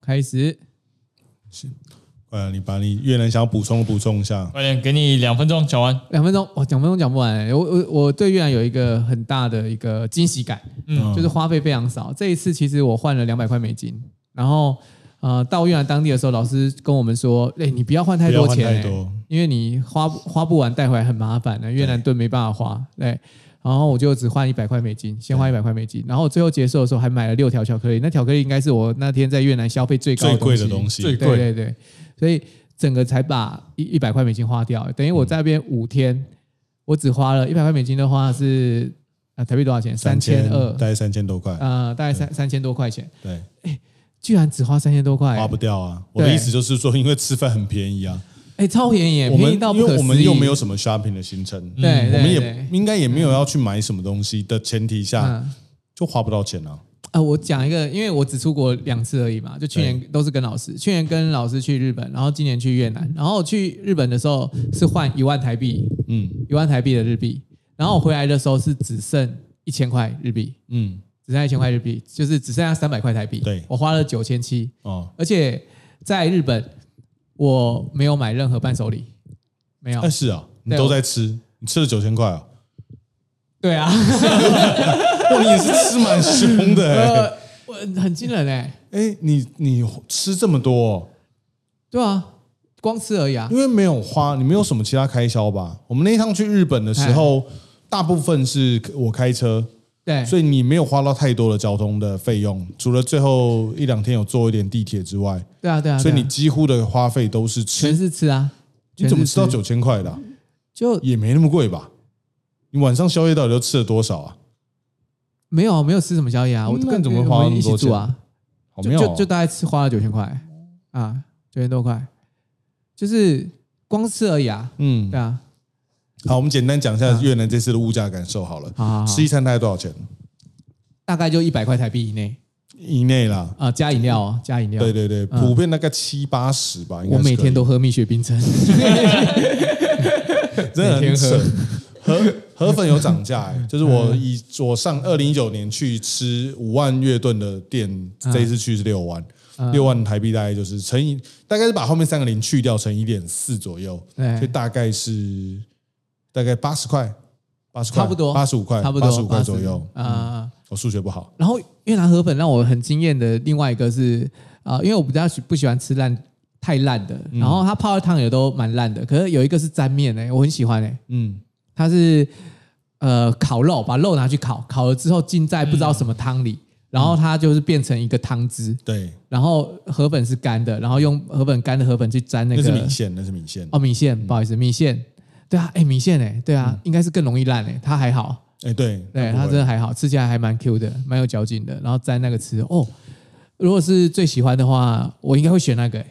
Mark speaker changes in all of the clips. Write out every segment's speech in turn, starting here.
Speaker 1: 开始，
Speaker 2: 呃，你把你越南想要补充的补充一下，
Speaker 3: 快点，给你两分钟讲完。
Speaker 1: 两分钟，我讲分钟讲不完、欸。我我我对越南有一个很大的一个惊喜感，
Speaker 2: 嗯，
Speaker 1: 就是花费非常少。这一次其实我换了两百块美金，然后呃到越南当地的时候，老师跟我们说，哎、你不要换太
Speaker 2: 不要
Speaker 1: 多
Speaker 2: 换
Speaker 1: 钱、欸，
Speaker 2: 太多，嗯
Speaker 1: 因为你花花不完带回来很麻烦的，越南盾没办法花，对。然后我就只换一百块美金，先花一百块美金，然后最后结束的时候还买了六条巧克力，那巧克力应该是我那天在越南消费最高
Speaker 2: 最贵的
Speaker 1: 的
Speaker 2: 东
Speaker 1: 西，
Speaker 2: 西，
Speaker 3: 最
Speaker 1: 对对对，所以整个才把一一百块美金花掉，等于我在那边五天，我只花了一百块美金的话是啊、呃台币多少钱？三千二
Speaker 2: 大，概三千多块，
Speaker 1: 呃，大概三三千多块钱，
Speaker 2: 对，
Speaker 1: 居然只花三千多块
Speaker 2: 花，不掉啊。我的
Speaker 1: 哎对
Speaker 2: 意思就是说，因为吃饭很便宜啊，
Speaker 1: 哎，超便宜耶，
Speaker 2: 我
Speaker 1: 便
Speaker 2: 们
Speaker 1: 宜到
Speaker 2: 因
Speaker 1: 不可
Speaker 2: 为我们
Speaker 1: 思议
Speaker 2: 又没有什么 shopping 的行程，
Speaker 1: 对
Speaker 2: 嗯
Speaker 1: 对
Speaker 2: 我们
Speaker 1: 对
Speaker 2: 也应该也没有要去买什么东西的前提下，
Speaker 1: 嗯
Speaker 2: 就花不到钱啊。
Speaker 1: 啊，我讲一个，因为我只出国两次而已嘛，就去年都是跟老师，去年跟老师去日本，然后今年去越南，然后去日本的时候是换一万台币，
Speaker 2: 嗯
Speaker 1: 一万台币的日币，然后我回来的时候是只剩一千块日币，
Speaker 2: 嗯，
Speaker 1: 只剩一千块日币，就是只剩下三百块台币，
Speaker 2: 对
Speaker 1: 我花了九千七，
Speaker 2: 哦，
Speaker 1: 而且在日本我没有买任何伴手礼，没有
Speaker 2: 但，是啊，你
Speaker 1: 对
Speaker 2: 都
Speaker 1: 我
Speaker 2: 在吃，你吃了九千块啊，
Speaker 1: 对啊，
Speaker 2: 哇，你也是吃蛮凶的欸。
Speaker 1: 呃， 我很惊人哎、
Speaker 2: 哎，你你吃这么多哦，
Speaker 1: 对啊，光吃而已啊
Speaker 2: 因，为没有花，你没有什么其他开销吧？我们那一趟去日本的时候，
Speaker 1: 哎
Speaker 2: 大部分是我开车，
Speaker 1: 对，
Speaker 2: 所以你没有花到太多的交通的费用，除了最后一两天有坐一点地铁之外，
Speaker 1: 对啊，对啊，
Speaker 2: 所以
Speaker 1: 对
Speaker 2: 你
Speaker 1: 啊
Speaker 2: 几乎的花费都是
Speaker 1: 全
Speaker 2: 吃。
Speaker 1: 是吃啊，
Speaker 2: 你怎么
Speaker 1: 全是
Speaker 2: 吃到九千块的啊、
Speaker 1: 就
Speaker 2: 也没那么贵吧？你晚上宵夜到底都吃了多少啊？
Speaker 1: 没有没有吃什么宵夜啊，我
Speaker 2: 那
Speaker 1: 跟
Speaker 2: 怎么
Speaker 1: 我
Speaker 2: 花
Speaker 1: 们
Speaker 2: 那么
Speaker 1: 一起
Speaker 2: 多
Speaker 1: 住
Speaker 2: 钱
Speaker 1: 啊？
Speaker 2: 好
Speaker 1: 就
Speaker 2: 妙、哦
Speaker 1: 就就大概吃花了九千块啊，九千多块，就是光吃而已啊。
Speaker 2: 嗯，
Speaker 1: 对啊，
Speaker 2: 好，我们简单讲一下
Speaker 1: 啊
Speaker 2: 越南这次的物价感受好了。
Speaker 1: 好啊好好
Speaker 2: 吃，一餐大概多少钱？
Speaker 1: 大概就一百块台币以内
Speaker 2: 以内啦。
Speaker 1: 啊，加饮料哦，加饮料。
Speaker 2: 对对对，
Speaker 1: 嗯
Speaker 2: 普遍大概七八十吧。应该
Speaker 1: 我
Speaker 2: 是
Speaker 1: 每
Speaker 2: 可
Speaker 1: 天
Speaker 2: 以
Speaker 1: 都喝蜜雪冰 城，
Speaker 2: 真的
Speaker 1: 每天喝
Speaker 2: 很扯。河河粉有涨价、欸， 就是我以我上二零一九年去吃五万月盾的店，
Speaker 1: 嗯
Speaker 2: 这一次去是六万，六万台币大概就是乘以，大概是把后面三个零去掉，乘一点四左右，
Speaker 1: 对
Speaker 2: 所以大概是大概八十块，八十块
Speaker 1: 差不多
Speaker 2: 八十五块，
Speaker 1: 差不多
Speaker 2: 八十五块
Speaker 1: 80
Speaker 2: 左右。
Speaker 1: 啊。
Speaker 2: 我数学不好，
Speaker 1: 然后越南河粉让我很惊艳的另外一个是啊，因为我比较喜不喜欢吃烂太烂的，
Speaker 2: 嗯
Speaker 1: 然后它泡的汤也都蛮烂的，可是有一个是沾面哎，我很喜欢哎，
Speaker 2: 嗯，
Speaker 1: 它是呃烤肉，把肉拿去烤，烤了之后浸在不知道什么汤里，
Speaker 2: 嗯
Speaker 1: 然后它就是变成一个汤汁，
Speaker 2: 对，
Speaker 1: 然后河粉是干的，然后用河粉干的河粉去沾那
Speaker 2: 那
Speaker 1: 个
Speaker 2: 是米线，那是米线。
Speaker 1: 哦米线，不好意思米线，对啊，哎米线哎，对
Speaker 2: 嗯
Speaker 1: 啊，应该是更容易烂哎，它还好，
Speaker 2: 哎，对，
Speaker 1: 对
Speaker 2: 那不
Speaker 1: 它
Speaker 2: 会
Speaker 1: 真的还好，吃起来还蛮 Q 的，蛮有嚼劲的，然后沾那个吃哦。如果是最喜欢的话，我应该会选那个哎，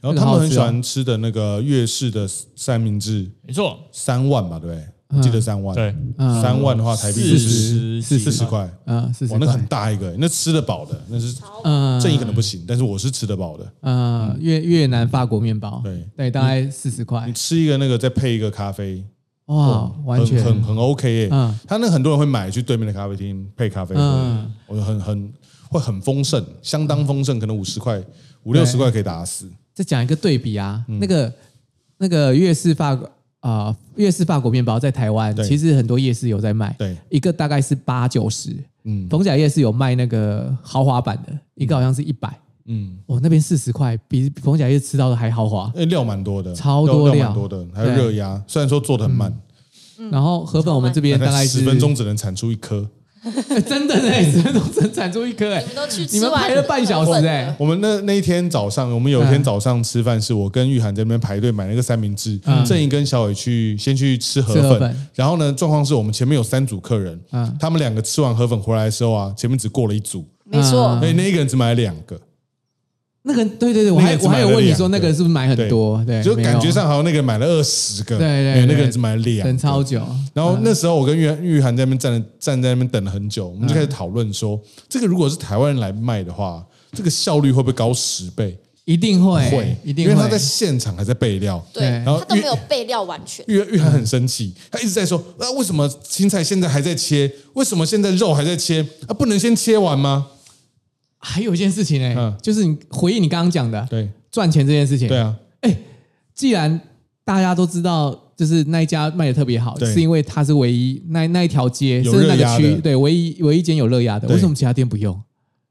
Speaker 2: 然
Speaker 1: 那
Speaker 2: 后
Speaker 1: 个
Speaker 2: 他
Speaker 1: 好
Speaker 2: 们很
Speaker 1: 吃
Speaker 2: 喜
Speaker 1: 哦
Speaker 2: 欢吃的那个粤式的三明治，
Speaker 3: 没错，
Speaker 2: 三万吧，对不对？我记得三万，
Speaker 3: 对，
Speaker 1: 嗯
Speaker 2: 三万的话台币
Speaker 3: 四
Speaker 2: 是
Speaker 3: 十
Speaker 2: 四十，块，
Speaker 1: 嗯四十
Speaker 2: 哇，那个很
Speaker 1: 块，
Speaker 2: 大一个欸，那吃得饱的，那是
Speaker 1: 嗯
Speaker 2: 正义可能不行，但是我是吃得饱的。
Speaker 1: 呃，越越南法国面包，
Speaker 2: 嗯对
Speaker 1: 对，大概四十块
Speaker 2: 你，吃一个那个，再配一个咖啡，
Speaker 1: 哇，完
Speaker 2: 很
Speaker 1: 全
Speaker 2: 很很 OK 哎
Speaker 1: 嗯。
Speaker 2: 他那个很多人会买去对面的咖啡厅配咖啡喝
Speaker 1: 嗯，
Speaker 2: 我觉得很很会很丰盛，相当丰盛，可能五十块、五六十块可以打死。
Speaker 1: 再讲一个对比啊，
Speaker 2: 嗯
Speaker 1: 那个那个粤式法国啊、呃粤式法国面包在台湾
Speaker 2: 对
Speaker 1: 其实很多夜市有在卖，
Speaker 2: 对，
Speaker 1: 一个大概是八九十，
Speaker 2: 嗯
Speaker 1: 逢甲夜市有卖那个豪华版的，一个好像是一百、
Speaker 2: 嗯，
Speaker 1: 哦，那边四十块，比逢甲夜市吃到的还豪华。
Speaker 2: 哎，料蛮多的，
Speaker 1: 超多
Speaker 2: 料料
Speaker 1: 料
Speaker 2: 蛮多的，还有
Speaker 1: 对
Speaker 2: 热压，虽然说做的很慢，
Speaker 1: 然后河粉我们这边大概是
Speaker 2: 十分，钟只能产出一颗。
Speaker 1: 哎 真的呢， 十分钟只产出一颗哎
Speaker 4: 你，们都去
Speaker 1: 你
Speaker 4: 吃
Speaker 1: 们
Speaker 4: 完
Speaker 1: 排了半小时哎、
Speaker 4: 了
Speaker 2: 我们那那一天早上，我们有一
Speaker 1: 嗯
Speaker 2: 天早上吃饭，是我跟玉涵在那边排队买那个三明治，
Speaker 1: 嗯
Speaker 2: 正义跟小伟去先去吃河
Speaker 1: 吃河
Speaker 2: 粉
Speaker 1: 粉，
Speaker 2: 然后呢，状况是我们前面有三组客人
Speaker 1: 嗯，
Speaker 2: 他们两个吃完河粉回来的时候啊，前面只过了一组，
Speaker 4: 没错
Speaker 1: 嗯，
Speaker 2: 所以那一个人只买了两个，
Speaker 1: 那个对对对，我
Speaker 2: 那个
Speaker 1: 还
Speaker 2: 只
Speaker 1: 我还有
Speaker 2: 买了
Speaker 1: 问你
Speaker 2: 两
Speaker 1: 说
Speaker 2: 个
Speaker 1: 那个是不是买很多？对，
Speaker 2: 就
Speaker 1: 哎没
Speaker 2: 感觉
Speaker 1: 有啊
Speaker 2: 上好像那个人买了二十个，
Speaker 1: 对对
Speaker 2: 没
Speaker 1: 对
Speaker 2: 有那个人只买了两
Speaker 1: 等
Speaker 2: 个。
Speaker 1: 超嗯久，
Speaker 2: 然后那时候我跟玉玉涵在那边站了站在那边等了很久，我们就开始讨论说，这个如果是台湾人来卖的话，这个效率会不会高十倍？
Speaker 1: 一定会
Speaker 2: 会，
Speaker 1: 一定
Speaker 2: 因
Speaker 1: 会
Speaker 2: 为他在现场还在备料，
Speaker 4: 对
Speaker 1: 然，
Speaker 2: 后
Speaker 4: 他都没有备料完全，
Speaker 2: 玉玉涵很生气，他一直在说：“啊，为什么青菜现在还在切？为什么现在肉还在切？啊，不能先切完吗？”
Speaker 1: 还有一件事情哎、
Speaker 2: 嗯
Speaker 1: 就是你回应你刚刚讲的
Speaker 2: 对
Speaker 1: 赚钱这件事情。
Speaker 2: 对啊，
Speaker 1: 既然大家都知道，就是那一家卖的特别好，
Speaker 2: 对
Speaker 1: 是因为它是唯一那那一条街，
Speaker 2: 有
Speaker 1: 甚至那
Speaker 2: 热压
Speaker 1: 个区，
Speaker 2: 的
Speaker 1: 对，唯一唯一间有热压的，
Speaker 2: 对
Speaker 1: 为什么其他店不用？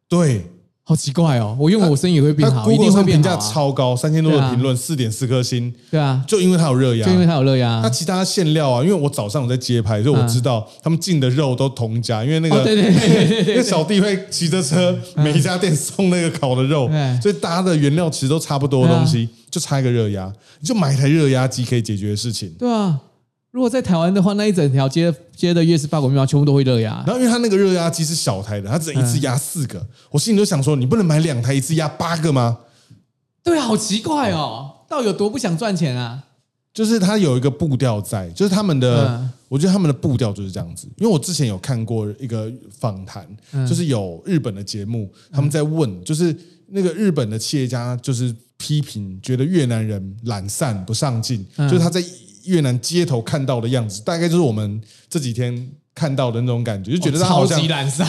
Speaker 2: 对，
Speaker 1: 好奇怪哦，我用了我生意也会变
Speaker 2: 他
Speaker 1: 好，一
Speaker 2: Google
Speaker 1: 定会
Speaker 2: 上
Speaker 1: 变
Speaker 2: 评
Speaker 1: 好、
Speaker 2: 价
Speaker 1: 啊。
Speaker 2: 超高，三千多
Speaker 1: 对
Speaker 2: 的
Speaker 1: 啊
Speaker 2: 评论，四点四颗星，
Speaker 1: 对啊，
Speaker 2: 就因为它有热
Speaker 1: 就因为
Speaker 2: 压。
Speaker 1: 它有热压
Speaker 2: 它。其他啊馅料啊，因为我早上我在街拍，所以我
Speaker 1: 嗯
Speaker 2: 知道他们进的肉都同家，因为那
Speaker 1: 哦，对
Speaker 2: 个
Speaker 1: 对对对 对
Speaker 2: 因为小弟会骑着车每一家店送那个烤的 肉
Speaker 1: 对，
Speaker 2: 所以大家的原料其实都差不多的东西，就差一个热压，你就买一台热压机可以解决的事情。
Speaker 1: 对啊！如果在台湾的话，那一整条街街的粤式法国面包全部都会热压。
Speaker 2: 然后因为它那个热压机是小台的，它只
Speaker 1: 嗯
Speaker 2: 能一次压四个，我心里就想说，你不能买两台一次压八个吗？
Speaker 1: 对啊，好奇怪哦，到底有多不想赚钱啊？
Speaker 2: 就是它有一个步调在，就是他们的，
Speaker 1: 嗯
Speaker 2: 我觉得他们的步调就是这样子。因为我之前有看过一个访谈，
Speaker 1: 嗯
Speaker 2: 就是有日本的节目，他们在问，就是那个日本的企业家就是批评，觉得越南人懒散不上进，
Speaker 1: 嗯
Speaker 2: 就是他在越南街头看到的样子，大概就是我们这几天看到的那种感觉，就觉得他啊好
Speaker 1: 哦超
Speaker 2: 像
Speaker 1: 级懒散，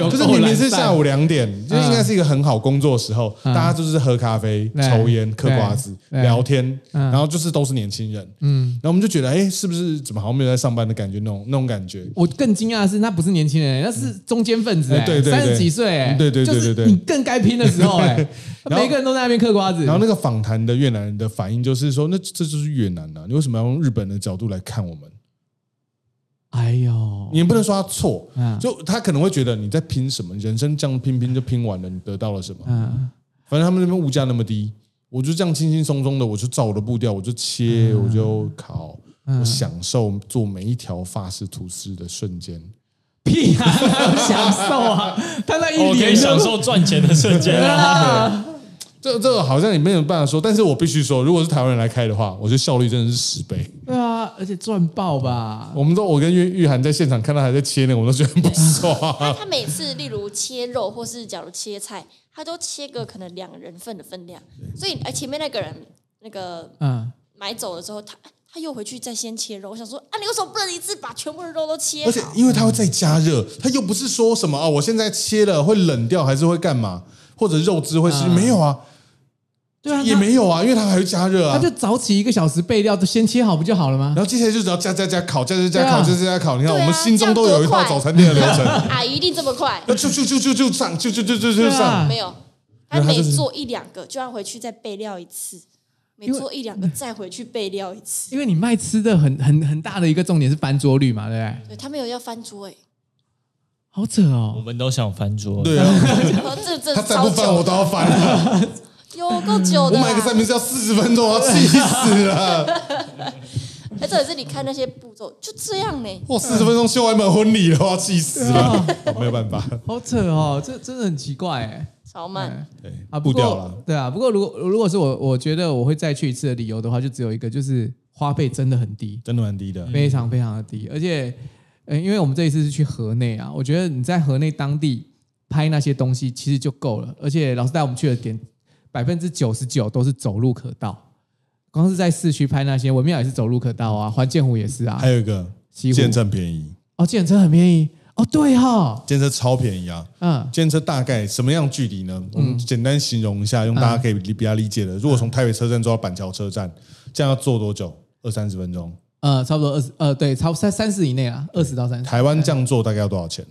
Speaker 1: 有
Speaker 2: 就是
Speaker 1: 够
Speaker 2: 明明
Speaker 1: 懒
Speaker 2: 是
Speaker 1: 散
Speaker 2: 下午两 点，就应该是一个很好工作时候，
Speaker 1: 嗯
Speaker 2: 大家就是喝咖啡、
Speaker 1: 对
Speaker 2: 抽烟、嗑瓜子、
Speaker 1: 对
Speaker 2: 聊天，
Speaker 1: 嗯
Speaker 2: 然后就是都是年轻人，嗯，然后我们就觉得，哎，是不是怎么好像没有在上班的感觉？那种那种感觉，
Speaker 1: 我更惊讶的是，那不是年轻人，那是中间分子、
Speaker 2: 哎
Speaker 1: 哎
Speaker 2: 对对对
Speaker 1: 三十几岁、哎
Speaker 2: 对对对对对
Speaker 1: 就是你更该拼的时候、哎，
Speaker 2: 然后
Speaker 1: 每个人都在那边嗑瓜子，
Speaker 2: 然后那个访谈的越南人的反应就是说，那这就是越南呐、啊，你为什么要用日本的角度来看我们？
Speaker 1: 哎呦，
Speaker 2: 你也不能说他错，
Speaker 1: 嗯
Speaker 2: 就他可能会觉得你在拼什么，你人生这样拼拼就拼完了，你得到了什么？
Speaker 1: 嗯，
Speaker 2: 反正他们那边物价那么低，我就这样轻轻松松的，我就照我的步调，我就切，
Speaker 1: 嗯
Speaker 2: 我就烤，我享受做每一条法式吐司的瞬间。
Speaker 1: 屁啊，哪有享受 啊，他那一
Speaker 2: 哦
Speaker 3: 我可以
Speaker 1: 脸
Speaker 3: 享受赚钱的瞬间啊！
Speaker 1: 啊，
Speaker 2: 这这个好像也没有办法说，但是我必须说，如果是台湾人来开的话，我觉得效率真的是十倍。
Speaker 1: 对啊，而且赚爆吧，
Speaker 2: 我们都，我跟玉玉涵在现场看到还在切那个，我们都觉得很不 爽。
Speaker 4: 他他每次例如切肉，或是假如切菜，他都切个可能两人份的分量，所以哎前面那个人那个
Speaker 1: 嗯，
Speaker 4: 买走了之后，他他又回去再先切肉。我想说啊，你为什么不能一次把全部的肉都切
Speaker 1: 啊
Speaker 2: 而且
Speaker 4: 好？
Speaker 2: 因为它会再加热，它又不是说什么啊、我现在切了会冷掉，还是会干嘛，或者肉汁会湿？
Speaker 1: 嗯
Speaker 2: 没有啊，
Speaker 1: 对啊，
Speaker 2: 也
Speaker 1: 他
Speaker 2: 没有啊，因为它还会加热啊
Speaker 1: 他。就早起一个小时备料，都先切好不就好了吗
Speaker 2: 然？后接下来就只要加加加烤，加加
Speaker 1: 对
Speaker 2: 加
Speaker 1: 啊
Speaker 2: 烤，加加加烤。你看，
Speaker 4: 对啊
Speaker 2: 我们心中都有一套早餐店的流程，
Speaker 4: 阿姨一定这么快？
Speaker 1: 嗯
Speaker 2: 那就就就就就上，就就就就
Speaker 1: 对
Speaker 2: 就
Speaker 1: 啊
Speaker 2: 上。
Speaker 4: 没有，
Speaker 2: 没
Speaker 4: 他
Speaker 2: 有他
Speaker 4: 每
Speaker 2: 就是
Speaker 4: 做一两个就要回去再备料一次，每
Speaker 1: 因为
Speaker 4: 做一两个再回去备料一次。
Speaker 1: 因为你卖吃的很很很大的一个重点是翻桌率嘛，对不对？
Speaker 4: 对他没有要翻桌哎、
Speaker 1: 好扯
Speaker 3: 我
Speaker 1: 哦，
Speaker 3: 们都想翻桌，
Speaker 2: 对啊，
Speaker 4: 哦这这
Speaker 2: 他再不
Speaker 4: 超
Speaker 2: 翻我
Speaker 4: 久
Speaker 2: 都要翻了。
Speaker 4: 有够久
Speaker 2: 我
Speaker 4: 的啦。啊
Speaker 2: 买个三明治要四十分钟，我要气死了。
Speaker 4: 哎，这也是你看那些步骤就这样呢、
Speaker 2: 我四十分钟修完一门婚礼了，我要气死了。
Speaker 1: 啊
Speaker 2: 哦没有办法，
Speaker 1: 好扯哦，这真的很奇怪哎。
Speaker 4: 超慢。
Speaker 2: 对
Speaker 1: 啊，不
Speaker 2: 步
Speaker 1: 过
Speaker 2: 调了。
Speaker 1: 对啊，不过如果如果是我，我觉得我会再去一次的理由的话，就只有一个，就是花费真的很低，
Speaker 2: 真的蛮低的。
Speaker 1: 非常非常的低，而且，嗯，因为我们这一次是去河内啊，我觉得你在河内当地拍那些东西其实就够了，而且老师带我们去的点，百分之九十九都是走路可到，光是在市区拍那些，文庙也是走路可到啊，环建湖也是啊
Speaker 2: 还，有一个
Speaker 1: 西湖
Speaker 2: 建证便宜，
Speaker 1: 哦，计程车很便宜，哦，对哈、哦，
Speaker 2: 建车超便宜啊。
Speaker 1: 嗯，
Speaker 2: 建车大概什么样距离呢？我们简单形容一下，用大
Speaker 1: 嗯
Speaker 2: 家可以理比较理解的。如果从台北车站坐到板桥车站，这样要坐多久？二三十分钟。
Speaker 1: 呃，差不多二十，呃，对，超三三十以内啦，二十到三十，
Speaker 2: 台湾这样做大概要多少钱？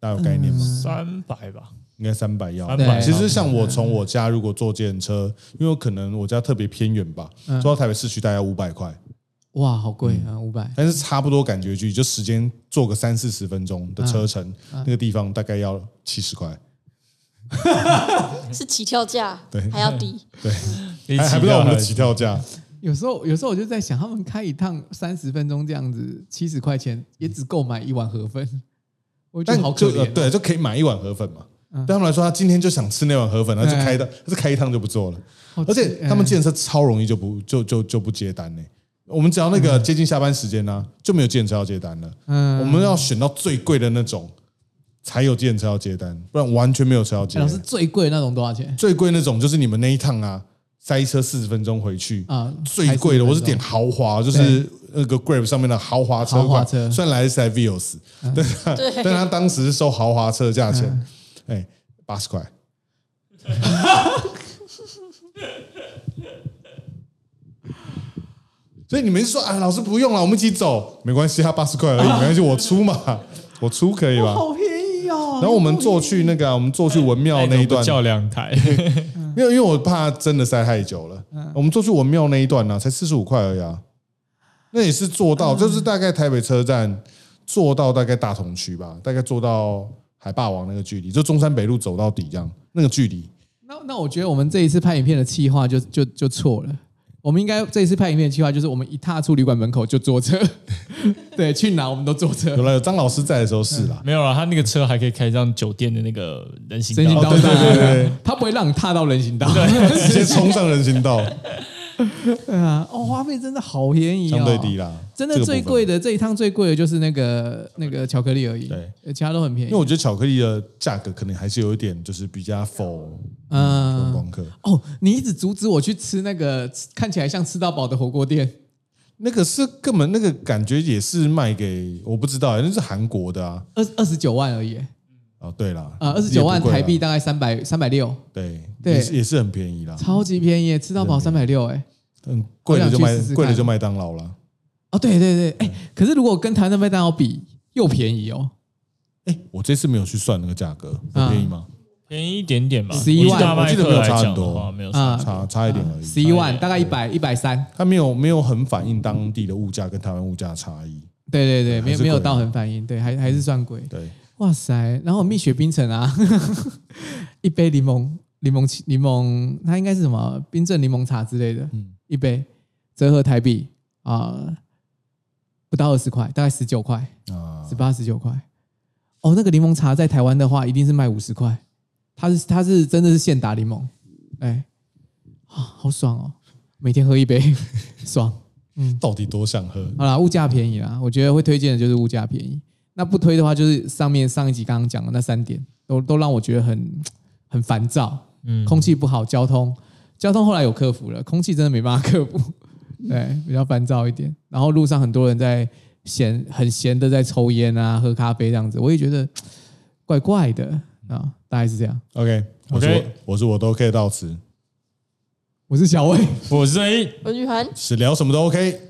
Speaker 2: 大家有概念吗？
Speaker 3: 三百吧，
Speaker 2: 应该嗯三百要。啊
Speaker 3: 300对
Speaker 2: 其实像我从我家如果坐电车，因为可能我家特别偏远吧，
Speaker 1: 嗯
Speaker 2: 坐到台北市区大概五百块，
Speaker 1: 哇，好贵啊，
Speaker 2: 嗯
Speaker 1: 五百、
Speaker 2: 但是差不多感觉距离就时间坐个三四十分钟的车程，那个地方大概要七十块，
Speaker 4: 是起跳价
Speaker 2: 哎对，
Speaker 4: 还要 低，
Speaker 3: 你
Speaker 2: 哎还还不到我们的起跳价。
Speaker 1: 有时候，有时候我就在想，他们开一趟三十分钟这样子，七十块钱也只够买一碗河粉，我觉
Speaker 2: 但
Speaker 1: 得好可
Speaker 2: 就呃
Speaker 1: 怜。啊
Speaker 2: 对，就可以买一碗河粉嘛。对他们来说，他今天就想吃那碗河粉，他就
Speaker 1: 哎
Speaker 2: 开的，他就开一趟就不做了。
Speaker 1: 好
Speaker 2: 而且他们
Speaker 1: 哎
Speaker 2: 健身超容易就不就就就不接单呢、我们只要那个接近下班时间呢、就没有健身要接单了。
Speaker 1: 嗯
Speaker 2: 我们要选到最贵的那种，才有健身要接单，不然完全没有车要接
Speaker 1: 哎。老师最贵的那种多少钱
Speaker 2: 最贵那种就是你们那一趟啊，塞车四十分钟回去
Speaker 1: 啊？
Speaker 2: 最贵的，
Speaker 1: 还
Speaker 2: 我
Speaker 1: 40分钟
Speaker 2: 是点豪华，就是那个 Grab 上面的豪华车款，
Speaker 1: 豪华车嗯嗯
Speaker 2: 虽然来自台 Vios，但是它但它当时是收豪华车的价钱，哎、8八十块。 所以你们是说啊，老师不用了，我们一起走，没关系，他八十块而已，没关系，我出嘛，我出可以 吧？
Speaker 1: 好便宜哦。
Speaker 2: 然后我们坐去那个啊、我们坐去文庙那一段，
Speaker 3: 叫 两台，
Speaker 2: 没有，因为我怕真的塞太久了。
Speaker 1: 嗯
Speaker 2: 我们坐去文庙那一段呢、才四十五块而已啊。那也是坐
Speaker 1: 嗯
Speaker 2: 到，就是大概台北车站坐到大概大同区吧，大概坐到海霸王那个距离，就中山北路走到底这样那个距离。
Speaker 1: 那那我觉得我们这一次拍影片的计划就就就错了。我们应该这一次拍影片的计划就是我们一踏出旅馆门口就坐车， 对，去哪我们都坐车
Speaker 2: 有。了有张老师在的时候是啦，
Speaker 3: 没有了，他那个车还可以开上酒店的那个人行
Speaker 1: 人行
Speaker 3: 道，
Speaker 1: 道
Speaker 2: 哦对
Speaker 1: 上，
Speaker 2: 对对对
Speaker 1: 他不会让你踏到人行道。嗯
Speaker 2: 直接冲上 人行
Speaker 1: 哎
Speaker 2: 道，
Speaker 1: 对 啊，哦，花费真的好便宜哦，
Speaker 2: 相对低啦，
Speaker 1: 真的最贵
Speaker 2: 的。
Speaker 1: 的这一趟最贵的就是那个那个巧克力而已，
Speaker 2: 对
Speaker 1: 呃，其他都很便
Speaker 2: 因为我
Speaker 1: 宜。
Speaker 2: 觉得巧克力的价格可能还是有一点，就是比较否观
Speaker 1: 嗯，
Speaker 2: 光客。
Speaker 1: 哦，你一直阻止我去吃那个吃看起来像吃到饱的火锅店，
Speaker 2: 那个是根本那个感觉也是卖给我不知道，那是韩国的啊。
Speaker 1: 二二十九万而已，
Speaker 2: 哦，对啦，
Speaker 1: 呃，二十九万
Speaker 2: 也不贵啦啊
Speaker 1: 台币，大概三百三百六，
Speaker 2: 对，
Speaker 1: 对
Speaker 2: 也是也是很便宜啦，
Speaker 1: 超级便宜，吃到饱三百六，哎，
Speaker 2: 嗯，贵的就
Speaker 1: 我
Speaker 2: 麦
Speaker 1: 想去试试看
Speaker 2: 贵的就麦当劳啦。
Speaker 1: 哦，对对对，哎，可是如果跟台湾的麦当劳比，又便宜哦，
Speaker 2: 我这次没有去算那个价格，
Speaker 1: 啊
Speaker 2: 很便宜吗？
Speaker 3: 便宜一点点吧，
Speaker 1: 11万
Speaker 3: 我记得大麦克来讲
Speaker 2: 我记得没有差很
Speaker 3: 的话
Speaker 2: 多
Speaker 3: 没有
Speaker 1: 啊
Speaker 3: 差，
Speaker 2: 差差一点而已，
Speaker 1: 十一万，大概一百一百三，
Speaker 2: 它没有没有很反映当地的物价跟台湾物价差异。
Speaker 1: 对对对，没
Speaker 2: 还
Speaker 1: 有
Speaker 2: 是
Speaker 1: 没有
Speaker 2: 贵啊
Speaker 1: 到很反应，对，还还是算贵。
Speaker 2: 对，
Speaker 1: 哇塞！然后蜜雪冰城啊， 一杯柠檬柠檬汽柠檬，它应该是什么冰镇柠檬茶之类的，
Speaker 2: 嗯
Speaker 1: 一杯折合台币啊、不到二十块，大概十九块，
Speaker 2: 啊
Speaker 1: 十，八十九块。哦，那个柠檬茶在台湾的话，一定是卖五十块，它是它是真的是现打柠檬，哎，啊，好爽哦！每天喝一杯， 爽。
Speaker 2: 到底多想喝？
Speaker 1: 好啦，物价便宜啦，我觉得会推荐的就是物价便宜。那不推的话，就是上面上一集刚刚讲的那三点，都都让我觉得很很烦躁。
Speaker 3: 嗯，
Speaker 1: 空气不好，交通，交通后来有克服了，空气真的没办法克服， 对，比较烦躁一点。然后路上很多人在闲很闲的在抽烟啊、喝咖啡这样子，我也觉得怪怪的啊，大概是这样。
Speaker 2: OK，我是
Speaker 3: OK
Speaker 2: 我我是我都 OK 到此，
Speaker 1: 我是小魏，
Speaker 3: 我是一，
Speaker 2: 嗯
Speaker 4: 文宇涵，
Speaker 2: 是聊什么都 OK。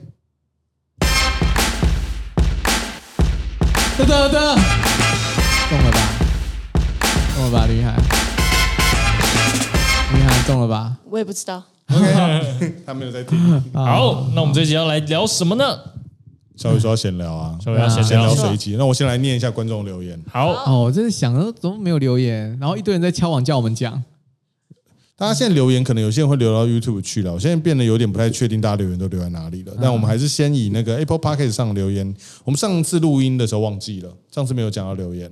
Speaker 1: 得得得，中了吧，中了吧，女孩，女孩中了吧。
Speaker 4: 我也不知道。
Speaker 2: OK，他没有在听，
Speaker 3: 好，那我们这集要来聊什么呢？
Speaker 2: 稍微说要闲聊啊，
Speaker 3: 稍微要闲
Speaker 2: 闲聊
Speaker 3: 聊，
Speaker 2: 随机。那我先来念一下观众留言，
Speaker 3: 好，
Speaker 1: 哦，我真的想，呃怎么没有留言？然后一堆人在敲网叫我们讲，
Speaker 2: 大家现在留言，可能有些人会留到 YouTube 去了。我现在变得有点不太确定大家留言都留在哪里了。但我们还是先以那个 Apple Podcast 上留言。我们上次录音的时候忘记了，上次没有讲到留言。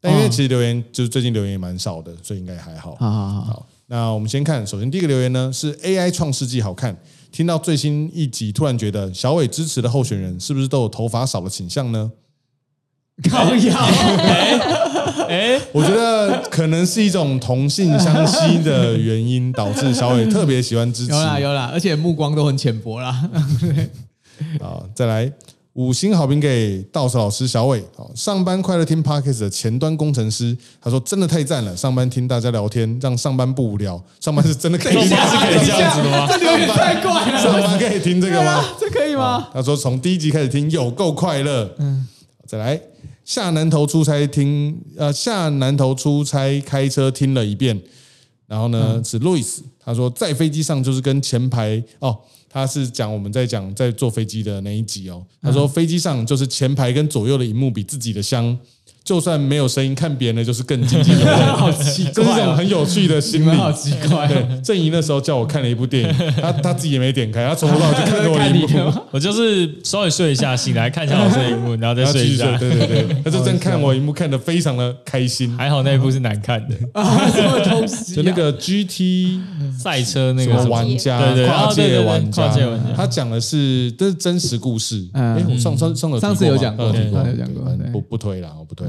Speaker 2: 但因为
Speaker 1: 嗯
Speaker 2: 其实留言就是最近留言也蛮少的，所以应该还好。
Speaker 1: 好好好，
Speaker 2: 好，那我们先看，首先第一个留言呢是 AI 创世纪好看，听到最新一集，突然觉得小伟支持的候选人是不是都有头发少的倾向呢？
Speaker 1: 高腰，
Speaker 3: 哎，
Speaker 2: 我觉得可能是一种同性相吸的原因，导致小伟特别喜欢支持。
Speaker 1: 有啦有啦，而且目光都很浅薄啦。
Speaker 2: 好，再来五星好评给道士老师小伟。好，上班快乐听 Podcast 的前端工程师，他说真的太赞了，上班听大家聊天，让上班不无聊。上班是真的可以，
Speaker 3: 上班是可
Speaker 2: 哎
Speaker 3: 以这样子的 吗
Speaker 1: 这留言太怪了，
Speaker 2: 上班可以听这个吗？
Speaker 1: 这可以吗？
Speaker 2: 他说从第一集开始听有够快乐。嗯，再来下南头出差听，呃，下南头出差开车听了一遍，然后呢、
Speaker 1: 嗯
Speaker 2: 是 Louis，他说在飞机上就是跟前排哦。他是讲我们在讲在坐飞机的那一集哦，
Speaker 1: 嗯
Speaker 2: 他说飞机上就是前排跟左右的荧幕比自己的香，就算没有声音看别人的就是更 经济的，
Speaker 1: 好奇
Speaker 2: 这是一
Speaker 1: 怪
Speaker 2: 种
Speaker 1: 哦，
Speaker 2: 很有趣的
Speaker 1: 你
Speaker 2: 心理
Speaker 1: 们。好奇怪哦，
Speaker 2: 啊对，郑怡那时候叫我看了一部电影，他他自己也没点开，他从头到尾就看着我的
Speaker 1: 看
Speaker 2: 荧
Speaker 1: 你
Speaker 2: 幕，
Speaker 1: 的 吗？
Speaker 3: 我就是稍微睡一下，醒来看一下老师的荧幕，然后再
Speaker 2: 然后
Speaker 3: 睡
Speaker 2: 嗯继续
Speaker 3: 一
Speaker 2: 睡，
Speaker 3: 下。
Speaker 2: 对对 对，他就正看我荧幕，看得非常的开心。
Speaker 3: 还好那一部是难看的，
Speaker 2: 嗯
Speaker 1: 啊什么东西啊？
Speaker 2: 就那 个 GT
Speaker 3: 赛车那
Speaker 2: 什
Speaker 3: 个
Speaker 2: 么
Speaker 3: 什么
Speaker 2: 玩家
Speaker 3: 对对对
Speaker 2: 跨
Speaker 3: 哦对
Speaker 2: 界
Speaker 3: 对对
Speaker 2: 玩家，
Speaker 3: 跨界玩家
Speaker 2: 他讲的是这是真实故事。
Speaker 1: 嗯
Speaker 2: 哎，我上上上
Speaker 1: 上次有讲过
Speaker 2: 过嘛，有提
Speaker 1: 上次有讲过
Speaker 2: 对反正
Speaker 1: 对
Speaker 2: 不不推啦，我不推。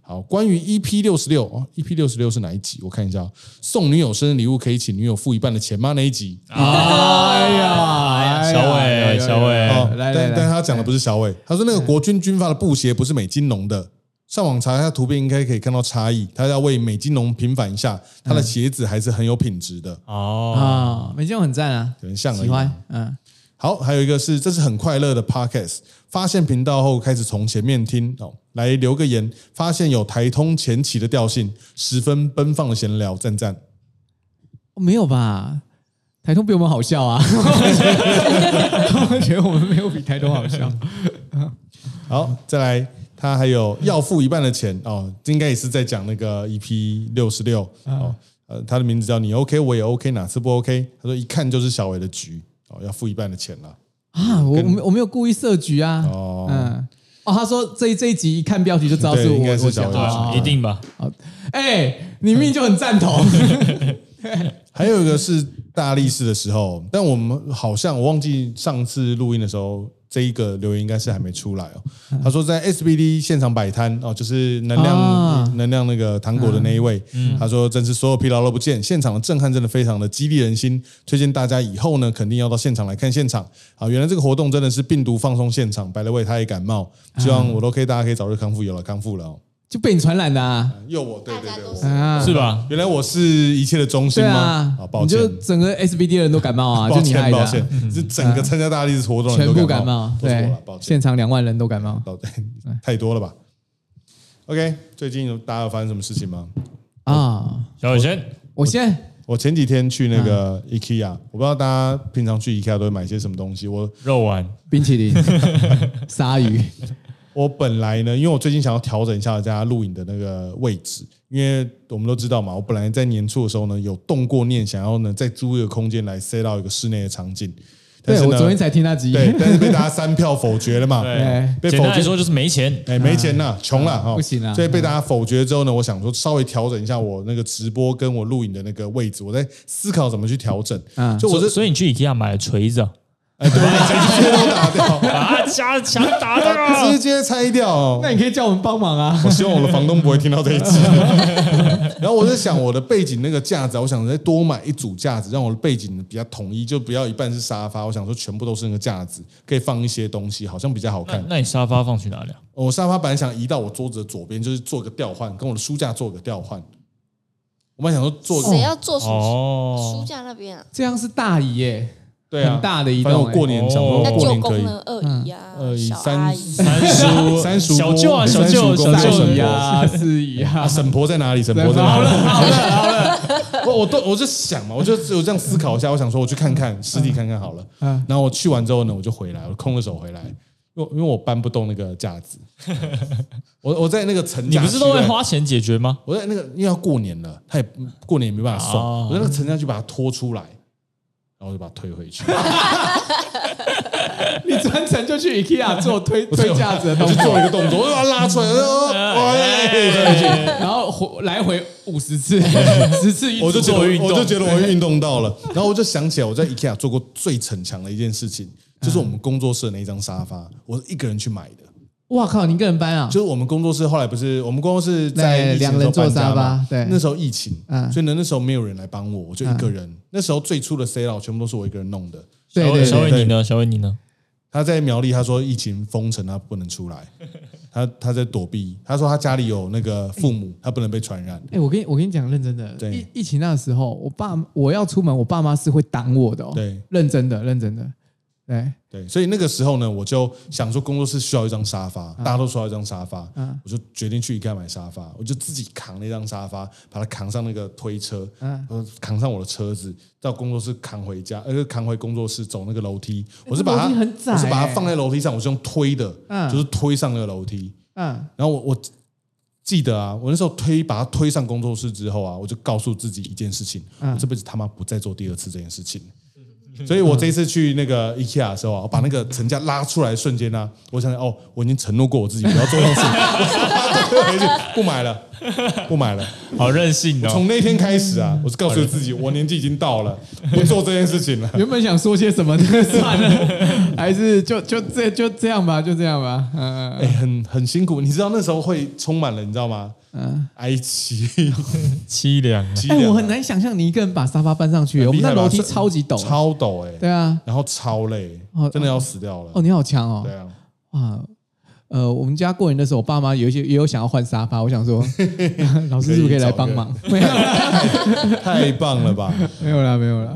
Speaker 2: 好，关于 EP 六十六哦，EP 六十六是哪一集？我看一下哦，送女友生日礼物可以请女友付一半的钱吗？那一集
Speaker 1: 哎呀，哎呀
Speaker 3: 小伟
Speaker 1: 有有有有
Speaker 3: 小伟
Speaker 1: 有
Speaker 2: 哦
Speaker 1: 哎有，来来哎
Speaker 2: 但但
Speaker 1: 来，
Speaker 2: 他讲的不是小伟，他说那个国军军发的布鞋不是美津浓的，上网查一下图片，应该可以看到差异。他要为美津浓平反一下，他的鞋子还是很有品质的，
Speaker 3: 哦，
Speaker 1: 啊，美金很赞啊，
Speaker 2: 可能像而已
Speaker 1: 喜欢，嗯，
Speaker 2: 好，还有一个是，这是很快乐的 podcast。发现频道后，开始从前面听哦，来留个言，发现有台通前期的调性，十分奔放的闲聊，赞赞。
Speaker 1: 哦没有吧？台通比我们好笑啊，我觉得我们没有比台通好笑。
Speaker 2: 好，再来，他还有要付一半的钱哦，应该也是在讲那个 EP 六十六哦，呃，他的名字叫你 OK，我也 OK，哪次不 OK？他说一看就是小伟的局哦，要付一半的钱了
Speaker 1: 啊，我我没我没有故意设局啊。
Speaker 2: 哦
Speaker 1: 嗯，哦，他说这一这一集一看标题就知道是
Speaker 2: 对
Speaker 1: 我
Speaker 2: 应该是
Speaker 1: 我讲
Speaker 2: 小伟
Speaker 1: 的
Speaker 3: 对
Speaker 1: 啊
Speaker 3: 啊，一。定吧？
Speaker 1: 哎，你命就很赞同。
Speaker 2: 还有一个是大力士的时候，但我们好像我忘记上次录音的时候，这一个留言应该是还没出来
Speaker 1: 嗯
Speaker 2: 哦。他说在 SBD 现场摆摊哦，就是能量、
Speaker 1: 啊嗯
Speaker 2: 能量那个糖果的那一位，他说真是所有疲劳都不见，现场的震撼真的非常的激励人心，推荐大家以后呢肯定要到现场来看现场啊。原来这个活动真的是病毒放松现场，白了位他也感冒，希望我都可以大家可以早日康复，有了康复了哦。
Speaker 1: 就被你传染的啊！
Speaker 2: 又我对对
Speaker 4: 大家
Speaker 2: 对
Speaker 4: 都
Speaker 2: 我
Speaker 4: 是
Speaker 1: 啊
Speaker 3: 是吧？
Speaker 2: 原来我是一切的中心
Speaker 1: 对
Speaker 2: 嗯吗？
Speaker 1: 啊
Speaker 2: 啊，，抱
Speaker 1: 你
Speaker 2: 歉。
Speaker 1: 就整个 SBD 的人都感冒啊，
Speaker 2: 抱
Speaker 1: 就你害
Speaker 2: 歉，
Speaker 1: 的
Speaker 2: 抱
Speaker 1: 啊，
Speaker 2: 歉，是整个参加大力士活动的人
Speaker 1: 全
Speaker 2: 都
Speaker 1: 部感
Speaker 2: 冒
Speaker 1: 冒，，
Speaker 2: 都是我
Speaker 1: 对
Speaker 2: 了，抱，歉
Speaker 1: 现，场两万人都感冒
Speaker 2: 抱歉，太多了吧？OK，最近有大家有发生什么事情吗？
Speaker 1: 啊！
Speaker 3: 小伟先，
Speaker 1: 我现在
Speaker 2: 我前几天去那个
Speaker 1: 嗯
Speaker 2: IKEA，我不知道大家平常去 IKEA 都会买些什么东西。我
Speaker 3: 肉丸
Speaker 1: 冰淇 淋、鲨鱼，
Speaker 2: 我本来呢，因为我最近想要调整一下大家录影的那个位置，因为我们都知道嘛，我本来在年初的时候呢，有动过念想要呢再租一个空间来塞到一个室内的场景，但
Speaker 1: 对
Speaker 2: 是呢
Speaker 1: 我昨天才听那集，
Speaker 2: 对，但是被大家三票否决 了嘛，
Speaker 1: 哎
Speaker 2: 被
Speaker 3: 简
Speaker 2: 否
Speaker 3: 单来
Speaker 2: 决
Speaker 3: 说就是没钱。
Speaker 2: 哎，没钱呐，穷了哈，
Speaker 1: 不行啊
Speaker 2: 所以被大家否决之后呢，我想说稍微调整一下我那个直播跟我录影的那个位置，我在思考怎么去调整。
Speaker 1: 嗯
Speaker 2: 就我
Speaker 3: 所以
Speaker 2: 是
Speaker 3: 所以你去 IKEA 买了锤子啊，
Speaker 2: 哎， 对，直接都打掉，
Speaker 3: 啊，加强打的
Speaker 2: 直
Speaker 3: 啊，
Speaker 2: 接拆掉
Speaker 1: 那
Speaker 2: 哦。
Speaker 1: 你可以叫我们帮忙啊。
Speaker 2: 我希望我的房东不会听到这 一集。然后我在想我的背景那个架子啊，我想再多买一组架子，让我的背景比较统一，就不要一半是沙发。我想说全部都是那个架子，可以放一些东西，好像比较好
Speaker 3: 那
Speaker 2: 看。
Speaker 1: 嗯
Speaker 3: 那你沙发放去哪里啊？
Speaker 2: 我沙发本来想移到我桌子的左边，就是做个调换，跟我的书架做个调换。我本来想说做个
Speaker 4: 谁要做书书
Speaker 3: 哦，
Speaker 4: 架那边啊？
Speaker 1: 这样是大姨耶，
Speaker 2: 对啊，
Speaker 1: 很大的一欸栋
Speaker 2: 反正我过年
Speaker 3: 哎
Speaker 2: 想说
Speaker 4: 哦那
Speaker 2: 哦过
Speaker 4: 舅
Speaker 2: 年可
Speaker 4: 公
Speaker 2: 以，嗯
Speaker 4: 呢？二姨啊
Speaker 2: 二，姨
Speaker 4: 小阿
Speaker 2: 三
Speaker 4: 姨，
Speaker 3: 三叔，
Speaker 2: 三叔
Speaker 3: 小舅啊，
Speaker 2: 公
Speaker 3: 小舅，
Speaker 2: 三叔
Speaker 3: 小
Speaker 2: 公
Speaker 1: 大姨
Speaker 3: 舅，
Speaker 1: 啊，四姨啊
Speaker 2: 啊，，沈婆在哪里？沈婆在哪
Speaker 1: 好了
Speaker 2: 里？
Speaker 1: 好了，
Speaker 2: 我我都我就想嘛，我就我这样思考一下，我想说我去看看实体看看好了。
Speaker 1: 嗯
Speaker 2: 然后我去完之后呢，我就回来，我空着手回来，因为因为我搬不动那个架子，我我在那个层
Speaker 3: 你
Speaker 2: 架，
Speaker 3: 不是都会？花钱解决吗？
Speaker 2: 我在那个因为要过年了，他也过年也没办法送，
Speaker 3: 哦
Speaker 2: 我在那个层架去把它拖出来，然后我就把它推回去。
Speaker 1: 你专程就去 IKEA 做推
Speaker 2: 是
Speaker 1: 推架子的
Speaker 2: 我
Speaker 1: 动
Speaker 2: 去做
Speaker 1: 作哎
Speaker 2: 一，个动作，我就把它拉出来，哦哎，
Speaker 3: 哎
Speaker 1: 然后回来回五十 次，十次一组
Speaker 2: 我就觉得
Speaker 3: 做运动
Speaker 2: 我就觉得
Speaker 1: 哎
Speaker 2: 我运动到了，然后我就想起来我在 IKEA 做过最逞强的一件事情，就是
Speaker 1: 嗯
Speaker 2: 我们工作室的那一张沙发，我一个人去买的。
Speaker 1: 哇靠，你一个人搬啊
Speaker 2: 就？是我们工作室后来不是我们工作室
Speaker 1: 对
Speaker 2: 在疫
Speaker 1: 两
Speaker 2: 情的时候
Speaker 1: 人坐
Speaker 2: 搬家
Speaker 1: 沙
Speaker 2: 嘛
Speaker 1: 发对
Speaker 2: 那时候疫情，
Speaker 1: 嗯
Speaker 2: 所以呢那时候没有人来帮我，我就一个人。那时候最初的 C 老全部都是我一个人弄的。
Speaker 1: 对
Speaker 3: 小伟
Speaker 1: 对
Speaker 3: 小
Speaker 1: 对，
Speaker 3: 伟你呢？小伟你呢？
Speaker 2: 他在苗栗，他说疫情封城，他不能出 来，他他在躲避。他说他家里有那个父母，他不能被传染。
Speaker 1: 哎，我跟你我跟你讲，认真的，
Speaker 2: 对
Speaker 1: 疫疫情那时候，我爸我要出门，我爸妈是会挡我的哦，
Speaker 2: 对，
Speaker 1: 认真的，认真的，对，
Speaker 2: 对，所以那个时候呢，我就想说工作室需要一张沙发，大家都需要一张沙发，
Speaker 1: 嗯
Speaker 2: 我就决定去宜家买沙发，我就自己扛那张沙发，把它扛上那个推车，
Speaker 1: 嗯
Speaker 2: 呃，扛上我的车子，到工作室扛回家，呃，扛回工作室走那个楼梯，我是把
Speaker 1: 哎
Speaker 2: 它，
Speaker 1: 那楼梯很窄
Speaker 2: 我是把它
Speaker 1: 欸
Speaker 2: 放在楼梯上，我是用推的，
Speaker 1: 嗯
Speaker 2: 就是推上那个楼梯，
Speaker 1: 嗯，
Speaker 2: 然后我我记得啊，我那时候推把它推上工作室之后啊，我就告诉自己一件事情：
Speaker 1: 嗯
Speaker 2: 我这辈子他妈不再做第二次这件事情。所以我这次去那个 IKEA 的时候啊，我把那个层架拉出来的瞬间呢、啊，我想想哦，我已经承诺过我自己不要做这种事情，我回去不买了，不买了。
Speaker 3: 好任性哦！
Speaker 2: 从那天开始啊，我是告诉自己，我年纪已经到了，不做这件事情了。
Speaker 1: 原本想说些什么，那个算了，还是就就这就这样吧，就这样吧，嗯
Speaker 2: 哎、很很辛苦，你知道那时候会充满了，你知道吗？
Speaker 1: 嗯。
Speaker 2: 哀 戚，凄
Speaker 3: 凄凉啊，
Speaker 1: 哎、
Speaker 2: 凉啊
Speaker 1: 我很难想象你一个人把沙发搬上去，我们那楼梯啊超级陡，
Speaker 2: 超陡哎、
Speaker 1: 对啊，
Speaker 2: 然后超累
Speaker 1: 哦，
Speaker 2: 真的要死掉了啊
Speaker 1: 哦，。你好强哦，
Speaker 2: 对啊，
Speaker 1: 哇，呃，我们家过年的时候，我爸妈有一些也有想要换沙发，我想 说，老师是不是可以来帮忙？没有啦，
Speaker 2: 太棒了吧？
Speaker 1: 没有啦，没有啦。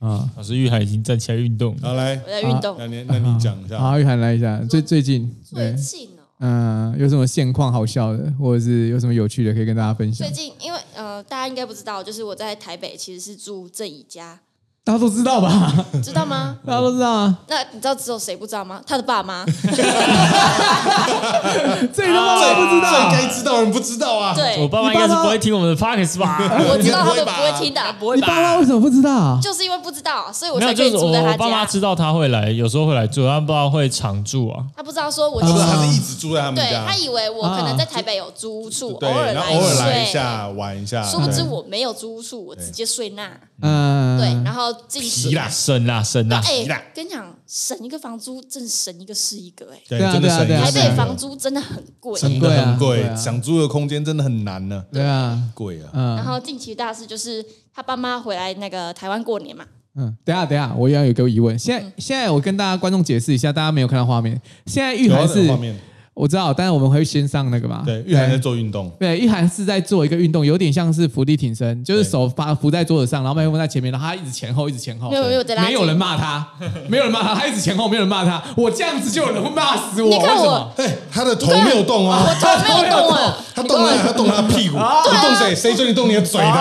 Speaker 1: 啊，
Speaker 3: 老师玉海已经站起来运动了，
Speaker 2: 好来
Speaker 4: 我，在运动，
Speaker 2: 那你那你讲一下，
Speaker 1: 好，玉涵来一下，最最近
Speaker 4: 啊最
Speaker 1: 对，
Speaker 4: 近哦，
Speaker 1: 嗯、有什么现况好笑的，或者是有什么有趣的可以跟大家分享
Speaker 4: 最？近因为呃，大家应该不知道，就是我在台北其实是住郑怡家，
Speaker 1: 大家都知道 吧？
Speaker 4: 知道吗？
Speaker 1: 大家都知道啊，
Speaker 4: 那你知道只有谁不知道吗？他的 爸妈，
Speaker 1: 这个妈妈不知道，
Speaker 2: 最该知道的人不知道啊。
Speaker 4: 对
Speaker 3: 我，爸妈应该是不会听我们的 podcast 吧？
Speaker 4: 我知道
Speaker 2: 应该
Speaker 4: 他们
Speaker 2: 不会吧
Speaker 4: 不会听的，
Speaker 1: 你爸妈为什么不知道啊？
Speaker 4: 就是因为不知道，所以我
Speaker 3: 没有，
Speaker 4: 才可
Speaker 3: 就
Speaker 4: 以
Speaker 3: 是我
Speaker 4: 住在
Speaker 3: 我
Speaker 4: 他
Speaker 3: 爸妈
Speaker 4: 家。
Speaker 3: 知道他会来，有时候会来住，他不知道会常住啊。
Speaker 4: 他不知道说我
Speaker 2: 他
Speaker 4: 其
Speaker 2: 不是，
Speaker 4: 实
Speaker 2: 他是一直住在他们
Speaker 4: 对
Speaker 2: 家
Speaker 4: 他，以为我可能在台北有租屋处，
Speaker 2: 啊对，
Speaker 4: 尔
Speaker 2: 然后偶尔来
Speaker 4: 来
Speaker 2: 一下玩一下
Speaker 4: 睡，，殊不知我没有租屋处，我直接睡那。
Speaker 1: 嗯、
Speaker 4: 对，然后进去
Speaker 2: 皮啦
Speaker 3: 省啦省啦，
Speaker 4: 哎、
Speaker 2: 皮啦
Speaker 4: 跟你讲，省一个房租，真省一个是一个哎、
Speaker 2: 对
Speaker 1: 对啊
Speaker 2: 真的省
Speaker 1: 对啊
Speaker 4: 台
Speaker 1: 对啊
Speaker 4: 北房租真的很贵、
Speaker 2: 真
Speaker 1: 对
Speaker 2: 的
Speaker 1: 啊
Speaker 2: 很
Speaker 1: 对
Speaker 2: 贵，
Speaker 1: 啊
Speaker 2: 想租的空间真的很难呢，
Speaker 1: 对啊，
Speaker 2: 贵啊。
Speaker 1: 嗯、
Speaker 4: 然后近期大事就是他爸妈回来那个台湾过年嘛，
Speaker 1: 嗯，等一下等一下，我要有个疑问。现在、现在我跟大家观众解释一下，大家没有看到画面。现在玉
Speaker 2: 有啊
Speaker 1: 涵
Speaker 2: 那
Speaker 1: 是
Speaker 2: 个画面，
Speaker 1: 我知道，但是我们会先上那个嘛？
Speaker 2: 对，玉涵在做运动，
Speaker 1: 对，玉涵是在做一个运动，有点像是伏地挺身，就是
Speaker 2: 对
Speaker 1: 手把扶在桌子上，然后麦克风在前面，然后他一直前后，一直前后。
Speaker 4: 没有没有在拉
Speaker 1: 没有人骂他， 没有人骂他，他一直前后，没有人骂他。我这样子就有人会骂死我。
Speaker 4: 你看
Speaker 1: 为什么
Speaker 4: 我，
Speaker 2: 哎，他的头没有动啊，
Speaker 4: 我头没有 动啊，
Speaker 2: 他动了，他动了他屁股，你动谁？谁准你动你的嘴的？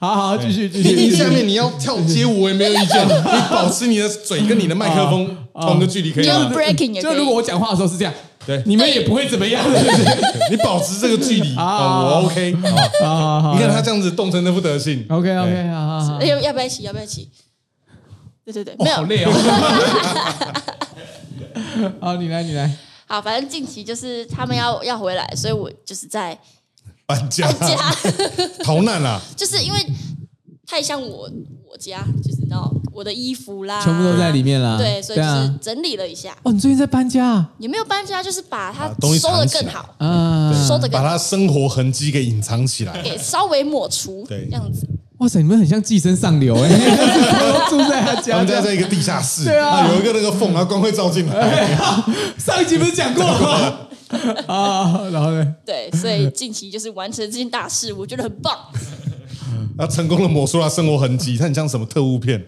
Speaker 1: 好好继续继
Speaker 2: 你你下
Speaker 1: 续。
Speaker 2: 面你要跳街舞，我也没有意见， 你保持你的嘴跟你的麦克风
Speaker 1: 啊
Speaker 2: 同个距离可
Speaker 4: 你
Speaker 2: 以
Speaker 4: 用
Speaker 2: 吗？
Speaker 4: breaking 也
Speaker 1: 就
Speaker 4: 可
Speaker 1: 如果
Speaker 4: 以。
Speaker 1: 我讲话的时候是这样，
Speaker 2: 对
Speaker 1: 你们也不会怎么样。
Speaker 2: 你保持这个距
Speaker 1: 啊
Speaker 2: 离，哦我 OK。好
Speaker 1: 好好好
Speaker 2: 你看他这样子动成那副德性
Speaker 1: OK OK，好好好，
Speaker 4: 要要不要一起？要不要一起？对对对，
Speaker 1: 哦
Speaker 4: 没
Speaker 1: 好
Speaker 4: 有
Speaker 1: 累哦。好，你来你来。
Speaker 4: 好，反正近期就是他们要要回来，所以我就是在
Speaker 2: 搬家
Speaker 4: 家，
Speaker 2: 逃难啊啦，
Speaker 4: 就是因为太像我我家，就是你知道我的衣服啦，
Speaker 1: 全部都在里。面啦。
Speaker 4: 对，所以就是
Speaker 1: 啊。
Speaker 4: 整理了一下，
Speaker 1: 哦，你最近在搬家啊？
Speaker 4: 也没有搬家，就是把它
Speaker 2: 把东西
Speaker 4: 收
Speaker 2: 藏
Speaker 4: 的
Speaker 2: 起来
Speaker 4: 更好，
Speaker 1: 啊，
Speaker 4: 收的更
Speaker 2: 把
Speaker 4: 好，
Speaker 2: 他生活痕迹给隐藏起来。
Speaker 4: 给稍微抹除，
Speaker 2: 对
Speaker 4: 这样子。
Speaker 1: 哇塞，你们很像寄生上流哎，都住在他
Speaker 2: 他
Speaker 1: 家
Speaker 2: 们家
Speaker 1: 这
Speaker 2: 在
Speaker 1: 样。
Speaker 2: 一个地下室，
Speaker 1: 对啊哎
Speaker 2: 那有一个那个缝，然后光会照进来。
Speaker 1: 上一集不是讲过吗？啊，然后呢？
Speaker 4: 对，所以近期就是完成这件大事，我觉得很棒。
Speaker 1: 哦
Speaker 2: 他成功的抹除他生活痕迹，他很像什么特务片，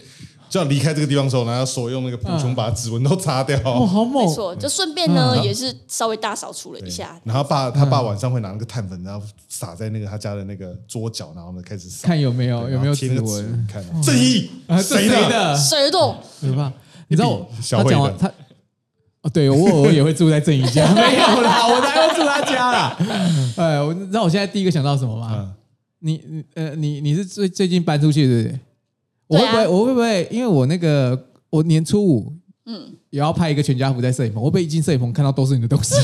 Speaker 2: 就要离开这个地方的时候，然后所用那个捕
Speaker 1: 啊
Speaker 2: 虫把指纹都擦掉。
Speaker 1: 哦，好
Speaker 4: 没
Speaker 1: 猛！
Speaker 4: 错，就顺便呢，
Speaker 1: 嗯
Speaker 4: 也是稍微大扫除了一下。
Speaker 2: 然后他爸他爸晚上会拿那个碳粉，然后撒在那个他家的那个桌角，然后呢开始撒，
Speaker 1: 看有没有
Speaker 2: 对
Speaker 1: 有没有
Speaker 2: 然后贴那
Speaker 1: 指
Speaker 2: 个指
Speaker 1: 纹
Speaker 2: 纹？看正义
Speaker 1: 啊，这谁
Speaker 2: 谁的？
Speaker 1: 的？
Speaker 4: 谁动？
Speaker 1: 可怕！你知道我
Speaker 2: 小
Speaker 1: 他
Speaker 2: 慧
Speaker 1: 讲
Speaker 2: 的
Speaker 1: 完他。哦，对我偶尔也会住在郑宇家，没有啦，我哪会住他家 啦？哎，我你知道我现在第一个想到什么吗？
Speaker 2: 嗯
Speaker 1: 你你呃，你你是最最近搬出去是不是？我
Speaker 4: 对
Speaker 1: 会
Speaker 4: 啊
Speaker 1: 不会、我会不会因为我那个我年初五嗯也要拍一个全家福在摄影棚，我被一进摄影棚看到都是你的 东西。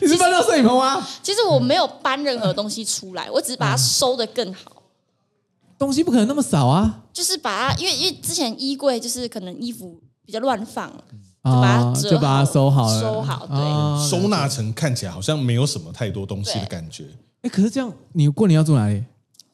Speaker 1: 你是搬到摄影棚啊吗？
Speaker 4: 其实我没有搬任何东西出来，我只是
Speaker 1: 嗯
Speaker 4: 把它收的更好，
Speaker 1: 东西不可能那么少啊！
Speaker 4: 就是把它，因为因为之前衣柜就是可能衣服比较乱放，就把它
Speaker 1: 啊，
Speaker 4: 折
Speaker 1: 就把它收好了，
Speaker 4: 收好对
Speaker 1: 啊
Speaker 2: 收纳成看起来好像没有什么太多东西的感觉。
Speaker 1: 哎、可是这样你过年要住哪里？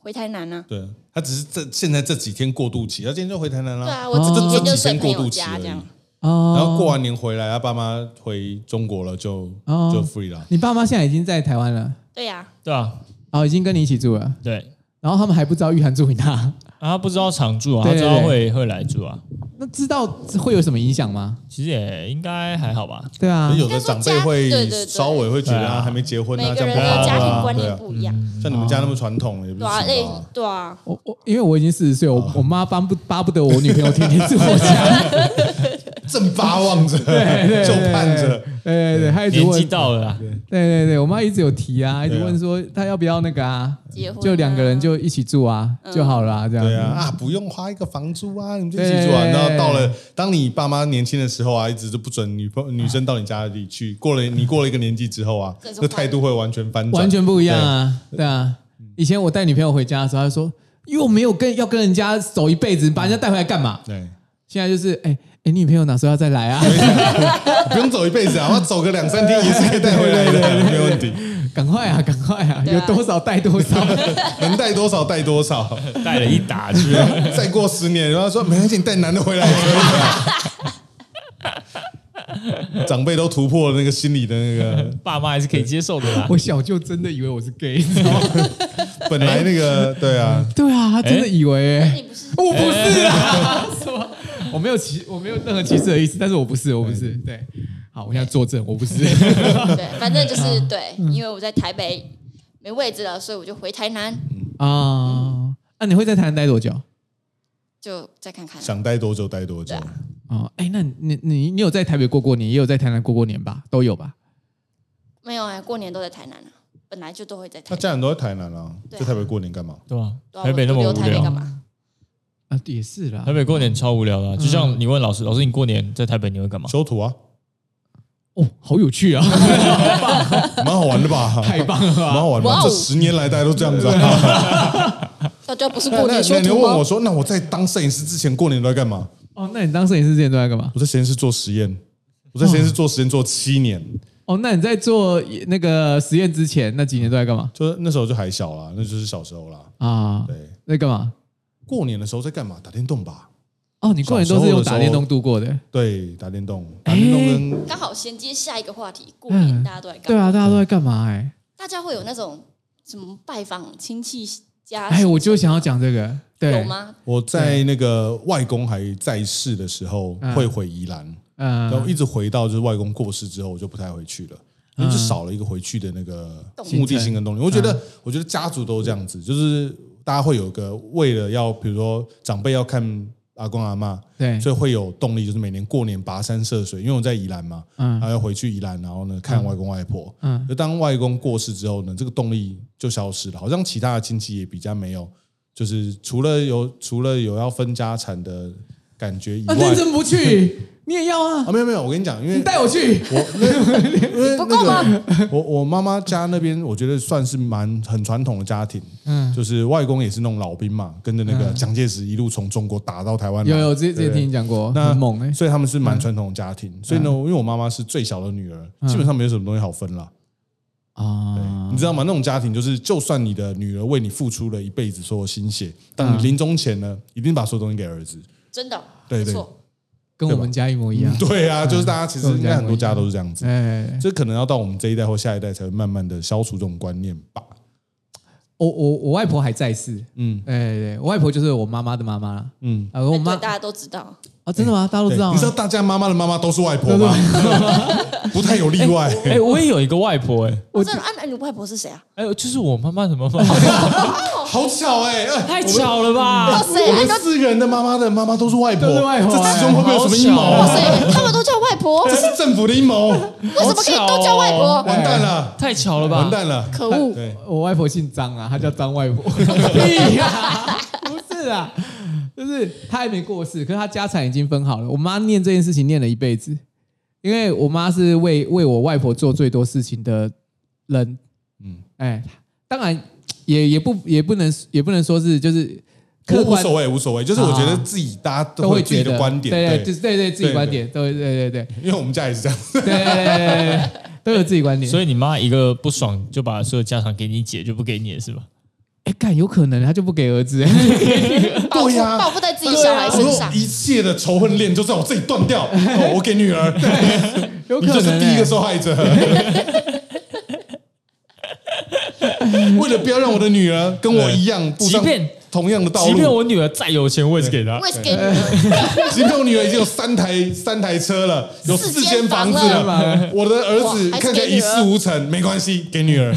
Speaker 4: 回台南啊。
Speaker 2: 对，他只是这现在这几天过渡期，他今天就回台南了。
Speaker 4: 对啊，我这几
Speaker 2: 这
Speaker 4: 天就
Speaker 2: 几
Speaker 4: 睡
Speaker 2: 天
Speaker 4: 朋
Speaker 2: 过
Speaker 4: 友
Speaker 2: 渡期
Speaker 4: 家
Speaker 2: 而
Speaker 4: 这
Speaker 2: 已。
Speaker 4: 样。
Speaker 1: 哦，
Speaker 2: 然后过完年回来，他爸妈回中国了，就
Speaker 1: 哦
Speaker 2: 就 free 了。
Speaker 1: 你爸妈现在已经在台湾了，
Speaker 4: 对呀，
Speaker 3: 对啊，
Speaker 1: 哦，已经跟你一起住了，
Speaker 3: 对。
Speaker 1: 然后他们还不知道玉涵住你那，
Speaker 3: 啊，他不知道常住啊，他
Speaker 1: 对
Speaker 3: 知
Speaker 1: 对
Speaker 3: 道
Speaker 1: 对
Speaker 3: 会会来住啊。
Speaker 1: 那知道会有什么影响吗？
Speaker 3: 其实也应该还好吧。
Speaker 1: 对啊，
Speaker 2: 有的长辈会
Speaker 4: 应该说家对对对
Speaker 2: 稍微会觉得啊，还没结婚
Speaker 4: 每
Speaker 2: 啊，
Speaker 4: 个
Speaker 2: 这样
Speaker 4: 人
Speaker 2: 不
Speaker 4: 的
Speaker 2: 好
Speaker 4: 家庭
Speaker 2: 啊，
Speaker 4: 观
Speaker 2: 对
Speaker 4: 念
Speaker 2: 啊。
Speaker 4: 不一样，
Speaker 1: 嗯
Speaker 2: 像你们家那么传统，也不
Speaker 4: 对
Speaker 2: 是
Speaker 4: 啊，
Speaker 2: 什么啊
Speaker 4: 哎，对啊，
Speaker 1: 我我因为我已经四十岁，我我妈巴不巴不得我女朋友天天住 我家，
Speaker 2: 啊
Speaker 4: 哎
Speaker 2: 正巴望着，
Speaker 1: 对对对
Speaker 2: 就盼着。
Speaker 1: 对对对，她一直
Speaker 3: 年
Speaker 1: 问
Speaker 3: 纪，到了啊啦，
Speaker 1: 对对对，我妈一直有提啊，一直问说她要不要那个啊，
Speaker 4: 结婚啊嗯
Speaker 1: 就两个人就一起住啊就好了啊，这样
Speaker 2: 对啊，啊，不用花一个房租啊，你们就
Speaker 1: 对
Speaker 2: 一起住啊。然后到了当你爸妈年轻的时候啊，一直都不准女朋女生到你家 里去。过了你过了一个年纪之后啊，
Speaker 4: 这是
Speaker 2: 这态度会完全翻转，
Speaker 1: 完全不一样啊，对啊，以前我带女朋友回家的时候，她说又没有跟要跟人家走一辈子，把人家带回来干嘛？
Speaker 2: 对。
Speaker 1: 现在就是哎哎，你女朋友哪时候要再来啊？
Speaker 2: 对，不用走一辈子啊，我走个两三天也是可以带 回来的，没问题。
Speaker 1: 赶快 啊，赶快啊，
Speaker 4: 对
Speaker 1: 有
Speaker 4: 啊
Speaker 1: 多少带多少。
Speaker 2: 能带多少带多少，
Speaker 3: 带了一打去了。
Speaker 2: 啊 再过十年，然后说没关系，你带男的回来也可以。长辈都突破了那个心理的那个，
Speaker 3: 爸妈还是可以接受的啦。
Speaker 1: 我小舅真的以为我是 gay，你知道吗
Speaker 2: 本来那个
Speaker 4: 哎
Speaker 2: 对啊，
Speaker 1: 对啊，他真的以为、欸
Speaker 4: 你不是
Speaker 1: 我不是啊，什么？ 我没有歧，我没有任何歧视的意思，但是我不是，我不是，对。好，我现在作证，我不是。
Speaker 4: 对，反正就是对，
Speaker 1: 嗯
Speaker 4: 因为我在台北没位置了，所以我就回台南，
Speaker 1: 啊，那、你会在台南待多久？
Speaker 4: 就再看看。
Speaker 2: 想待多久待多久
Speaker 4: 对。啊
Speaker 1: 哦，哎，那你你你有在台北过过年，也有在台南过过年吧？都有吧？
Speaker 4: 没有哎，过年都在台南啊，本来就都会在台
Speaker 2: 那
Speaker 4: 南。
Speaker 2: 家人都在台南啊，
Speaker 4: 对啊
Speaker 2: 在台北过年干嘛？
Speaker 3: 对啊，
Speaker 4: 对啊
Speaker 3: 台北那
Speaker 4: 我
Speaker 3: 么
Speaker 4: 留
Speaker 3: 无
Speaker 4: 台北干
Speaker 3: 聊，
Speaker 4: 嘛？
Speaker 1: 啊，也是啦
Speaker 3: 台。北过年超无聊的
Speaker 1: 嗯
Speaker 3: 啊。就像你问老师，老师你过年在台北你会干嘛？
Speaker 2: 修图啊，
Speaker 1: 哦，好有趣啊，
Speaker 2: 蛮好玩的吧？
Speaker 1: 太棒了
Speaker 2: 蛮
Speaker 1: 吧！
Speaker 2: 好玩的吧
Speaker 4: 哇。哦
Speaker 2: 这十年来大家都这样子啊。
Speaker 4: 大家哦啊不是
Speaker 2: 那
Speaker 4: 过
Speaker 2: 那
Speaker 4: 年修
Speaker 2: 那你
Speaker 4: 图
Speaker 2: 问我
Speaker 4: 吗？
Speaker 2: 说，那我在当摄影师之前过年都在干嘛？
Speaker 1: 哦，那你当摄影师之前都在干嘛？
Speaker 2: 我在实验室做实验，我在实验室做实验做七年，
Speaker 1: 哦，那你在做那个实验之前那几年都在干嘛？
Speaker 2: 就是那时候就还小啦，那就是小时候啦。
Speaker 1: 啊，
Speaker 2: 对，
Speaker 1: 在干嘛？
Speaker 2: 过年的时候在干嘛？打电动吧。
Speaker 1: 哦，你过年都是用打电动度过的。
Speaker 2: 对，打电动，打
Speaker 1: 哎
Speaker 2: 电动跟
Speaker 4: 刚好衔接下一个话题，过
Speaker 1: 嗯
Speaker 4: 年大家都来干
Speaker 1: 对
Speaker 4: 嘛？
Speaker 1: 啊，大家都在干嘛、哎，
Speaker 4: 大家会有那种什么拜访亲戚家？
Speaker 1: 哎，我就想要讲这个。对，
Speaker 4: 有？吗？
Speaker 2: 我在那个外公还在世的时候
Speaker 1: 嗯
Speaker 2: 会回宜兰，
Speaker 1: 嗯、
Speaker 2: 然后一直回到就是外公过世之后，我就不太回去了。因
Speaker 1: 嗯
Speaker 2: 为就少了一个回去的那个
Speaker 4: 动力
Speaker 2: 目的性跟动力，我觉得，我觉得家族都这样子，就是大家会有个为了要，比如说长辈要看阿公阿妈，
Speaker 1: 对，
Speaker 2: 所以会有动力，就是每年过年跋山涉水，因为我在宜兰嘛，然
Speaker 1: 嗯
Speaker 2: 后要回去宜兰，然后呢看外公外婆。
Speaker 1: 嗯
Speaker 2: 就当外公过世之后呢，这个动力就消失了，好像其他的亲戚也比较没有，就是除了有除了有要分家产的感觉以
Speaker 1: 啊，
Speaker 2: 外，
Speaker 1: 那你怎么不 去？你也要啊？
Speaker 2: 啊没有没有，我跟你讲，因为
Speaker 1: 你带我去。
Speaker 2: 我因
Speaker 1: 嗯
Speaker 2: 为
Speaker 4: 不够吗
Speaker 2: 那个我我妈妈家那边，我觉得算是蛮很传统的家庭，
Speaker 1: 嗯，
Speaker 2: 就是外公也是那种老兵嘛，跟着那个
Speaker 1: 嗯
Speaker 2: 蒋介石一路从中国打到台湾来，
Speaker 1: 有有，之前之前
Speaker 2: 对
Speaker 1: 听你讲过，
Speaker 2: 那
Speaker 1: 很猛哎、
Speaker 2: 所以他们是蛮传统的家庭。所以呢，因为我妈妈是最小的女儿，
Speaker 1: 嗯
Speaker 2: 基本上没有什么东西好分了。对
Speaker 1: 啊，
Speaker 2: 你知道吗？那种家庭就是，就算你的女儿为你付出了一辈子所有心血，
Speaker 1: 嗯
Speaker 2: 当你临终前呢，一定把所有东西给儿子。
Speaker 4: 真的，
Speaker 2: 对
Speaker 4: 没
Speaker 2: 对
Speaker 4: 错，
Speaker 1: 跟我们家一模一样。
Speaker 2: 对啊，就是大家其实
Speaker 1: 嗯
Speaker 2: 应该很多家都是这样子。
Speaker 1: 哎，
Speaker 2: 这可能要到我们这一代或下一代才会慢慢的消除这种观念吧。
Speaker 1: 我我我外婆还在世，
Speaker 2: 嗯
Speaker 1: 哎，对我外婆就是我妈妈的妈妈啦。
Speaker 2: 嗯，
Speaker 1: 啊，我
Speaker 4: 哎对
Speaker 1: 妈
Speaker 4: 大家都知道。
Speaker 1: 啊，真的吗？大家都知道吗？
Speaker 2: 对你知道大家妈妈的妈妈都是外婆吗？ 不太有 例外。
Speaker 3: 哎，我也有一个外婆，哎，
Speaker 1: 我
Speaker 4: 我真的，啊，那你外婆是谁啊？
Speaker 3: 哎，就是我妈妈的妈妈，
Speaker 2: 好巧哎，哎
Speaker 3: 太巧了吧
Speaker 4: 哇？
Speaker 2: 我
Speaker 4: 塞，
Speaker 2: 们
Speaker 4: 哎都
Speaker 2: 四个人的妈妈的妈妈都是外婆，
Speaker 1: 都是外婆啊
Speaker 2: 这其中会不会有什么阴谋
Speaker 3: 好
Speaker 4: 哇
Speaker 2: 啊？
Speaker 4: 塞，他们都叫外婆，
Speaker 2: 这
Speaker 4: 为
Speaker 2: 是政府的阴谋，
Speaker 1: 哎
Speaker 4: 什么可以都叫外
Speaker 3: 好
Speaker 4: 婆？
Speaker 2: 完蛋了，
Speaker 3: 太巧了吧？
Speaker 2: 完蛋了！
Speaker 4: 可恶！
Speaker 2: 对，
Speaker 1: 我外婆姓张啊，她叫张外婆。屁呀，不是啊，就是她还没过世，可是她家产已经分好了。我妈念这件事情念了一辈子，因为我妈是为为我外婆做最多事情的人。嗯
Speaker 2: 嗯，
Speaker 1: 哎，当然也也不也不能也不能说是就是客
Speaker 2: 无
Speaker 1: 观
Speaker 2: 所谓，无所谓，就是我觉得
Speaker 1: 啊
Speaker 2: 自己大家
Speaker 1: 都
Speaker 2: 会
Speaker 1: 会
Speaker 2: 有自己
Speaker 1: 觉
Speaker 2: 的
Speaker 1: 得
Speaker 2: 观点，
Speaker 1: 对对，就
Speaker 2: 对，
Speaker 1: 是对对自己观点，都会对对对
Speaker 2: 因为我们家也是这样，
Speaker 1: 对对对对对，都有自己观点。
Speaker 3: 所以你妈一个不爽就把所有家产给你姐，就不给你了是吧？
Speaker 1: 哎，干有可能他就不给儿子，
Speaker 4: 报复
Speaker 2: 对呀
Speaker 4: 哦报复在自己小孩身上
Speaker 2: 我说。一切的仇恨链就在我自己断 掉，哦我给女儿，
Speaker 1: 有
Speaker 2: 你
Speaker 1: 可
Speaker 2: 就
Speaker 1: 能
Speaker 2: 是第一
Speaker 1: 哎
Speaker 2: 个受害者。 为了不要让我的女儿跟我一样步上
Speaker 3: 即便
Speaker 2: 同样的道
Speaker 3: 即便
Speaker 2: 路，
Speaker 3: 我女儿再有钱，我也是给她
Speaker 4: 我。也是给你们
Speaker 2: 即便我女儿已经有三台三台车了，有
Speaker 4: 四
Speaker 2: 四
Speaker 4: 间
Speaker 2: 间房
Speaker 4: 房
Speaker 2: 子
Speaker 4: 了
Speaker 2: 了， 我的儿子
Speaker 4: 哇还是
Speaker 2: 看起来
Speaker 4: 给女
Speaker 2: 一
Speaker 4: 儿
Speaker 2: 事无成，没关系，给女儿。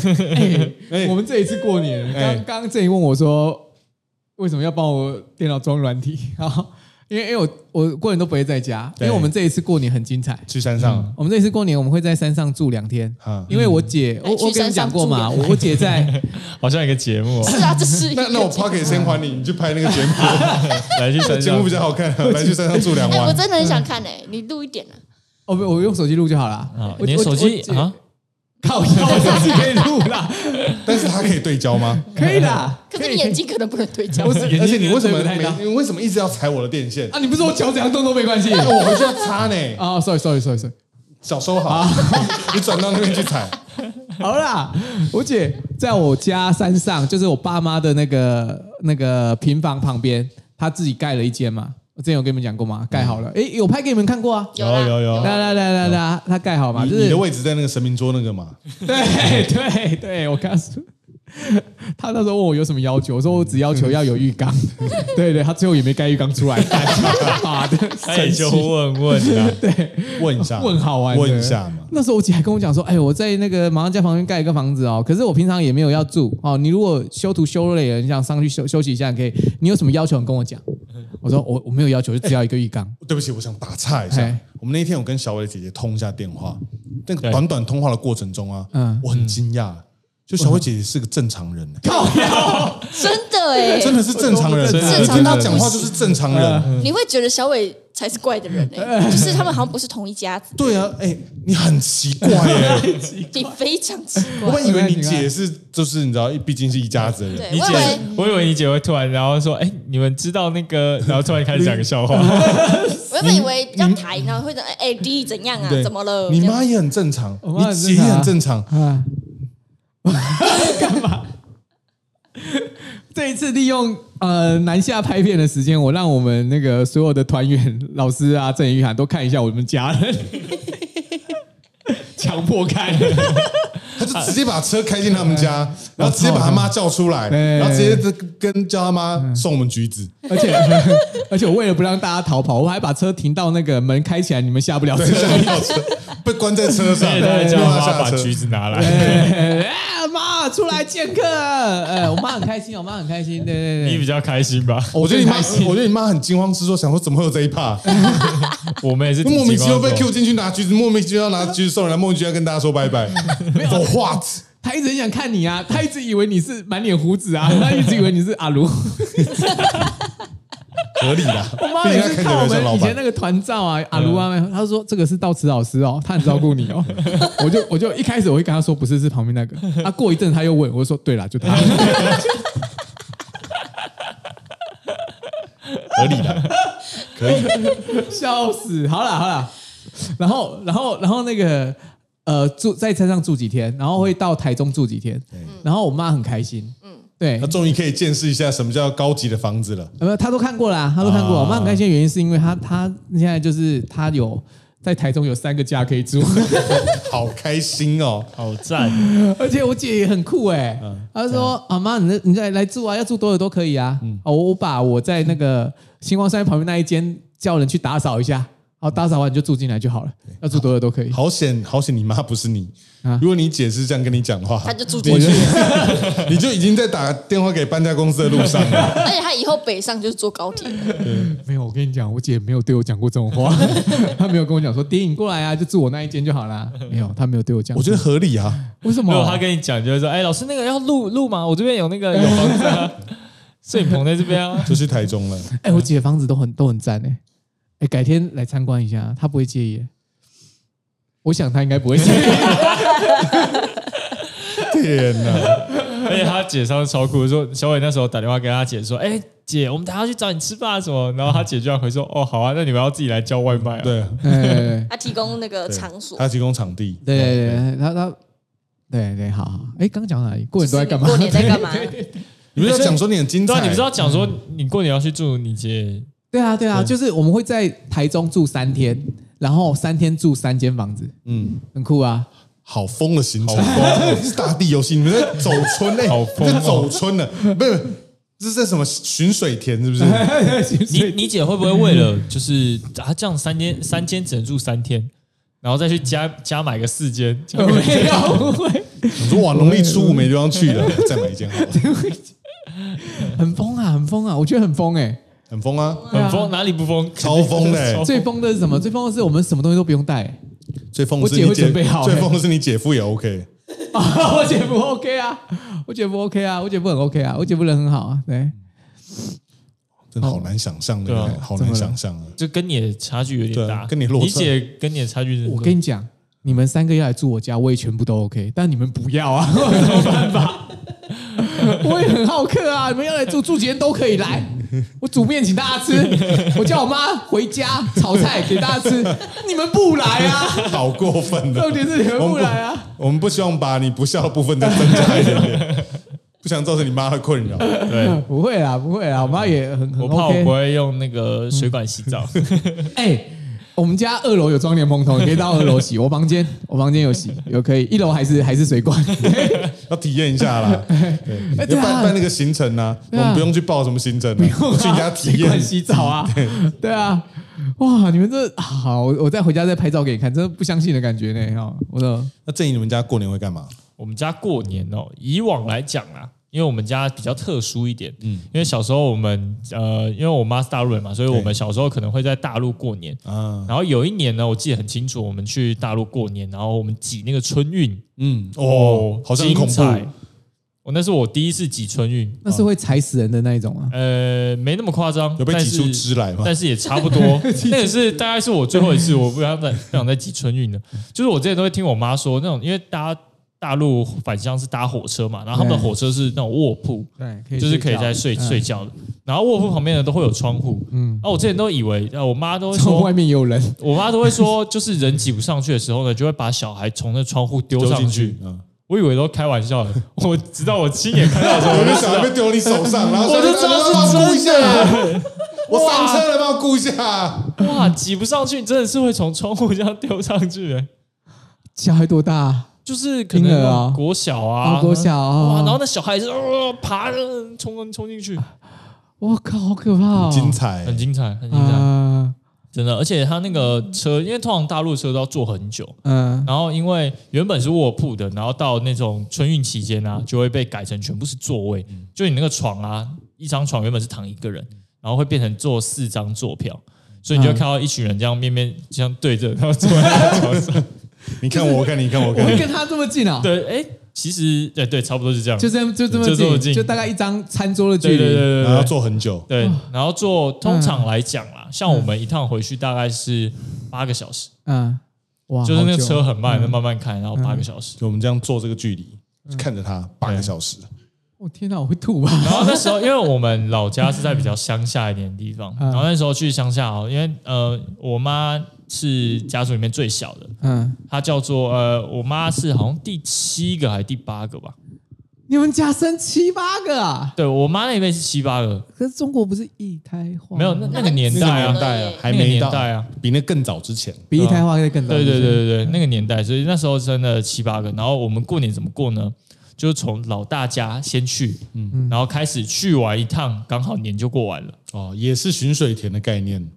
Speaker 2: 哎
Speaker 1: 我们这一次过年，
Speaker 2: 哎
Speaker 1: 刚刚刚郑怡问我说，为什么要帮我电脑装软体？ 然后因为因为我我过年都不会在家，因
Speaker 2: 对
Speaker 1: 为我们这一次过年很精彩。
Speaker 2: 去山上
Speaker 1: 我们这一次过年我们会在山上住两天，
Speaker 2: 啊，
Speaker 1: 因为我姐，
Speaker 4: 哎
Speaker 1: 我我
Speaker 4: 去
Speaker 1: 跟
Speaker 4: 山
Speaker 1: 你讲
Speaker 4: 上
Speaker 1: 过
Speaker 4: 住
Speaker 1: 嘛，
Speaker 4: 两
Speaker 1: 我我姐在，
Speaker 3: 好像一个节目、哦，
Speaker 4: 是啊，这是一个
Speaker 2: 那那我 pocket 先还你，你去拍那个节目，
Speaker 3: 来去山
Speaker 2: 节目
Speaker 3: 上
Speaker 2: 比，较好看，来去山上住两
Speaker 4: 哎，我
Speaker 2: 晚。
Speaker 4: 真的很想看诶，你录一点
Speaker 2: 嗯
Speaker 4: 啊，
Speaker 1: 哦不，我用手机录就好了
Speaker 3: 啊。
Speaker 1: 我
Speaker 3: 你的手机，啊，
Speaker 1: 我我姐靠腰，我手机可以录啦，
Speaker 2: 但是他可以对焦吗？
Speaker 1: 可以啦。
Speaker 4: 可是你眼睛可能不能对焦
Speaker 1: 不。是，
Speaker 2: 而且你为什么
Speaker 1: 不太
Speaker 2: 没
Speaker 1: 大？？
Speaker 2: 你为什么一直要踩我的电线？
Speaker 1: 啊，你不是我脚怎样动都没关系。
Speaker 2: 那我回去要擦呢。
Speaker 1: 啊，sorry sorry sorry sorry。
Speaker 2: 小收好，
Speaker 1: 啊
Speaker 2: 你转到那边 去踩。
Speaker 1: 好啦，我姐在我家山上，就是我爸妈的那个那个平房旁边，她自己盖了一间嘛，我之前有跟你们讲过吗？盖好了，诶，有拍给你们看过啊。
Speaker 4: 有啦
Speaker 2: 有有
Speaker 1: 嗯来来来来来，它盖好嘛，
Speaker 2: 你
Speaker 1: 就
Speaker 2: 你
Speaker 1: 是
Speaker 2: 的位置在那个神明桌那个嘛，
Speaker 1: 对对对，我刚说，他那时候问我有什么要求，我说我只要求要有浴 缸。对对，他最后也没盖浴缸 出来，干妈的，
Speaker 3: 他也就
Speaker 1: 生气
Speaker 3: 问 问啊，
Speaker 2: 问一下，
Speaker 1: 问啊好玩的
Speaker 2: 问一下嘛。
Speaker 1: 那时候我姐还跟我讲说，哎，我在那个马上家旁边盖一个房子哦，可是我平常也没有要住哦。你如果修图修累了，你想上去休休息一下，你可以。你有什么要求，你跟我讲。我说我我没有要求，就只要一个浴缸。
Speaker 2: 对不起，我想打岔一下
Speaker 1: 嘿。
Speaker 2: 我们那天我跟小伟的姐姐通一下电话，那个
Speaker 3: 对
Speaker 2: 短短通话的过程中啊，
Speaker 1: 嗯
Speaker 2: 我很惊讶，就小伟姐姐是个正常人，欸
Speaker 1: 靠腰，
Speaker 4: 真的哎、
Speaker 2: 真的是正常人，
Speaker 3: 真的
Speaker 2: 你听她
Speaker 4: 正常人
Speaker 2: 讲话就是正常
Speaker 1: 嗯
Speaker 2: 人。
Speaker 4: 你会觉得小伟才是怪的人哎、
Speaker 2: 嗯
Speaker 4: 就是他们好像不是同一 家子，
Speaker 2: 对啊，哎，你很奇怪 耶，
Speaker 4: 你非常奇
Speaker 2: 我
Speaker 4: 怪。
Speaker 2: 本以为你姐是就是你知道，毕竟是一家子的人。
Speaker 4: 对，
Speaker 3: 你
Speaker 4: 我以
Speaker 3: 姐
Speaker 4: 为，
Speaker 3: 我以为你姐会突然然后说，哎，你们知道那个，然后突然开始讲个笑话，
Speaker 4: 我原本以为比较抬，然后会讲哎哎弟怎样啊
Speaker 2: 对，
Speaker 4: 怎么了？
Speaker 2: 你
Speaker 4: 这样
Speaker 2: 妈也很正常，
Speaker 1: 我妈很
Speaker 2: 你姐
Speaker 1: 正常啊
Speaker 2: 也很正常。
Speaker 1: 啊，干嘛？ 这一次利用呃南下拍片的时间，我让我们那个所有的团员、老师啊、郑雨涵都看一下我们家人， 强迫看。
Speaker 2: 他就直接把车开进他们家，然后直接把他妈叫出来，
Speaker 1: 哎
Speaker 2: 然后直接跟叫他妈送我们橘子。
Speaker 1: 而且 而且我为了不让大家逃跑，我还把车停到那个门开起来，你们下不了车。
Speaker 2: 下不了车，被关在车上，没
Speaker 3: 对对，
Speaker 2: 办
Speaker 3: 叫
Speaker 2: 法
Speaker 3: 妈
Speaker 2: 下
Speaker 3: 把
Speaker 2: 车。
Speaker 3: 橘子拿来，
Speaker 1: 哎啊妈，出来见 客！哎，我妈很开心，我妈很开心。对对
Speaker 3: 你
Speaker 1: 对
Speaker 3: 比，较开心吧？
Speaker 2: 我觉得你妈，
Speaker 1: 我更开心
Speaker 2: 我觉得你妈很惊慌失措，想说怎么会有这一趴？
Speaker 3: 我们也是挺
Speaker 2: 莫名其妙被
Speaker 3: 惊慌
Speaker 2: Q 进去拿橘子，莫名其妙拿橘子送人，莫名其妙跟大家说拜拜。我 what？
Speaker 1: 她一直很想看你啊，她一直以为你是满脸胡子 啊，她一直以为你是阿卢。
Speaker 2: 合理啦，
Speaker 1: 我妈
Speaker 2: 毕竟
Speaker 1: 每
Speaker 2: 她
Speaker 1: 次
Speaker 2: 看起
Speaker 1: 看
Speaker 2: 来
Speaker 1: 我
Speaker 2: 有点像
Speaker 1: 们
Speaker 2: 老
Speaker 1: 以前
Speaker 2: 板。
Speaker 1: 那个团照啊，阿卢啊，她说这个是到此老师哦，她很照顾你哦。 我就我就一开始我会跟她说不是，是旁边那个。啊，过一阵她又问，我就说对啦，就 他。
Speaker 2: 合理 啦，可以。
Speaker 1: 笑死！好啦好啦，然后然后然后那个呃住在车上住几天，然后会到台中住几天，然后我妈很开心，嗯，对
Speaker 2: 她，终于可以见识一下什么叫高级的房子了。
Speaker 1: 呃，她都看过啦，她都看过。
Speaker 2: 啊
Speaker 1: 我妈很开心的原因是因为她她现在就是她有在台中有三个家可以 住，
Speaker 2: 好开心哦！
Speaker 3: 好赞，
Speaker 1: 而且我姐也很酷哎、
Speaker 2: 嗯
Speaker 1: 她说啊妈，你来你再来住啊，要住多久都可以啊。
Speaker 2: 嗯
Speaker 1: 哦，我把我在那个星光山旁边那一间叫人去打扫一下，好打扫完你就住进来就好了，要住多久都可以。
Speaker 2: 好险，好险，你妈不是你
Speaker 1: 啊。
Speaker 2: 如果你姐是这样跟你讲的话，
Speaker 4: 他就住进
Speaker 2: 我
Speaker 4: 去
Speaker 2: 觉，得你就已经在打电话给搬家公司的路上了。
Speaker 4: 而且他以后北上就是坐高铁了，
Speaker 1: 没有，我跟你讲，我姐没有对我讲过这种 话，她没有跟我讲说，爹，你过来啊，就住我那一间就好 啦。没有，她没有对我讲。
Speaker 2: 我觉得合理啊，
Speaker 1: 为什
Speaker 3: 如果
Speaker 1: 么？
Speaker 3: 他跟你讲，就是说，哎，老师那个要录录吗？我这边有那个有房子啊，摄影棚在这边啊，
Speaker 2: 就去台中了。
Speaker 1: 哎、我姐的房子都很都很赞哎、哎、改天来参观一下，她不会介意欸、我想她应该不会介 意。
Speaker 2: 天哪！
Speaker 3: 而且他姐上次超酷，说小伟那时候打电话跟他姐说：“哎、姐，我们等下去找你吃饭啊什么。”然后他姐居然回说：“哦，好啊，那你们要自己来叫外卖啊。”，
Speaker 2: 对，
Speaker 1: 对对对
Speaker 4: 他提供那个场所
Speaker 2: 他。提供场地。
Speaker 1: 对哎对对，她她对对好好。哎、刚讲到哪里？过年都在干嘛？
Speaker 4: 过年在干嘛？
Speaker 2: 你们要讲说啊你很精
Speaker 3: 你知道
Speaker 2: 彩，
Speaker 3: 你不知道讲说你过年要去住你姐，
Speaker 1: 对啊对啊，就是我们会在台中住三天，然后三天住三间房子，
Speaker 2: 嗯，
Speaker 1: 很酷啊。
Speaker 2: 好疯的行程，疯啊是 大地游戏，你们在走村嘞，
Speaker 3: 好疯
Speaker 2: 你
Speaker 3: 哦
Speaker 2: 在走村呢，不是。这是在什么巡水田 是不是？
Speaker 3: 你你姐会不会为了就是啊这样三间三间只能住三天，然后再去加加买个 四间？这 样
Speaker 1: 没 有，不会。
Speaker 2: 你说哇，农历初五没地方去了，再买一间好了，
Speaker 1: 很疯啊，很疯啊，我觉得很疯哎、
Speaker 2: 很疯啊！
Speaker 1: 对啊
Speaker 3: 很疯，哪里不疯？
Speaker 2: 超疯的欸
Speaker 3: 超
Speaker 1: 最疯的是什么？最疯的是我们什么东西都不用带、
Speaker 2: 最疯的是
Speaker 1: 我姐
Speaker 2: 你
Speaker 1: 会
Speaker 2: 姐，
Speaker 1: 准备好
Speaker 2: 最疯的是你姐夫也 OK，
Speaker 1: 啊， 我姐夫 OK 啊，我姐夫 OK 啊，我姐夫很 OK 啊，我姐夫人很好啊，对，
Speaker 2: 真的好难想象
Speaker 3: 对
Speaker 2: 的
Speaker 3: 啊，
Speaker 2: 好
Speaker 1: 怎
Speaker 2: 难
Speaker 1: 么了
Speaker 2: 想象啊！
Speaker 3: 就跟你的差距有点
Speaker 2: 对
Speaker 3: 大，
Speaker 2: 啊跟你落差
Speaker 3: 你姐跟你的差距真的
Speaker 1: 我跟你讲，你们三个要来住我家，我也全部都 OK，但你们不要 啊，我有什么办法？我也很好客啊，你们要来住，住几天都可以来。我煮面请大家吃，我叫我妈回家炒菜给大家吃，你们不来啊？
Speaker 2: 好过分的，
Speaker 1: 重点是你们
Speaker 2: 我
Speaker 1: 不
Speaker 2: 们
Speaker 1: 来啊？
Speaker 2: 我们不希望把你不孝的部分再增加一点点，不 想造成你妈的困扰。
Speaker 3: 对，
Speaker 1: 不会啦，不会啦，我妈也很很
Speaker 3: 我怕我不
Speaker 1: OK。
Speaker 3: 会用那个水管洗澡，
Speaker 1: 哎，我们家二楼有装莲蓬头，你可以到二楼 洗。我房间，我房间有洗，有可以。一楼还是还是水 管。
Speaker 2: 要体验一下啦，
Speaker 1: 哎
Speaker 2: 对，
Speaker 1: 对
Speaker 2: 要
Speaker 1: 啊
Speaker 2: 办办那个行程啊，我
Speaker 1: 对啊
Speaker 2: 们不用去报什么行程啊，去你家体
Speaker 1: 习惯
Speaker 2: 验。
Speaker 1: 洗澡啊，对啊，哇，你们这好，我我再回家再拍照给你看，真的不相信的感觉呢，哈，我的
Speaker 2: 那正义，你们家过年会干嘛？
Speaker 3: 我们家过年哦，以往来讲啊，因为我们家比较特殊一点，嗯，因为小时候我们呃，因为我妈是大陆人嘛，所以我们小时候可能会在大陆过年。
Speaker 2: 啊，
Speaker 3: 然后有一年呢，我记得很清楚，我们去大陆过年，然后我们挤那个春运，
Speaker 2: 嗯，哦，好像很
Speaker 3: 精
Speaker 2: 恐怖，
Speaker 3: 彩。我哦那是我第一次挤春运，
Speaker 1: 那是会踩死人的那一种啊，
Speaker 3: 呃，没那么夸张，
Speaker 2: 有被
Speaker 3: 但
Speaker 2: 挤出
Speaker 3: 是
Speaker 2: 汁来吗？
Speaker 3: 但是也差 不多。那个是大概是我最后一次，我不想再不想再挤春运了。就是我之前都会听我妈说，那种因为大家大陆返乡是搭火车嘛，然后他们的
Speaker 1: 对
Speaker 3: 火车是那种卧铺，
Speaker 1: 对，
Speaker 3: 就是可以在睡嗯睡觉的。然后卧铺旁边呢都会有窗户。
Speaker 1: 嗯，
Speaker 3: 啊，我之前都以为，啊，我妈 都会
Speaker 1: 从
Speaker 3: 说
Speaker 1: 外，面有人，
Speaker 3: 我妈都会说，就是人挤不上去的时候呢，就会把小孩从那窗户丢
Speaker 2: 丢
Speaker 3: 上
Speaker 2: 进
Speaker 3: 去
Speaker 2: 去。，嗯，
Speaker 3: 我以为都开玩笑的， 我直到我亲眼看到的时候，
Speaker 2: 我
Speaker 3: 我就
Speaker 2: 就
Speaker 3: 知
Speaker 2: 想
Speaker 3: 道
Speaker 2: 被丢你手上，然后
Speaker 3: 我就知道是
Speaker 2: 顾一
Speaker 3: 真
Speaker 2: 下，
Speaker 3: 的。
Speaker 2: 我上车了，帮我顾一下。
Speaker 3: 哇，挤不上去，你真的是会从窗户这样丢上去、欸，
Speaker 1: 小孩多大啊？
Speaker 3: 就是可
Speaker 1: 婴儿啊
Speaker 3: 能国小啊，
Speaker 1: 啊国小啊
Speaker 3: 哇，然后那小孩子哦爬呃冲冲进去，
Speaker 1: 我靠，好可怕哦，
Speaker 2: 精彩，
Speaker 3: 很精彩，很精彩，
Speaker 1: 啊，
Speaker 3: 真的。而且他那个车，因为通常大陆车都要坐很久，
Speaker 1: 嗯，
Speaker 3: 然后因为原本是卧铺的，然后到那种春运期间啊，就会被改成全部是座位，就你那个床啊，一张床原本是躺一个人，然后会变成坐四张坐票。所以你就会看到一群人这样面面这样对着，然后坐在那个床上。
Speaker 2: 你看我，我看你，你看我，我
Speaker 1: 我
Speaker 2: 看
Speaker 1: 会
Speaker 2: 你，
Speaker 1: 跟他这么近啊，
Speaker 3: 对，哎，其实对对，差不多是这样。
Speaker 1: 就这样就这么
Speaker 3: 就这么
Speaker 1: 近，
Speaker 3: 近
Speaker 1: 就大概一张餐桌的距
Speaker 3: 对对对
Speaker 1: 离，
Speaker 3: 对
Speaker 2: 然后
Speaker 3: 对
Speaker 2: 要，坐很久，
Speaker 3: 对，
Speaker 1: 哦
Speaker 3: 然后做通常来讲啦，像我们一趟回去大概是八个小时，
Speaker 1: 嗯，哇，
Speaker 3: 就是那
Speaker 1: 好
Speaker 3: 个
Speaker 1: 久哦啊
Speaker 3: 车很慢，慢慢开，然后八个小时。
Speaker 2: 就我们这样坐这个距离，看着他八个小时，
Speaker 1: 我哦天哪，我会吐吧？
Speaker 3: 然后那时候，因为我们老家是在比较乡下一点的地方，
Speaker 1: 嗯
Speaker 3: 然后那时候去乡下哦，因为呃，我妈是家族里面最小的，
Speaker 1: 嗯，
Speaker 3: 她叫做呃，我妈是好像第七个还是第八个吧？
Speaker 1: 你们家生七八个啊？
Speaker 3: 对我妈那一辈是七八个，
Speaker 1: 可是中国不是一胎化吗？
Speaker 3: 没有那那个年
Speaker 2: 那个
Speaker 3: 代啊，
Speaker 2: 年代啊，还
Speaker 3: 那个
Speaker 2: 没
Speaker 3: 年
Speaker 2: 到，
Speaker 3: 代啊，
Speaker 2: 比那更早之前，
Speaker 1: 比一胎化更早，
Speaker 3: 对对对对对，那个年代，所以那时候真的七八个。然后我们过年怎么过呢？就是从老大家先去，嗯，然后开始去玩一趟，刚好年就过完了。
Speaker 2: 哦，也是巡水田的概念，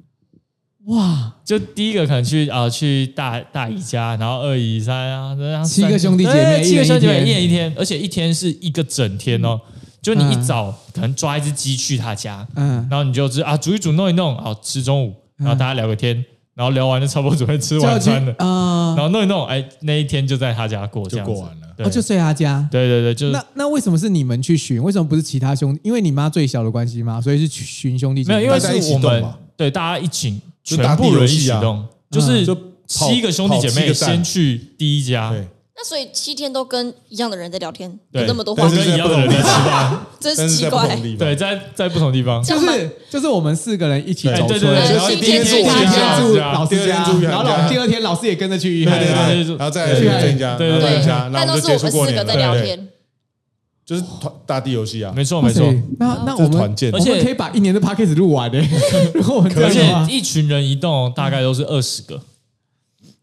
Speaker 1: 哇，
Speaker 3: 就第一个可能去啊、去大大姨家，然后二姨三啊，这样
Speaker 1: 七个
Speaker 3: 三
Speaker 1: 兄弟姐妹
Speaker 3: 对
Speaker 1: 一人
Speaker 3: 七个兄弟姐
Speaker 1: 一
Speaker 3: 妹
Speaker 1: 天
Speaker 3: 一人一天，而且一天是一个整天哦。就你一早可能抓一只鸡去他家，
Speaker 1: 嗯，
Speaker 3: 然后你就知啊煮一煮弄一弄，好吃中午，然后大家聊个天，然后聊完就差不多准备吃晚餐了，
Speaker 1: 啊
Speaker 3: 然，后弄一弄，哎那一天就在他家过，这
Speaker 2: 就
Speaker 3: 样子
Speaker 2: 过完了。
Speaker 3: 对
Speaker 1: 哦，就睡他家。
Speaker 3: 对对对，就是
Speaker 1: 那那为什么是你们去寻？为什么不是其他兄弟？因为你妈最小的关系嘛，所以是去寻兄弟姐
Speaker 3: 没
Speaker 1: 妹。
Speaker 3: 有，因为
Speaker 2: 大家一起
Speaker 3: 是我
Speaker 2: 动
Speaker 3: 们
Speaker 2: 嘛
Speaker 3: 对大家一起
Speaker 2: 就
Speaker 3: 全
Speaker 2: 打地
Speaker 3: 部人
Speaker 2: 游
Speaker 3: 一
Speaker 2: 戏
Speaker 3: 起
Speaker 2: 啊
Speaker 3: 动，就
Speaker 2: 嗯
Speaker 3: 是
Speaker 2: 就跑
Speaker 3: 七个兄弟姐
Speaker 2: 跑七
Speaker 3: 妹
Speaker 2: 个站
Speaker 3: 先去第一家，
Speaker 2: 对，
Speaker 4: 那所以七天都跟一样的人在聊天，有
Speaker 3: 对，
Speaker 4: 那么多话
Speaker 3: 我
Speaker 2: 但
Speaker 4: 题
Speaker 2: 是，
Speaker 3: 跟一样的人在吃饭，
Speaker 4: 真
Speaker 2: 但
Speaker 4: 是
Speaker 2: 是
Speaker 4: 奇
Speaker 2: 在不
Speaker 4: 怪
Speaker 2: 同。地方，
Speaker 3: 对，在在不同地方，哎
Speaker 1: 就是就是我们四个人一起
Speaker 2: 对
Speaker 1: 走
Speaker 3: 对
Speaker 1: 出
Speaker 3: 对
Speaker 1: 来，
Speaker 3: 对
Speaker 1: 就
Speaker 2: 然后
Speaker 1: 是
Speaker 2: 第一天住我
Speaker 1: 第一
Speaker 2: 家
Speaker 1: 天
Speaker 3: 是
Speaker 1: 住
Speaker 3: 啊
Speaker 1: 老师
Speaker 2: 第二
Speaker 1: 家
Speaker 2: 天住，玉涵
Speaker 1: 然后老
Speaker 2: 家
Speaker 1: 第二天老师也跟着去玉
Speaker 2: 对
Speaker 1: 涵家。
Speaker 2: 对对，
Speaker 3: 对
Speaker 2: 然后再来去郑家，
Speaker 3: 对
Speaker 2: 然后再来
Speaker 4: 对
Speaker 2: 家，然
Speaker 4: 但
Speaker 2: 后
Speaker 4: 都
Speaker 2: 就是
Speaker 4: 我
Speaker 2: 接
Speaker 4: 们
Speaker 2: 触过
Speaker 4: 四
Speaker 2: 年
Speaker 4: 个
Speaker 2: 了，
Speaker 4: 在聊
Speaker 2: 对，对
Speaker 4: 天，
Speaker 2: 就是团大地游戏啊，
Speaker 3: 没错
Speaker 1: 哇
Speaker 3: 没
Speaker 1: 塞
Speaker 3: 错，
Speaker 1: 那那
Speaker 2: 这
Speaker 1: 我
Speaker 2: 是团
Speaker 1: 们
Speaker 2: 建
Speaker 1: 我
Speaker 3: 而且
Speaker 1: 们可以把一年的 p a c k a g e 录完的， 如果我们这
Speaker 3: 而
Speaker 1: 样的话
Speaker 3: 且一群人一动大概都是二十个。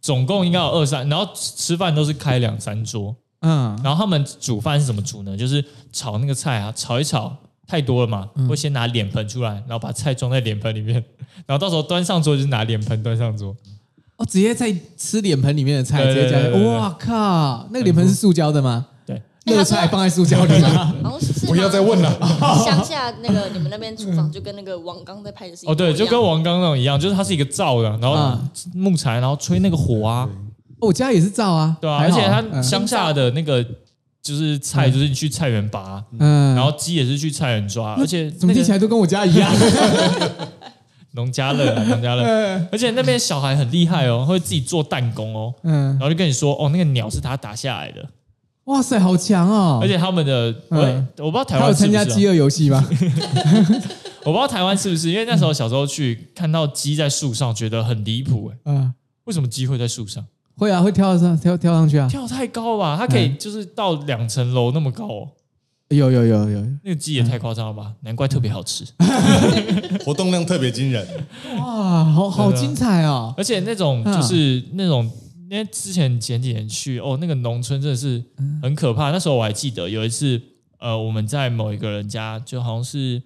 Speaker 3: 总共应该有二三，然后吃饭都是开两三桌，
Speaker 1: 嗯
Speaker 3: 然后他们煮饭是怎么煮呢？就是炒那个菜啊，炒一炒太多了嘛，
Speaker 1: 嗯
Speaker 3: 会先拿脸盆出来，然后把菜装在脸盆里面， 然后到时候端上桌就是拿脸盆端上桌，
Speaker 1: 哦，直接在吃脸盆里面的菜，直
Speaker 3: 对
Speaker 1: 接
Speaker 3: 对
Speaker 1: 加
Speaker 3: 对对。对
Speaker 1: 哇靠，那个脸盆是塑胶的吗？
Speaker 3: 对，
Speaker 1: 热菜放在塑胶里 吗？
Speaker 4: 好像是
Speaker 2: 不要再问了，
Speaker 4: 吗 乡下那个你们那边厨房就跟那个王刚在拍的是一模
Speaker 3: 哦，对，就
Speaker 4: 一样
Speaker 3: 跟王刚那种一样，就是它是一个灶的，然后
Speaker 1: 嗯
Speaker 3: 木材，然后吹那个火啊，
Speaker 1: 我家也是照啊，
Speaker 3: 对啊，
Speaker 1: 还
Speaker 3: 而
Speaker 1: 好
Speaker 3: 且
Speaker 1: 啊
Speaker 3: 它乡下的那个就是菜，就是你去菜园拔，
Speaker 1: 嗯，
Speaker 3: 然后鸡也是去菜园抓，而且
Speaker 1: 怎么
Speaker 3: 那
Speaker 1: 听起
Speaker 3: 个
Speaker 1: 来都跟我家一 样？
Speaker 3: 农家乐 啊，农家乐，而且那边小孩很厉害哦，会自己做弹弓哦，
Speaker 1: 嗯
Speaker 3: 然，后就跟你说，哦，那个鸟是他打下来的，
Speaker 1: 哇塞，好强哦！
Speaker 3: 而且他们的，我
Speaker 1: 嗯
Speaker 3: 我不知道台
Speaker 1: 他有
Speaker 3: 湾是
Speaker 1: 参
Speaker 3: 不
Speaker 1: 加
Speaker 3: 是
Speaker 1: 饥
Speaker 3: 啊，
Speaker 1: 饿游戏 吗？
Speaker 3: 我不知道台湾是不是，因为那时候小时候去看到鸡在树上，觉得很离谱哎，
Speaker 1: 嗯，
Speaker 3: 为什么鸡会在树上？
Speaker 1: 会啊，会跳上跳跳上去啊！
Speaker 3: 跳太高吧，它可以就是到两层楼那么高哦。
Speaker 1: 有有有有，
Speaker 3: 那个鸡也太夸张了吧，难怪特别好吃。
Speaker 2: 活动量特别惊人。
Speaker 1: 哇，
Speaker 3: 啊
Speaker 1: 好好精彩哦！
Speaker 3: 而且那种
Speaker 1: 嗯
Speaker 3: 就是那种，因为之前前几年去哦，那个农村真的是
Speaker 1: 嗯
Speaker 3: 很可怕。那时候我还记得有一次，呃，我们在某一个人家，就好像是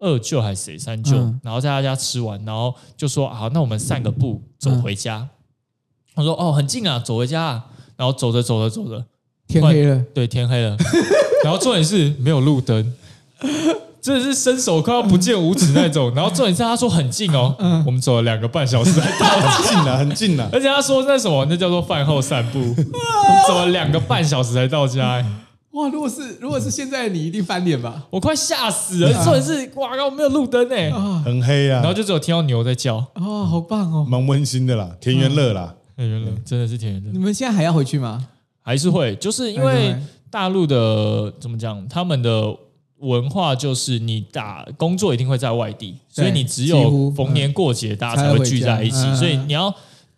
Speaker 3: 二舅还是谁三舅，
Speaker 1: 嗯
Speaker 3: 然后在他家吃完，然后就说好，那我们散个步走回家。
Speaker 1: 嗯
Speaker 3: 他说哦，很近啊，走回家、啊。然后走着走着走着，
Speaker 1: 天黑了，
Speaker 3: 对，天黑了， 然后重点是没有路灯，真的是伸手快要不见五指那种。然后重点是他说很近哦，
Speaker 1: 嗯
Speaker 3: 我们走了两个半小时才到。
Speaker 2: 很近了，很近啊了。
Speaker 3: 而且他说那什么，那叫做饭后散步，我 们走了两个半小时才到家、欸
Speaker 1: 哇！如果是如果是现在的你，一定翻脸吧？
Speaker 3: 我快吓死
Speaker 1: 嗯
Speaker 3: 了。重点是哇，我没有路灯哎、
Speaker 1: 啊
Speaker 2: 很黑啊，
Speaker 3: 然后就只有听到牛在叫。
Speaker 1: 啊，好棒哦！
Speaker 2: 蛮温馨的啦，田园乐啦，
Speaker 1: 嗯
Speaker 3: 哎原来真的是田园乐
Speaker 1: 你，们现在还要回去吗？
Speaker 3: 还是会，就是因
Speaker 1: 嗯
Speaker 3: 为大陆的怎么讲，他们的文化就是你打工作一定会在外地，所以你只
Speaker 1: 几
Speaker 3: 有
Speaker 1: 乎嗯
Speaker 3: 逢年过节大家
Speaker 1: 才
Speaker 3: 才
Speaker 1: 会
Speaker 3: 会
Speaker 1: 回
Speaker 3: 聚
Speaker 1: 家
Speaker 3: 在一起，
Speaker 1: 嗯嗯
Speaker 3: 所以
Speaker 1: 嗯
Speaker 3: 你要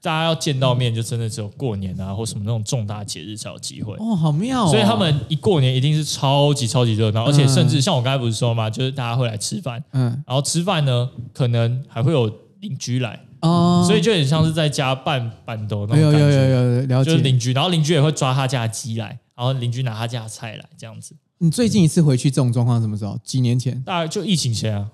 Speaker 3: 大家要见到面，就真的只有过年啊或什么那种重大节日才有机会。
Speaker 1: 哦，好妙哦！
Speaker 3: 所以他们一过年一定是超级超级热闹，而且甚至像我刚才不是说嘛，就是大家会来吃饭，
Speaker 1: 嗯
Speaker 3: 然后吃饭呢可能还会有邻居来，
Speaker 1: 哦，
Speaker 3: 所以就很像是在家办板斗那
Speaker 1: 有有
Speaker 3: 种感
Speaker 1: 有有
Speaker 3: 觉，
Speaker 1: 有了
Speaker 3: 就是
Speaker 1: 解。
Speaker 3: 邻居，然后邻居也会抓他家的鸡来，然后邻居拿他家的菜来，这样子，
Speaker 1: 你最近一次回去这种状况什么时候？几年前？
Speaker 3: 大概就疫情前啊，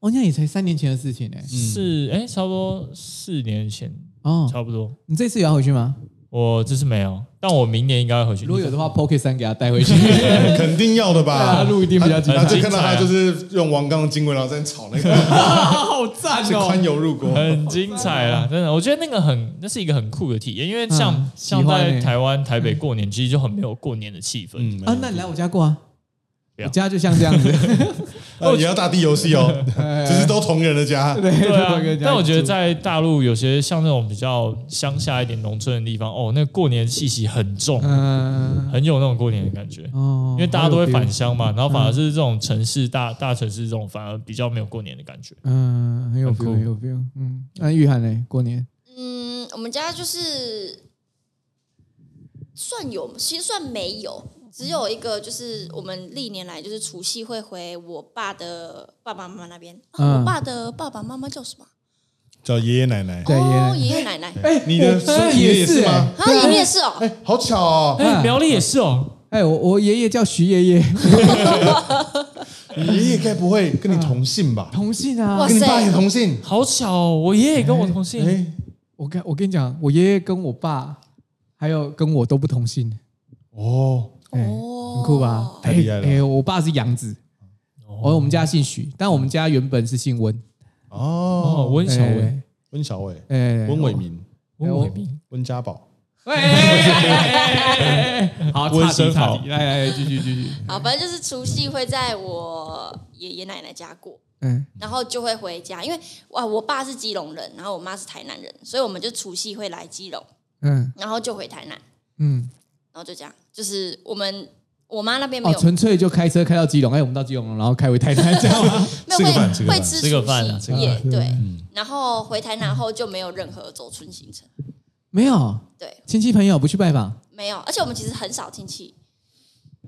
Speaker 1: 哦，那也才三年前的事情呢。
Speaker 3: 是哎、差不多四年前，
Speaker 1: 哦，
Speaker 3: 差不多。
Speaker 1: 你这次也要回去吗？
Speaker 3: 我这次没有，但我明年应该会回去。
Speaker 1: 如果有的话，Pocket 三给他带回去。
Speaker 2: 肯定要的吧
Speaker 1: 大家？啊录一定比较精
Speaker 2: 然后
Speaker 1: 彩
Speaker 2: 就，看到他
Speaker 3: 很精彩啊
Speaker 2: 就是用王刚的经文，然后在那炒 那个
Speaker 1: 好赞哦
Speaker 2: 是宽！油入 锅，
Speaker 3: 很精彩啦，真的，我觉得那个很，那是一个很酷的体验，因为像、
Speaker 1: 嗯
Speaker 3: 像
Speaker 1: 喜欢
Speaker 3: 在
Speaker 1: 欸
Speaker 3: 台湾台北过年，其实就很没有过年的气氛。
Speaker 2: 嗯
Speaker 1: 啊，那你来我家过啊？
Speaker 3: 不要
Speaker 1: 我家就像这样子，
Speaker 2: 呃也要大地游戏哦，只是都同人的家，
Speaker 1: 对
Speaker 3: 对啊
Speaker 1: 跟人，家
Speaker 3: 但我觉得
Speaker 1: 住
Speaker 3: 在大陆有些像那种比较乡下一点、农村的地方，哦，那过年气息很重，
Speaker 1: 嗯
Speaker 3: 很有那种过年的感觉。
Speaker 1: 哦
Speaker 3: 因为大家都会返，乡嘛，然后反而
Speaker 1: 嗯
Speaker 3: 是这种城市大大城市这种反而比较没有过年的感觉。
Speaker 1: 嗯，很有
Speaker 3: 很酷
Speaker 1: feel，很有 feel。嗯，那玉涵呢？过年
Speaker 4: 嗯，我们家就是算有，其实算没有，只有一个就是我们历年来就是除夕会回我爸的爸爸妈妈那边、啊
Speaker 1: 嗯
Speaker 4: 我爸的爸爸妈妈叫什么？
Speaker 2: 叫爷爷奶奶。
Speaker 1: 对爷爷奶
Speaker 4: 哦，
Speaker 1: 奶
Speaker 4: 爷爷奶奶。
Speaker 1: 哎
Speaker 2: 你的
Speaker 1: 我
Speaker 2: 孙
Speaker 1: 哎
Speaker 2: 爷爷
Speaker 1: 也
Speaker 2: 是吗
Speaker 1: 哎
Speaker 4: 啊，你们也是哦，
Speaker 2: 哎，好巧哦，
Speaker 3: 哎，
Speaker 1: 嗯
Speaker 3: 苗栗也是哦，
Speaker 1: 哎，我我爷爷叫徐爷爷，
Speaker 2: 你爷爷该不会跟你同姓吧？
Speaker 1: 同姓啊
Speaker 4: 哇。
Speaker 2: 跟你
Speaker 4: 塞
Speaker 2: 爸也同姓？
Speaker 3: 好巧哦，我爷爷跟我同姓，
Speaker 2: 哎，
Speaker 1: 我跟我跟你讲，我爷爷跟我爸还有跟我都不同姓，
Speaker 2: 哦，
Speaker 1: 哎
Speaker 4: 哦，
Speaker 1: 很酷吧？
Speaker 2: 太厉害了
Speaker 1: 哎，哎我爸是杨子，
Speaker 3: 哦
Speaker 1: 我我们家姓许，但我们家原本是姓温，
Speaker 3: 哦，
Speaker 2: 哦，
Speaker 3: 温小伟，
Speaker 1: 哎
Speaker 2: 温小伟、
Speaker 1: 哎，
Speaker 2: 温伟民、
Speaker 1: 哎
Speaker 3: 温伟明，
Speaker 2: 温家宝，
Speaker 1: 喂，好，
Speaker 3: 温
Speaker 1: 差
Speaker 3: 生
Speaker 1: 题差
Speaker 3: 好
Speaker 1: 题，来来来，继续继续，
Speaker 4: 好，反正就是除夕会在我爷爷奶奶家过，
Speaker 1: 嗯，
Speaker 4: 然后就会回家，因为哇，我爸是基隆人，然后我妈是台南人，所以我们就除夕会来基隆，
Speaker 1: 嗯
Speaker 4: 然后就回台南，
Speaker 1: 嗯，
Speaker 4: 然后就这样，就是我们我妈那边没
Speaker 1: 哦，
Speaker 4: 有、
Speaker 1: 纯粹就开车开到基隆，哎，我们到基隆了，然后开回台南，这样吗？
Speaker 4: 没有
Speaker 2: 吃个饭吃
Speaker 4: 会
Speaker 2: 个饭
Speaker 4: 会吃
Speaker 3: 吃个饭啊吃
Speaker 4: 除夕
Speaker 3: 个
Speaker 4: 夜
Speaker 1: 饭
Speaker 4: 对
Speaker 2: 嗯，
Speaker 4: 然后回台南后就没有任何走春行程，
Speaker 1: 没有
Speaker 4: 对，
Speaker 1: 亲戚朋友不去拜访，
Speaker 4: 没有，而且我们其实很少亲戚，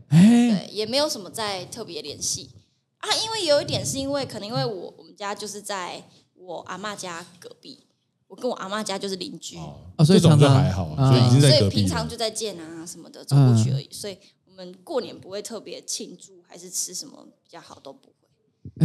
Speaker 1: 哎，
Speaker 4: 对，也没有什么在特别联系啊，因为有一点是因为可能因为我我们家就是在我阿嬷家隔壁，我跟我阿嬷家就是邻居，
Speaker 1: 哦，所以
Speaker 2: 这种
Speaker 1: 常
Speaker 2: 就
Speaker 1: 常
Speaker 2: 还好啊，所以已
Speaker 1: 啊
Speaker 2: 经在
Speaker 4: 所
Speaker 2: 隔
Speaker 4: 以
Speaker 2: 壁
Speaker 4: 平常
Speaker 2: 了。
Speaker 4: 就在见啊什么的，走过去而已。所以我们过年不会特别庆祝，还是吃什么比较好都不会。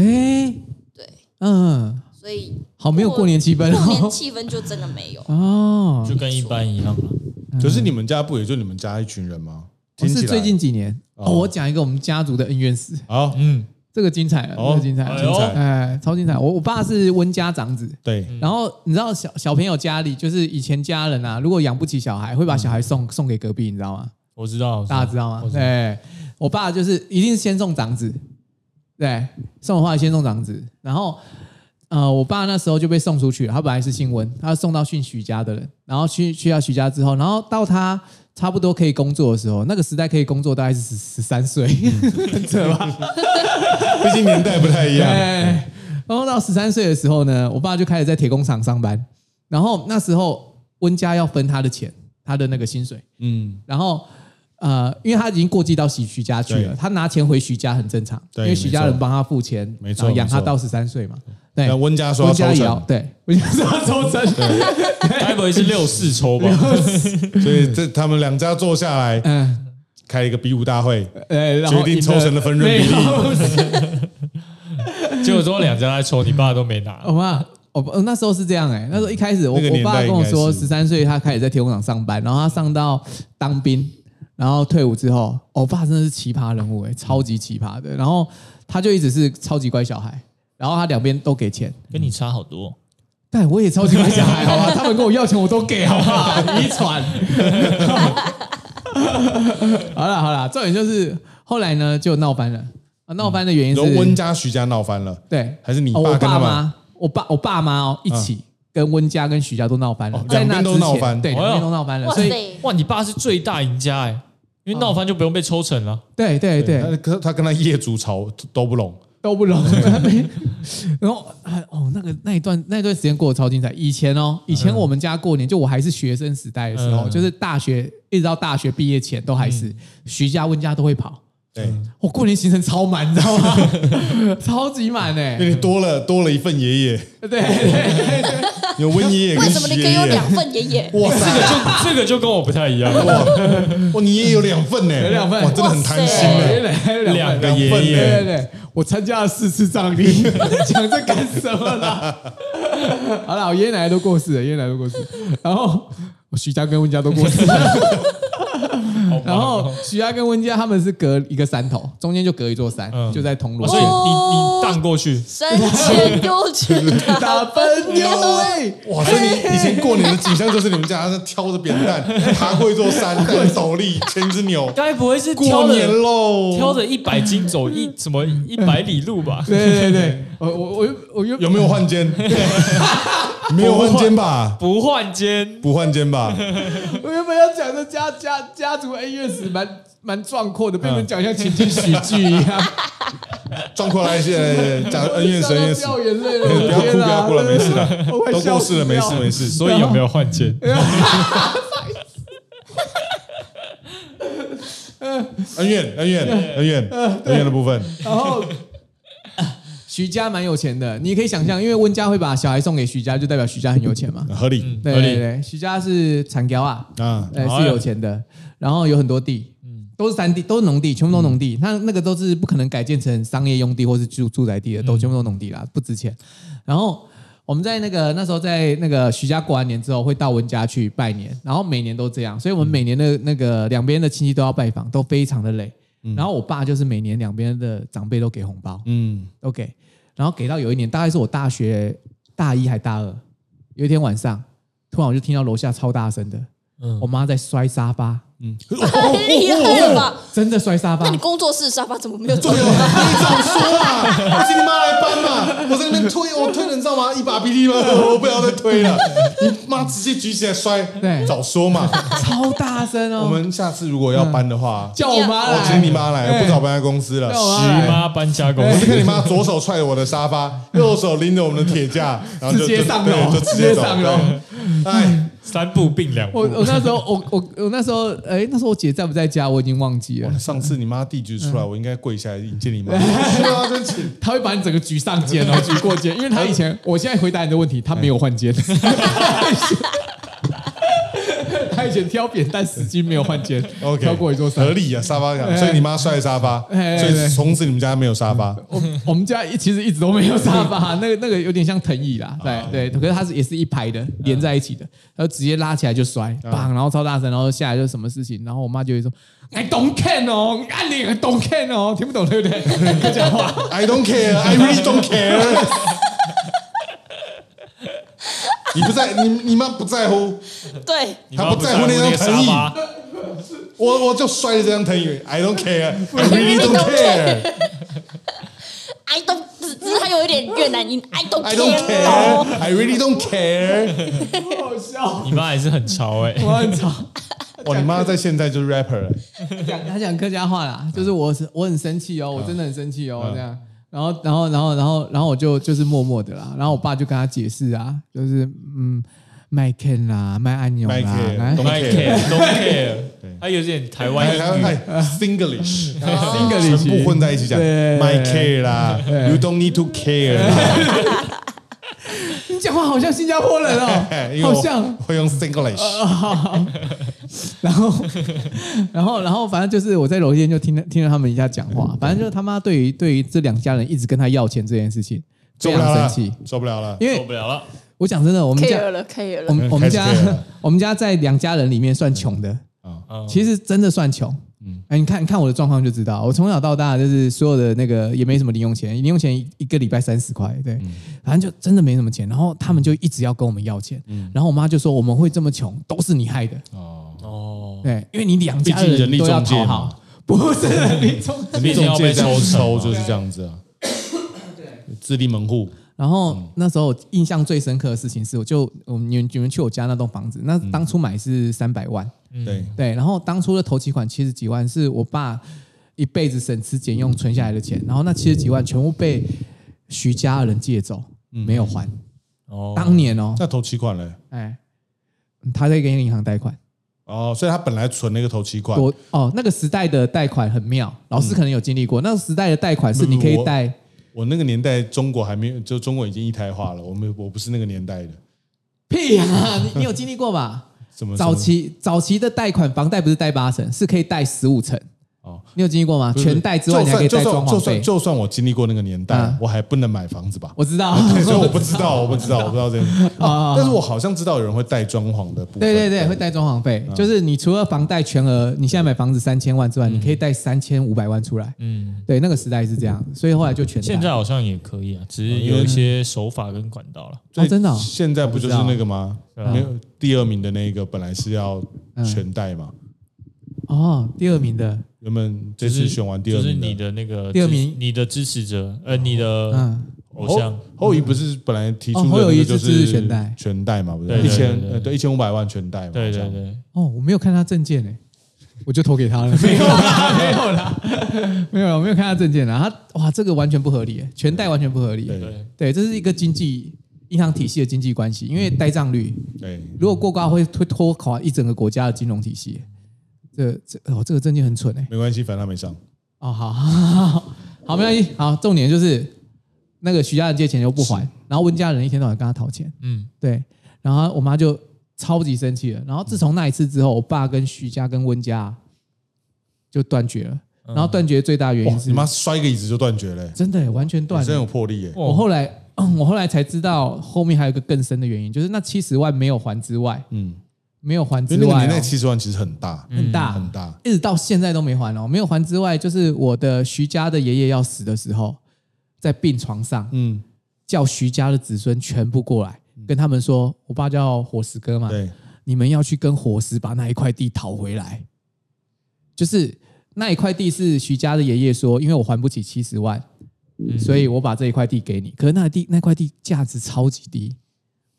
Speaker 1: 哎，
Speaker 4: 对，
Speaker 1: 嗯，
Speaker 4: 所以
Speaker 1: 好没有过年气氛
Speaker 4: 过年
Speaker 1: 哦，。
Speaker 4: 气氛就真的没有
Speaker 1: 哦
Speaker 3: 就，跟一般一样嘛。
Speaker 1: 嗯
Speaker 2: 可是你们家不也就你们家一群人吗？
Speaker 1: 我
Speaker 2: 听起
Speaker 1: 是
Speaker 2: 来
Speaker 1: 最近几年，哦，
Speaker 2: 哦
Speaker 1: 我讲一个我们家族的恩怨史，
Speaker 2: 好
Speaker 3: 嗯，
Speaker 1: 这个精彩了，
Speaker 2: 哦
Speaker 1: 这个精彩
Speaker 3: 哎
Speaker 1: 了，
Speaker 3: 呦
Speaker 2: 精彩
Speaker 1: 哎，超精彩！我我爸是温家长子，
Speaker 2: 对
Speaker 3: 嗯
Speaker 1: 然后你知道小小朋友家里就是以前家人啊，如果养不起小孩，会把小孩送、送给隔壁，你知道吗？
Speaker 3: 嗯我知道，
Speaker 1: 大家知道吗
Speaker 3: 我？知道
Speaker 1: 对，我爸就是一定是先送长子，对，送的话先送长子，然后呃，我爸那时候就被送出去了，他本来是姓温，他送到姓许家的人，然后去去到许家之后，然后到他差不多可以工作的时候，那个时代可以工作大概是十十三 岁，很扯吧？
Speaker 2: 毕竟年代不太一
Speaker 1: 哎
Speaker 2: 样。
Speaker 1: 对。然后到十三岁的时候呢，我爸就开始在铁工厂上班。然后那时候温家要分他的钱，他的那个薪水。
Speaker 2: 嗯，
Speaker 1: 然后呃，因为他已经过继到徐徐家去了，
Speaker 2: 对
Speaker 1: 他拿钱回徐家很正常，因
Speaker 2: 对
Speaker 1: 为徐家
Speaker 2: 没错
Speaker 1: 人帮他付钱，
Speaker 2: 没错
Speaker 1: 然后养他
Speaker 2: 没错
Speaker 1: 到十三岁嘛。对，
Speaker 2: 那温家说要
Speaker 1: 哎温家
Speaker 2: 抽
Speaker 1: 也要
Speaker 2: 成，
Speaker 1: 对， 温家说要抽成，
Speaker 3: 该不会是六四抽 吧？
Speaker 2: 所以这他们两家坐下来
Speaker 1: 嗯，
Speaker 2: 开了一个比武大会，
Speaker 1: 呃，然
Speaker 2: 决
Speaker 1: 后
Speaker 2: 定
Speaker 1: 赢
Speaker 2: 抽
Speaker 1: 了
Speaker 2: 成的分润比例
Speaker 1: 没有
Speaker 3: 结果最后两家在抽，你爸都没拿
Speaker 1: 我。妈，我我哦那时候是这样哎、那时候一开始我、
Speaker 2: 嗯那个
Speaker 1: 我
Speaker 2: 年代
Speaker 1: 爸跟我说，
Speaker 2: 应该是
Speaker 1: 十三岁他开始在铁工厂上班，然后他上到当兵，然后退伍之后，我爸真的是奇葩人物哎、超级奇葩的。然后他就一直是超级乖小孩，然后他两边都给钱，
Speaker 3: 跟你差好多，
Speaker 1: 但我也超级乖小孩，好吧？他们跟我要钱我都给，好吧？遗传。 好了好了，重点就是后来呢就闹翻了，啊闹翻的原因
Speaker 2: 然
Speaker 1: 是
Speaker 2: 后温家徐家闹翻了，
Speaker 1: 对，
Speaker 2: 还是你
Speaker 1: 哦、
Speaker 2: 爸
Speaker 1: 我
Speaker 2: 跟他
Speaker 1: 爸
Speaker 2: 们
Speaker 1: 妈，我爸我爸妈哦一起跟温家跟许家都闹翻了，
Speaker 2: 哦
Speaker 1: 在那
Speaker 2: 两边都
Speaker 1: 之前
Speaker 2: 闹翻
Speaker 1: 对，
Speaker 3: 哦哟
Speaker 1: 两边都闹翻了，
Speaker 4: 哇
Speaker 1: 所以
Speaker 4: 塞，
Speaker 3: 哇，你爸是最大赢家哎、因为闹翻就不用被抽成了。
Speaker 1: 对对对
Speaker 2: 他跟他跟他业主吵都不拢，
Speaker 1: 都不容易。然后哎哦，那个那一段那段时间过得超精彩。以前哦，以前我们家过年，就我还是学生时代的时候，
Speaker 3: 嗯
Speaker 1: 就是大学一直到大学毕业前，都还是、徐家温家都会跑。
Speaker 2: 对，
Speaker 1: 我、过年行程超满，你知道吗？超级满哎、
Speaker 2: 因为你多了多了一份爷爷，
Speaker 1: 对对对，
Speaker 2: 有温爷爷
Speaker 4: 为
Speaker 2: 跟
Speaker 4: 什么
Speaker 2: 徐
Speaker 4: 你
Speaker 2: 爷
Speaker 4: 给我
Speaker 2: 哎爷，
Speaker 4: 两份爷爷？
Speaker 2: 哇
Speaker 3: 这
Speaker 2: 塞，
Speaker 3: 个就这个就跟我不太一样，
Speaker 2: 哇，你也有两份呢，
Speaker 1: 有两份
Speaker 2: 哇真的很贪心
Speaker 4: 哇
Speaker 2: 哎
Speaker 4: 塞，
Speaker 1: 两
Speaker 3: 两
Speaker 1: 个
Speaker 3: 个爷
Speaker 2: 两份
Speaker 1: 对对
Speaker 3: 爷，
Speaker 1: 对，我参加了四次葬 礼，讲这干什么啦？好了，我爷爷奶奶都过世了，爷爷奶奶都过世，然后我徐家跟温家都过世 了，
Speaker 2: 哦
Speaker 3: 好吧
Speaker 1: 然后徐家跟温家他们是隔一个山头，中间就隔一座山，
Speaker 3: 嗯
Speaker 1: 就在铜锣
Speaker 3: 哦所以
Speaker 1: 湾。
Speaker 3: 你你荡过去，
Speaker 4: 山前又去
Speaker 1: 打奔牛哎，
Speaker 2: 哇！所以你以前过年的景象就是你们家那挑着扁担，爬过一座山，戴斗笠，牵一只牛，
Speaker 3: 该不会是挑
Speaker 2: 过年
Speaker 3: 着
Speaker 2: 喽！
Speaker 3: 挑着一百斤走一什么一百里路吧？
Speaker 1: 对对 对，我我我我原
Speaker 2: 有没有换 肩？没有换肩吧？
Speaker 3: 不换肩，
Speaker 2: 不换肩吧？
Speaker 1: 我原本要讲的家家家族恩怨史蛮蛮壮阔的，被你们讲像情景喜剧一样，
Speaker 2: 撞过来一些，讲 恩怨
Speaker 1: 笑
Speaker 2: 深
Speaker 1: 到
Speaker 2: 怨死，
Speaker 1: 掉眼泪了，
Speaker 2: 不要哭，
Speaker 1: 天
Speaker 2: 不
Speaker 1: 啊
Speaker 2: 要哭了，没事，
Speaker 1: 对
Speaker 2: 的，
Speaker 1: 对对我快
Speaker 2: 都
Speaker 1: 笑
Speaker 2: 过世
Speaker 1: 死
Speaker 2: 了，没事
Speaker 1: 掉
Speaker 2: 没事。
Speaker 3: 所以有没有换肩？
Speaker 2: 恩怨，恩怨，恩怨，恩怨的部分，
Speaker 1: 然后 徐家蛮有钱的，你也可以想象，因为温家会把小孩送给徐家，就代表徐家很有钱嘛。
Speaker 2: 合理
Speaker 1: 对
Speaker 3: 合理
Speaker 1: 对对，徐家是产雕啊，
Speaker 2: 啊。
Speaker 1: 对，
Speaker 3: 哎
Speaker 1: 是有钱的，然后有很多地，都是山地，都是农地，全部都农地。那那个都是不可能改建成商业用地或是住住宅地的，都全部都农地啦，不值钱。然后我们在那个那时候在那个徐家过完年之后，会到温家去拜年，然后每年都这样，所以我们每年的那个两边的亲戚都要拜访，都非常的累。然后我爸就是每年两边的长辈都给红包，
Speaker 2: 嗯，
Speaker 1: 都给，然后给到有一年，大概是我大学大一还大二，有一天晚上，突然我就听到楼下超大声的，我妈在摔沙发，
Speaker 2: 嗯
Speaker 4: 太
Speaker 2: 哎
Speaker 4: 厉害 了吧？
Speaker 1: 真的摔沙
Speaker 2: 哦
Speaker 1: 发
Speaker 4: 那你。工作室沙发怎么没有坐
Speaker 2: 对？哦，你早说啊！我是你妈来搬嘛，我在那边推，我推了，你知道吗？一把鼻涕吗？我不要再推了，你妈直接举起来摔。
Speaker 1: 对
Speaker 2: 早说 嘛！
Speaker 1: 超大声哦！
Speaker 2: 我们下次如果要搬的话，
Speaker 1: 叫我妈
Speaker 2: 我
Speaker 1: 来，
Speaker 2: 哦请你妈来，我不找
Speaker 1: 哎。
Speaker 2: 搬家公司了。
Speaker 1: 叫我妈
Speaker 3: 徐
Speaker 1: 来
Speaker 3: 妈搬家公
Speaker 2: 我是
Speaker 3: 司，
Speaker 2: 跟你妈左手踹着我的沙发，右手拎着我们的铁 架，然后就
Speaker 1: 直接上
Speaker 2: 就
Speaker 1: 楼，
Speaker 2: 对就直接走
Speaker 1: 上楼。。
Speaker 2: 对哎，
Speaker 3: 三步并两
Speaker 1: 我
Speaker 3: 步，
Speaker 1: 我那时候我我我那时候哎，那时候我姐在不在家？我已经忘记了
Speaker 2: 哇。上次你妈地址出来，我应该跪下来迎接你 妈。对啊，真是
Speaker 1: 她会把你整个举上肩 哦，举过肩，因为她以前，我现在回答你的问题，她没有换肩。她以前挑扁担死筋没有换肩
Speaker 2: OK，
Speaker 1: 挑过一座山哎
Speaker 2: 合。理啊，沙发感。所以你妈摔沙发，
Speaker 1: 哎哎
Speaker 2: 所以从此你们家没有沙发。
Speaker 1: 我我们家一其实一直都没有沙发，那个那个有点像藤椅啦，对对，可是它是也是一排的连在一起的，然后直接拉起来就摔，砰，然后超大声，然后下来就什么事情，然后我妈就会说，I don't care 哦，按你 I don't care 哦，听不懂对不对？不讲话，
Speaker 2: I don't care, I really don't care 你不在，你你妈不在乎，
Speaker 4: 对，
Speaker 3: 你
Speaker 2: 她
Speaker 3: 妈
Speaker 2: 不在乎那张
Speaker 3: 沙
Speaker 2: 藤椅，
Speaker 3: 发，
Speaker 2: 我我就摔了这张藤椅。I don't care, I really don't care。
Speaker 4: I don't，只只是还有一点越南音，I don't
Speaker 2: I don't
Speaker 4: care 哦
Speaker 2: care, I really don't care。
Speaker 1: 好笑，
Speaker 3: 你妈还是很潮 哎、
Speaker 1: 我很吵，
Speaker 2: 哇，你妈在现在就是 rapper 了，
Speaker 1: 讲他讲客家话啦，就是我是我很生气哦，我真的很生气哦，这样。然后，然后，然后，然后，然后我就就是默默的啦。然后我爸就跟他解释啊，就是嗯，卖 Ken 啦，卖安永啦，
Speaker 2: Mike
Speaker 1: 来
Speaker 2: Don't
Speaker 1: 哎
Speaker 3: ，don't care，don't care，
Speaker 2: 对
Speaker 3: 它有点台湾
Speaker 2: 台湾
Speaker 3: 英语，
Speaker 2: 派哎 Singlish，
Speaker 1: Singlish
Speaker 2: 全部混在一起讲
Speaker 1: 哦对
Speaker 2: ，My care 啦，You don't need to care 啦，
Speaker 1: 你讲话好像新加坡人 哦，
Speaker 2: 因为
Speaker 1: 好
Speaker 2: 我
Speaker 1: 像。
Speaker 2: 会用 Singlish，
Speaker 1: 然后， 然后，然后，反正就是我在楼梯间就听了听了他们一下讲
Speaker 2: 嗯
Speaker 1: 话，反正就是他妈对于对于这两家人一直跟他要钱这件事情
Speaker 2: 受
Speaker 1: 非
Speaker 2: 不
Speaker 1: 常
Speaker 2: 了
Speaker 1: 生
Speaker 2: 了
Speaker 1: 气，，
Speaker 2: 受不了了，
Speaker 1: 因
Speaker 3: 受
Speaker 1: 为
Speaker 3: 不了了。
Speaker 1: 我讲真的，我们家
Speaker 5: care 了，care
Speaker 1: 我
Speaker 5: 了，
Speaker 1: 们我们家
Speaker 2: 开始 care 了
Speaker 1: 我们家在两家人里面算穷的，
Speaker 2: 啊，
Speaker 3: 嗯
Speaker 1: 其实真的算穷。嗯，哎，你看，你看我的状况就知道，我从小到大就是所有的那个也没什么零用钱，零用钱一一个礼拜三十块，对，
Speaker 2: 嗯
Speaker 1: 反正就真的没什么钱。然后他们就一直要跟我们要钱，然后我妈就说我们会这么穷都是你害的，
Speaker 2: 嗯哦，
Speaker 3: 哦，
Speaker 1: 对，因为你两家
Speaker 2: 毕竟人力
Speaker 1: 都要
Speaker 2: 中介
Speaker 1: 讨
Speaker 2: 嘛嗯
Speaker 1: 好，不是人力中介。
Speaker 2: 你
Speaker 3: 毕竟
Speaker 2: 总
Speaker 3: 要
Speaker 2: 介
Speaker 3: 被
Speaker 2: 这样
Speaker 3: 抽
Speaker 2: 抽
Speaker 3: 成，
Speaker 2: 就是这样子啊，自立门户，
Speaker 1: 然后
Speaker 2: 嗯
Speaker 1: 那时候我印象最深刻的事情是，我就我们你们你们去我家那栋房子，那
Speaker 2: 嗯
Speaker 1: 当初买是三百万，
Speaker 2: 对，
Speaker 1: 对，然后当初的头期款七十几万是我爸一辈子省吃俭用存下来的钱，然后那七十几万全部被徐家人借走，
Speaker 2: 嗯
Speaker 1: 没有还。
Speaker 3: 哦，
Speaker 1: 当年哦，
Speaker 2: 那头期款嘞？
Speaker 1: 哎，他在给银行贷款，
Speaker 2: 哦，所以他本来存了一个头期款，
Speaker 1: 我哦那个时代的贷款很妙，老师可能有经历过，那个时代的贷款是你可以贷
Speaker 2: 嗯我那个年代中国还没有，就中国已经一胎化了，我们我不是那个年代的，
Speaker 1: 屁呀、你你有经历过 吧？
Speaker 2: 怎么
Speaker 1: 早期早期的贷款，房贷不是贷八成，是可以贷十五成。
Speaker 2: 哦
Speaker 1: 你有经历过吗？
Speaker 2: 不是
Speaker 1: 全贷之外，你还可以
Speaker 2: 就
Speaker 1: 贷
Speaker 2: 算
Speaker 1: 装
Speaker 2: 就
Speaker 1: 潢
Speaker 2: 算
Speaker 1: 费。
Speaker 2: 就算我经历过那个年代
Speaker 1: 嗯，哦
Speaker 2: 我还不能买房 子吧？
Speaker 1: 我知 道，
Speaker 2: 对所以我不知道，我不知 道，我不知道这个。
Speaker 1: 啊
Speaker 2: 哦但是我好像知道有人会带装潢的部分。
Speaker 1: 对对对，会贷装潢费，就是你除了房贷全额，你现在买房子三千万之外，你可以贷三千五百万出来。
Speaker 3: 嗯，
Speaker 1: 对，那个时代是这样，所以后来就全贷。
Speaker 3: 现在好像也可以啊，只是有一些手法跟管道了。
Speaker 2: 所以
Speaker 1: 哦真的哦
Speaker 2: 现在不就是那个吗？
Speaker 3: 我不知道
Speaker 2: 没有第二名的那个本来是要全贷嘛，
Speaker 1: 哦，第二名的，
Speaker 2: 原本这
Speaker 3: 嗯就是
Speaker 2: 次选完第
Speaker 3: 就
Speaker 2: 二
Speaker 3: 是
Speaker 2: 名
Speaker 3: 你的那个
Speaker 1: 第二名
Speaker 3: 支你的支持者，呃，你的
Speaker 1: 嗯，
Speaker 2: 哦
Speaker 3: 偶像，
Speaker 2: 侯侯友宜不是本来提出
Speaker 1: 哦
Speaker 2: 的
Speaker 1: 侯
Speaker 2: 那
Speaker 1: 友宜
Speaker 2: 个就
Speaker 1: 支持
Speaker 2: 全
Speaker 1: 全贷
Speaker 2: 全贷嘛，不是
Speaker 3: 对
Speaker 2: 一
Speaker 3: 对
Speaker 2: 千
Speaker 3: 对对
Speaker 2: 呃对一千五百万全贷嘛，
Speaker 3: 对
Speaker 2: 好
Speaker 3: 对
Speaker 2: 像
Speaker 3: 对，
Speaker 1: 哦，我没有看他证件诶，我就投给他了。没有啦，没有啦，没有啦，我没有看他证件啦。他哇，这个完全不合理欸，全贷完全不合理欸。
Speaker 2: 对
Speaker 3: 对
Speaker 1: 对，这是一个经济银行体系的经济关系，因为呆账率
Speaker 2: 对，
Speaker 1: 如果过高会会拖垮一整个国家的金融体系欸。这这哦，这个证件很蠢哎。
Speaker 2: 没关系，反正他没上。
Speaker 1: 哦，好， 好，没关系。好，重点就是那个徐家人借钱又不还，然后温家人一天到晚跟他讨钱，
Speaker 3: 嗯，
Speaker 1: 对，然后我妈就超级生气了。然后自从那一次之后，我爸跟徐家跟温家就断绝了。然后断绝最大原
Speaker 2: 嗯哇
Speaker 1: 因，是
Speaker 2: 你妈哦摔个椅子就断绝了欸，
Speaker 1: 真的耶完全断
Speaker 2: 真有
Speaker 1: 了。
Speaker 2: 魄力耶！
Speaker 1: 我后来、 我后来才知道，后面还有一个更深的原因，就是那七十万没有还之外，
Speaker 2: 嗯，
Speaker 1: 没有还之
Speaker 2: 因为那个
Speaker 1: 外
Speaker 2: 年
Speaker 1: 哦、
Speaker 2: 代七十万其实很大，嗯
Speaker 1: 很大、
Speaker 2: 很大，
Speaker 1: 一直到现在都没还哦，没有还之外，就是我的徐家的爷爷要死的时候，在病床上
Speaker 2: 嗯，
Speaker 1: 叫徐家的子孙全部过来，跟他们说，我爸叫火石哥嘛，
Speaker 2: 对，
Speaker 1: 你们要去跟火石把那一块地讨回来，就是那一块地是徐家的爷爷说，因为我还不起七十万，
Speaker 2: 嗯
Speaker 1: 所以我把这一块地给你，可是那地那块地价值超级低，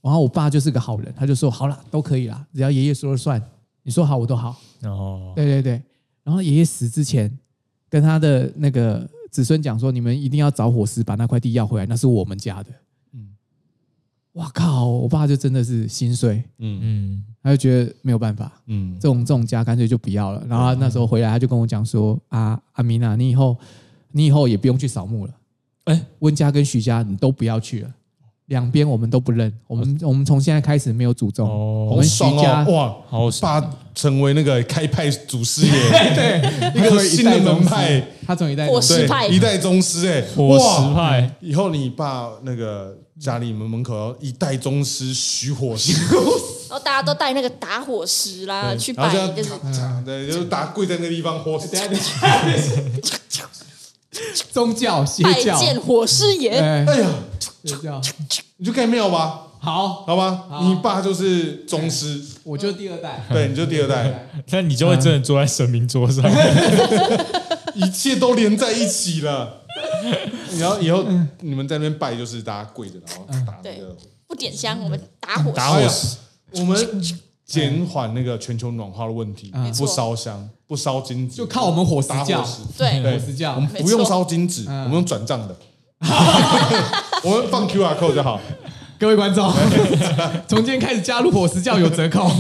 Speaker 1: 然后我爸就是个好人，他就说好啦，都可以啦，只要爷爷说了算，你说好我都好。
Speaker 3: 然后
Speaker 1: 对对对，然后爷爷死之前，跟他的那个子孙讲说，你们一定要找伙食把那块地要回来，那是我们家的。嗯，哇靠！我爸就真的是心碎，
Speaker 2: 嗯
Speaker 3: 嗯，
Speaker 1: 他就觉得没有办法，
Speaker 2: 嗯
Speaker 1: 这，种这种家干脆就不要了。然后他那时候回来，他就跟我讲说：“啊，阿米娜，你以后你以后也不用去扫墓了。
Speaker 3: 哎
Speaker 1: 温家跟徐家你都不要去了，两边我们都不认，我们我们从现在开始没有祖宗，我
Speaker 3: 哦
Speaker 2: 哦好
Speaker 1: 们徐
Speaker 2: 爽
Speaker 1: 家
Speaker 2: 哦！哇，
Speaker 3: 好
Speaker 2: 爸成为那个开派祖师 爷，
Speaker 1: 他
Speaker 2: 一
Speaker 1: 从
Speaker 2: 个新的
Speaker 1: 代宗
Speaker 2: 门
Speaker 1: 师
Speaker 2: 派，
Speaker 1: 他从一代
Speaker 4: 火
Speaker 1: 宗师
Speaker 4: 石
Speaker 2: 对
Speaker 4: 派，
Speaker 2: 一代宗师哎，
Speaker 3: 火石
Speaker 2: 哇！
Speaker 3: 派，
Speaker 2: 以后你爸那个家里门门口要一代宗师徐火石，
Speaker 4: 然后大家都带那个打火石啦 去
Speaker 2: 然
Speaker 4: 拜
Speaker 2: 后就要，
Speaker 4: 就是
Speaker 2: 嚓对，就是打跪在那个地方火石，
Speaker 1: 宗教邪
Speaker 4: 拜
Speaker 1: 教。
Speaker 4: 见火师爷。
Speaker 1: 哎
Speaker 2: 哎呀，
Speaker 1: 就这样。
Speaker 2: 你就盖庙吧，
Speaker 1: 好，
Speaker 2: 好吧？你爸就是宗师，
Speaker 1: 我就第二代。
Speaker 2: 对，你就第二代，
Speaker 3: 那你就会真的坐在神明桌上，
Speaker 2: 一切都连在一起了。然后以后你们在那边拜，就是大家跪着，然后打那个
Speaker 4: 不点香，我们打火
Speaker 3: 打
Speaker 4: 石。
Speaker 3: 火
Speaker 2: 嗯火
Speaker 3: 石
Speaker 2: 石，我们减缓那个全球暖化的问题
Speaker 1: 嗯没，
Speaker 4: 错
Speaker 2: 不烧香，不烧金纸，
Speaker 1: 就靠我们火石
Speaker 2: 打
Speaker 1: 教
Speaker 2: 火石，
Speaker 4: 对
Speaker 2: 对
Speaker 1: 火石教
Speaker 2: 我们
Speaker 4: 没
Speaker 2: 不用
Speaker 4: 错
Speaker 2: 烧金纸，
Speaker 1: 嗯
Speaker 2: 我们用转账的，我们放 QR code 就好。
Speaker 1: 各位观众，从今天开始加入伙食教有折扣。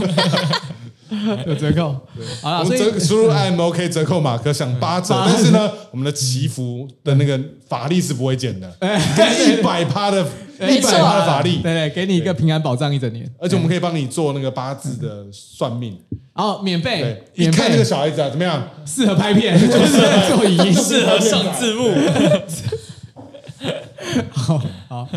Speaker 1: 有折扣。好
Speaker 2: 我
Speaker 1: 啊了，所
Speaker 2: 们
Speaker 1: 以
Speaker 2: 折 输入 I M O K 折扣码可享八折，但是呢，我们的祈福的那个法力是不会减的，
Speaker 1: 哎
Speaker 2: 一百趴的，一
Speaker 4: 没错
Speaker 2: 百趴的法力
Speaker 1: 啊对，对，给你一个平安保障一整年，
Speaker 2: 而且我们可以帮你做那个八字的算命，
Speaker 1: 然后免费
Speaker 2: 对，，一
Speaker 1: 哎免
Speaker 2: 看这个
Speaker 1: 费
Speaker 2: 小孩子啊，怎么样？
Speaker 1: 适合拍 片，就是做影音。
Speaker 3: 适合上字幕。
Speaker 1: 好，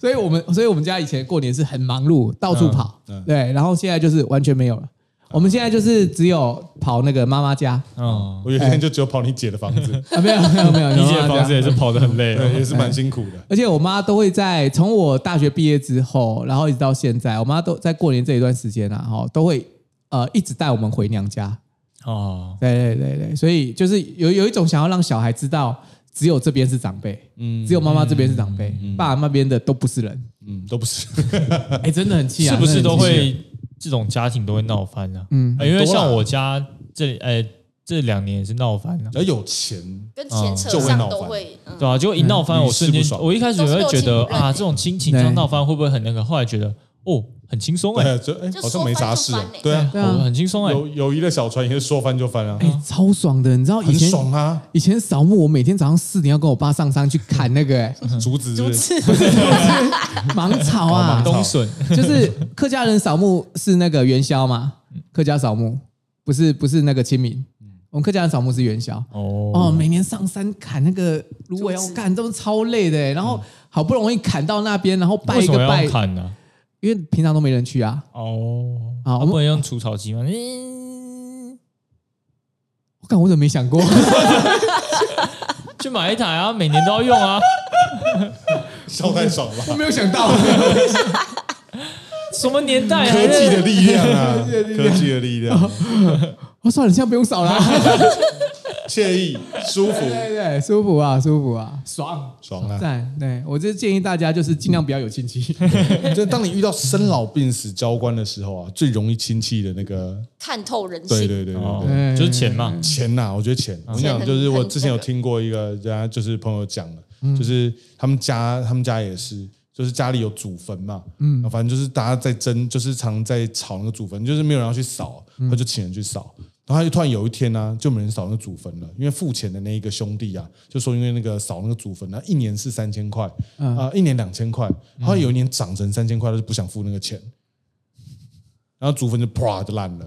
Speaker 1: 所以我们所以我们家以前过年是很忙碌，到处跑，
Speaker 2: 嗯嗯
Speaker 1: 对，然后现在就是完全没有了。我们现在就是只有跑那个妈妈家
Speaker 3: 嗯，
Speaker 2: 我有一天就只有跑你姐的房子，
Speaker 1: 啊，没有没有没有，
Speaker 3: 理解
Speaker 1: 妈妈家
Speaker 3: 房子也是跑得很累哦。
Speaker 2: 对，也是蛮辛苦的。
Speaker 1: 而且我妈都会在从我大学毕业之后，然后一直到现在，我妈都在过年这一段时间啊，哈，都会呃一直带我们回娘家。
Speaker 3: 哦，
Speaker 1: 对对对对，所以就是有有一种想要让小孩知道，只有这边是长辈，嗯，只有妈妈这边是长辈，爸爸那边的都不是人。
Speaker 2: 嗯，都不是，
Speaker 1: 哎、真的很气啊！
Speaker 3: 是不是
Speaker 1: 真的
Speaker 3: 都
Speaker 1: 很气
Speaker 3: 会这种家庭都会闹翻啊？
Speaker 1: 嗯
Speaker 3: 呃因为
Speaker 2: 很多啦
Speaker 3: 像我家这呃这两年也是闹翻了、啊
Speaker 2: 只要有钱，
Speaker 4: 跟前扯
Speaker 2: 就会
Speaker 4: 上
Speaker 2: 闹
Speaker 4: 都
Speaker 2: 翻
Speaker 4: 会，嗯，
Speaker 3: 对啊，就一闹翻，
Speaker 2: 嗯
Speaker 3: 我瞬间
Speaker 2: 屡试不，爽
Speaker 3: 我一开始
Speaker 4: 都是
Speaker 3: 会觉得
Speaker 4: 六亲不认
Speaker 3: 啊，
Speaker 4: 欸
Speaker 3: 这种亲情这样闹翻会不会很那个？后来觉得哦，很轻松哎、
Speaker 2: 哎，就哎
Speaker 4: 就
Speaker 2: 好像没啥事
Speaker 4: 说
Speaker 2: 啊
Speaker 4: 翻就翻欸，
Speaker 2: 对啊，
Speaker 1: 对啊
Speaker 3: 哦很轻松哎、
Speaker 2: 友友谊的小船也是说翻就翻啊
Speaker 1: 哎、，超爽的，你知道以
Speaker 2: 很
Speaker 1: 前
Speaker 2: 爽啊，
Speaker 1: 以前扫墓，我每天早上四点要跟我爸上山去砍那个、 哎
Speaker 2: 竹子是不
Speaker 4: 就是是
Speaker 1: 芒草啊
Speaker 2: 哦，
Speaker 3: 冬笋
Speaker 1: 就是客家人扫墓是那个元宵嘛，客家扫墓不是不是那个清明，我们客家人扫墓是元宵。哦，
Speaker 3: 哦，
Speaker 1: 每年上山砍那个芦苇，
Speaker 4: 竹
Speaker 1: 我
Speaker 4: 子
Speaker 1: 干都超累的欸，然后好不容易砍到那边，然后拜
Speaker 3: 为
Speaker 1: 一
Speaker 3: 什
Speaker 1: 个
Speaker 3: 么
Speaker 1: 拜
Speaker 3: 要，砍呢、
Speaker 1: 因为平常都没人去啊。
Speaker 3: 哦，
Speaker 1: 啊
Speaker 3: 啊，
Speaker 1: 我
Speaker 3: 我
Speaker 1: 们
Speaker 3: 们用除草机吗？嗯，
Speaker 1: 我干，我怎么没想过？
Speaker 3: 去买一台啊，每年都要用啊，
Speaker 2: 笑太爽了吧，
Speaker 1: 我没有想 到，
Speaker 3: 什么年代啊？
Speaker 2: 科技的力量啊，
Speaker 1: 技的力
Speaker 2: 科
Speaker 1: 量
Speaker 2: 技的力量，
Speaker 1: 我哦算了，现在不用扫啦。
Speaker 2: 惬意舒服
Speaker 1: 对，对对，舒服啊，舒服啊，爽
Speaker 2: 爽啊！
Speaker 1: 赞。对我就是建议大家，就是尽量不要有亲戚。
Speaker 2: 就当你遇到生老病死交关的时候啊，最容易亲戚的那个，
Speaker 4: 看透人
Speaker 2: 对
Speaker 4: 性，
Speaker 2: 对对对
Speaker 3: 哦
Speaker 2: 对，
Speaker 1: 对
Speaker 3: 就是钱嘛，
Speaker 2: 钱呐、我觉得钱，我跟你讲，
Speaker 4: 嗯钱
Speaker 2: 就是
Speaker 4: 很
Speaker 2: 我
Speaker 4: 很
Speaker 2: 之前有
Speaker 4: 那个
Speaker 2: 听过一个人家就是朋友讲的，就是他们家他们家也是，就是家里有祖坟嘛，嗯，反正就是大家在争，就是常在吵那个祖坟，就是没有人要去扫，他就请人去扫。然后他就突然有一天呢、就没人扫那个祖坟了，因为付钱的那一个兄弟啊，就说因为那个扫那个祖坟呢、一年是三千块，啊、一年两千块，然后有一年涨成三千块，他就不想付那个钱，然后祖坟就啪就烂了。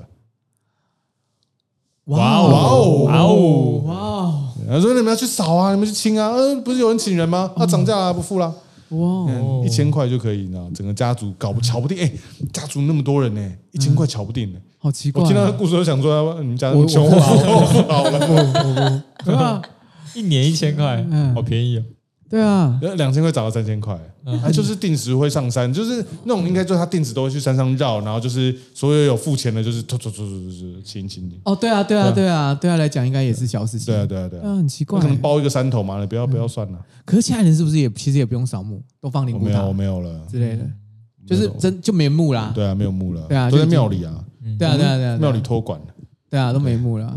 Speaker 1: 哇
Speaker 3: 哇哦哇哦
Speaker 1: 哇哦
Speaker 2: 然后说你们要去扫啊，你们去清啊，嗯、不是有人请人吗？啊，涨价了、不付啦，
Speaker 1: 哇哦！
Speaker 2: 嗯，一千块就可以，你知道，整个家族搞不瞧不定，哎、家族那么多人呢、一千块瞧不定呢、
Speaker 1: 好奇怪啊。
Speaker 2: 我听到故事就想说，啊你们家
Speaker 1: 我
Speaker 2: 穷
Speaker 1: 我
Speaker 2: 我富好了，
Speaker 1: 对啊，
Speaker 3: 一年一千块，好便宜哦。
Speaker 1: 对啊，
Speaker 2: 两千块涨到三千块，
Speaker 1: 嗯
Speaker 2: 他就是定时会上山，就是那种应该就是他定时都会去山上绕，然后就是所有有付钱的，就是突突突突突清清清，
Speaker 1: 哦，对啊，对啊，对啊，对啊，来讲应该也是小事情。
Speaker 2: 对啊对啊
Speaker 1: 对
Speaker 2: 对
Speaker 1: 啊，
Speaker 2: 啊，
Speaker 1: 很奇
Speaker 2: 我
Speaker 1: 怪嗯
Speaker 2: 可。能包一个山头嘛，你不要不要算了，
Speaker 1: 可是其他人是不是也其实也不用扫墓，都放灵
Speaker 2: 我
Speaker 1: 骨
Speaker 2: 哦没有我
Speaker 1: 塔
Speaker 2: 没有了，
Speaker 1: 之类的，就是真就没墓啦。
Speaker 2: 对啊没有墓了，
Speaker 1: 对啊
Speaker 2: 都在
Speaker 1: 就已经
Speaker 2: 庙里啊，
Speaker 1: 对啊，对啊，对啊，
Speaker 2: 庙里
Speaker 1: 对啊
Speaker 2: 托管。
Speaker 1: 对啊，都没墓了。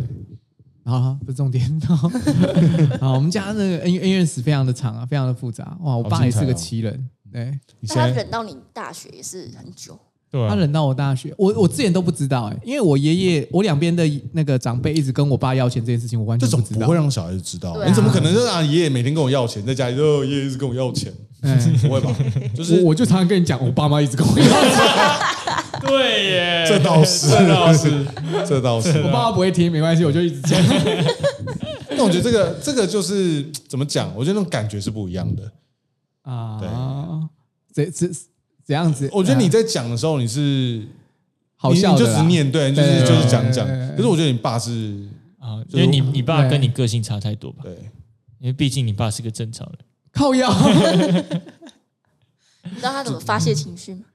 Speaker 1: 好好，不是重点。好，好我们家那个恩怨恩怨史非常的长啊，非常的复杂。哇，我
Speaker 2: 好
Speaker 1: 爸
Speaker 2: 精
Speaker 1: 也是
Speaker 2: 彩
Speaker 1: 个
Speaker 2: 哦
Speaker 1: 奇人，对
Speaker 2: 你
Speaker 4: 但
Speaker 2: 现
Speaker 4: 他
Speaker 2: 在
Speaker 4: 忍到你大学也是很久，
Speaker 3: 对
Speaker 1: 他
Speaker 3: 啊，
Speaker 1: 忍到我大学，我我之前都不知道哎，因为我爷爷我两边的那个长辈一直跟我爸要钱这件事情，我完
Speaker 2: 这
Speaker 1: 全
Speaker 2: 种
Speaker 1: 知
Speaker 2: 不
Speaker 1: 道
Speaker 2: 会。让小孩子知道，
Speaker 4: 对啊
Speaker 2: 你怎么可能让啊爷爷每天跟我要钱，在家里哦爷爷一直跟我要 钱，
Speaker 1: 哎
Speaker 2: 不会吧？就
Speaker 1: 我
Speaker 2: 是
Speaker 1: 我就常常跟你讲，我爸妈一直跟我
Speaker 2: 啊
Speaker 1: 要钱，
Speaker 3: 对耶，
Speaker 2: 这 倒是，
Speaker 3: 这倒是，
Speaker 2: 这倒是。
Speaker 1: 我爸妈不会听，没关系，我就一直讲。
Speaker 2: 但我觉得这个这个就是怎么讲，我觉得那种感觉是不一样的。
Speaker 1: 啊，怎怎怎样子？
Speaker 2: 我觉得你
Speaker 1: 这
Speaker 2: 在讲的时候，你是
Speaker 1: 好笑
Speaker 2: 你
Speaker 1: 的
Speaker 2: 就
Speaker 1: 啦
Speaker 2: 只念对，就
Speaker 1: 对
Speaker 2: 是
Speaker 1: 对
Speaker 2: 就是讲讲
Speaker 1: 对对对。
Speaker 2: 可是我觉得你爸是
Speaker 3: 啊，
Speaker 2: 就
Speaker 3: 因
Speaker 2: 是
Speaker 3: 为你你爸
Speaker 1: 对
Speaker 3: 跟你个性差太多吧？
Speaker 2: 对，
Speaker 3: 因为毕竟你爸是个正常人，
Speaker 1: 靠 腰，
Speaker 4: 你知道他怎么发泄情绪吗？
Speaker 2: 嗯啊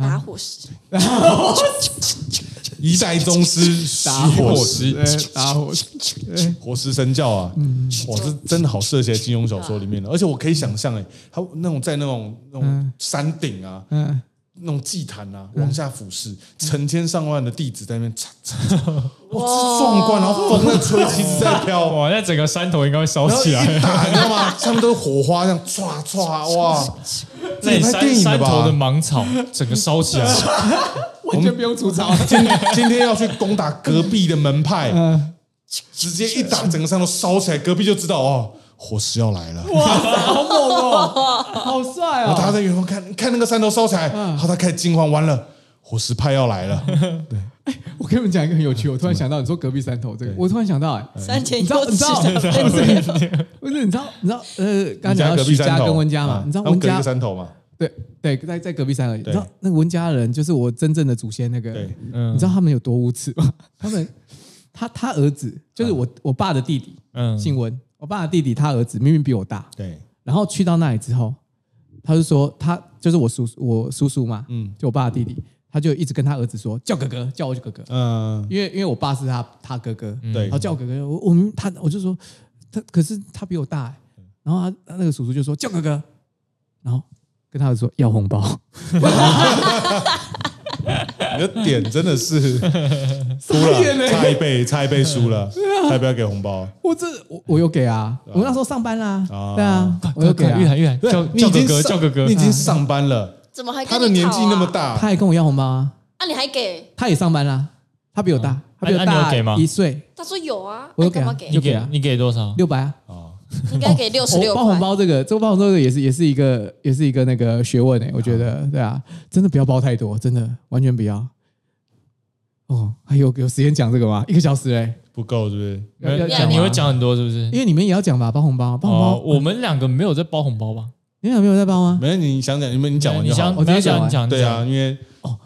Speaker 4: 打火石，
Speaker 2: 一代宗师吸火石，
Speaker 1: 对 打火石，
Speaker 2: 活尸身教啊，
Speaker 1: 嗯
Speaker 2: 我是真的好适合写在金庸小说里面的，而且我可以想象，哎，他那种在那种那种山顶啊，
Speaker 1: 嗯，
Speaker 2: 那种祭坛啊，往下俯视，成千上万的弟子在那边擦擦， 哇，
Speaker 4: 哇
Speaker 2: 壮观！然后风在吹，旗子在飘，啊
Speaker 3: 哇，那整个山头应该会烧
Speaker 2: 然后一打，你知道吗？上面都是火花，这样唰唰，哇，自己拍
Speaker 3: 那山
Speaker 2: 电影的
Speaker 3: 山头
Speaker 2: 吧
Speaker 3: 的芒草整个烧起来，
Speaker 1: 完全不用吐槽。
Speaker 2: 今今天要去攻打隔壁的门派，
Speaker 1: 嗯，
Speaker 2: 直接一打，整个山都烧起来，隔壁就知道哦，火势要来了。
Speaker 1: 好猛哦， 好帅
Speaker 2: 然后大家
Speaker 1: 哦！
Speaker 2: 在远方看看那个山头烧起来，然后他开始惊慌，完了，火石派要来了。
Speaker 1: 我跟你们讲一个很有趣，我突然想到，你说隔壁山头这个，我突然想到，哎，
Speaker 4: 三千
Speaker 1: 你知道，
Speaker 4: 又
Speaker 1: 你
Speaker 4: 吃
Speaker 1: 知道，
Speaker 4: 到
Speaker 1: 哎 不是，不是，你知道，你知道，呃，刚刚讲
Speaker 2: 隔
Speaker 1: 到
Speaker 2: 壁
Speaker 1: 徐
Speaker 2: 山
Speaker 1: 家
Speaker 2: 头
Speaker 1: 跟温家嘛
Speaker 2: 嗯，
Speaker 1: 你知道
Speaker 2: 他们
Speaker 1: 温
Speaker 2: 隔一
Speaker 1: 家
Speaker 2: 个山头嘛？
Speaker 1: 对对，在在隔壁山而已。你
Speaker 2: 对
Speaker 1: 知道那个温家人就是我真正的祖先那个，
Speaker 2: 对
Speaker 3: 嗯
Speaker 1: 你知道他们有多无耻吗？ 他们他他儿子就是
Speaker 2: 啊
Speaker 1: 我我爸的弟弟，
Speaker 3: 嗯
Speaker 1: 姓温，我爸的弟弟他儿子明明比我大，
Speaker 2: 对，
Speaker 1: 然后去到那里之后，他就说他就是我叔我叔叔嘛，
Speaker 2: 嗯
Speaker 1: 就我爸的弟弟，他就一直跟他儿子说叫哥哥，叫我哥哥，
Speaker 2: 嗯，
Speaker 1: 因为因为我爸是他他哥哥，
Speaker 2: 对
Speaker 1: 然后，叫我哥哥，我我们他我就说他可是他比我大、欸，然后他他那个叔叔就说叫哥哥，然后跟他儿子说要红包，
Speaker 2: 你的点真的是输
Speaker 1: 傻眼
Speaker 2: 了，
Speaker 1: 欸
Speaker 2: 差一倍，差一倍输了，代表给红包。
Speaker 1: 我这我我有给啊，我那时候上班啦，
Speaker 2: 啊
Speaker 1: 对啊，我有
Speaker 3: 快
Speaker 1: 给
Speaker 3: 快越
Speaker 1: 啊，
Speaker 3: 喊越喊，
Speaker 2: 对
Speaker 3: 叫
Speaker 2: 你已
Speaker 3: 叫哥
Speaker 2: 经
Speaker 3: 哥，
Speaker 2: 上
Speaker 3: 叫哥哥
Speaker 2: 你已，经上班了，
Speaker 4: 怎么还跟
Speaker 2: 他的
Speaker 4: 你
Speaker 2: 年
Speaker 4: 讨
Speaker 2: 纪
Speaker 4: 啊
Speaker 2: 那么，大
Speaker 1: 他，还跟我要红包啊，
Speaker 4: 啊，你还给？
Speaker 1: 他也上班啦，他比我大，他比我
Speaker 3: 啊啊你有
Speaker 1: 大
Speaker 3: 给吗
Speaker 1: 一岁，
Speaker 4: 他说有啊，
Speaker 1: 我有
Speaker 4: 啊干嘛
Speaker 1: 给
Speaker 4: 给
Speaker 1: 啊？就给
Speaker 3: 你给你给多少？
Speaker 1: 六百啊。
Speaker 4: 应该给六十六
Speaker 1: 哦
Speaker 4: 块。
Speaker 1: 包红包这个，这个包红包这个也是也是一个也是一个那个学问哎、我觉得对啊，真的不要包太多，真的完全不要。哦，还有有时间讲这个吗？一个小时哎、
Speaker 2: 不够是不
Speaker 1: 要
Speaker 2: 是？
Speaker 1: 要
Speaker 3: 你
Speaker 1: 讲吗
Speaker 3: 你会讲很多是不是
Speaker 2: 嗯
Speaker 1: 因？为你们也要讲吧，包红包，包红包，
Speaker 3: 哦，我们两个没有在包红包吧？
Speaker 1: 你们有没有在包啊吗？
Speaker 2: 没事，你想讲，你们你讲完
Speaker 3: 你
Speaker 2: 就好
Speaker 3: 想
Speaker 2: 了。
Speaker 1: 我直接讲
Speaker 3: 你
Speaker 1: 完
Speaker 3: 讲，
Speaker 2: 对啊，因为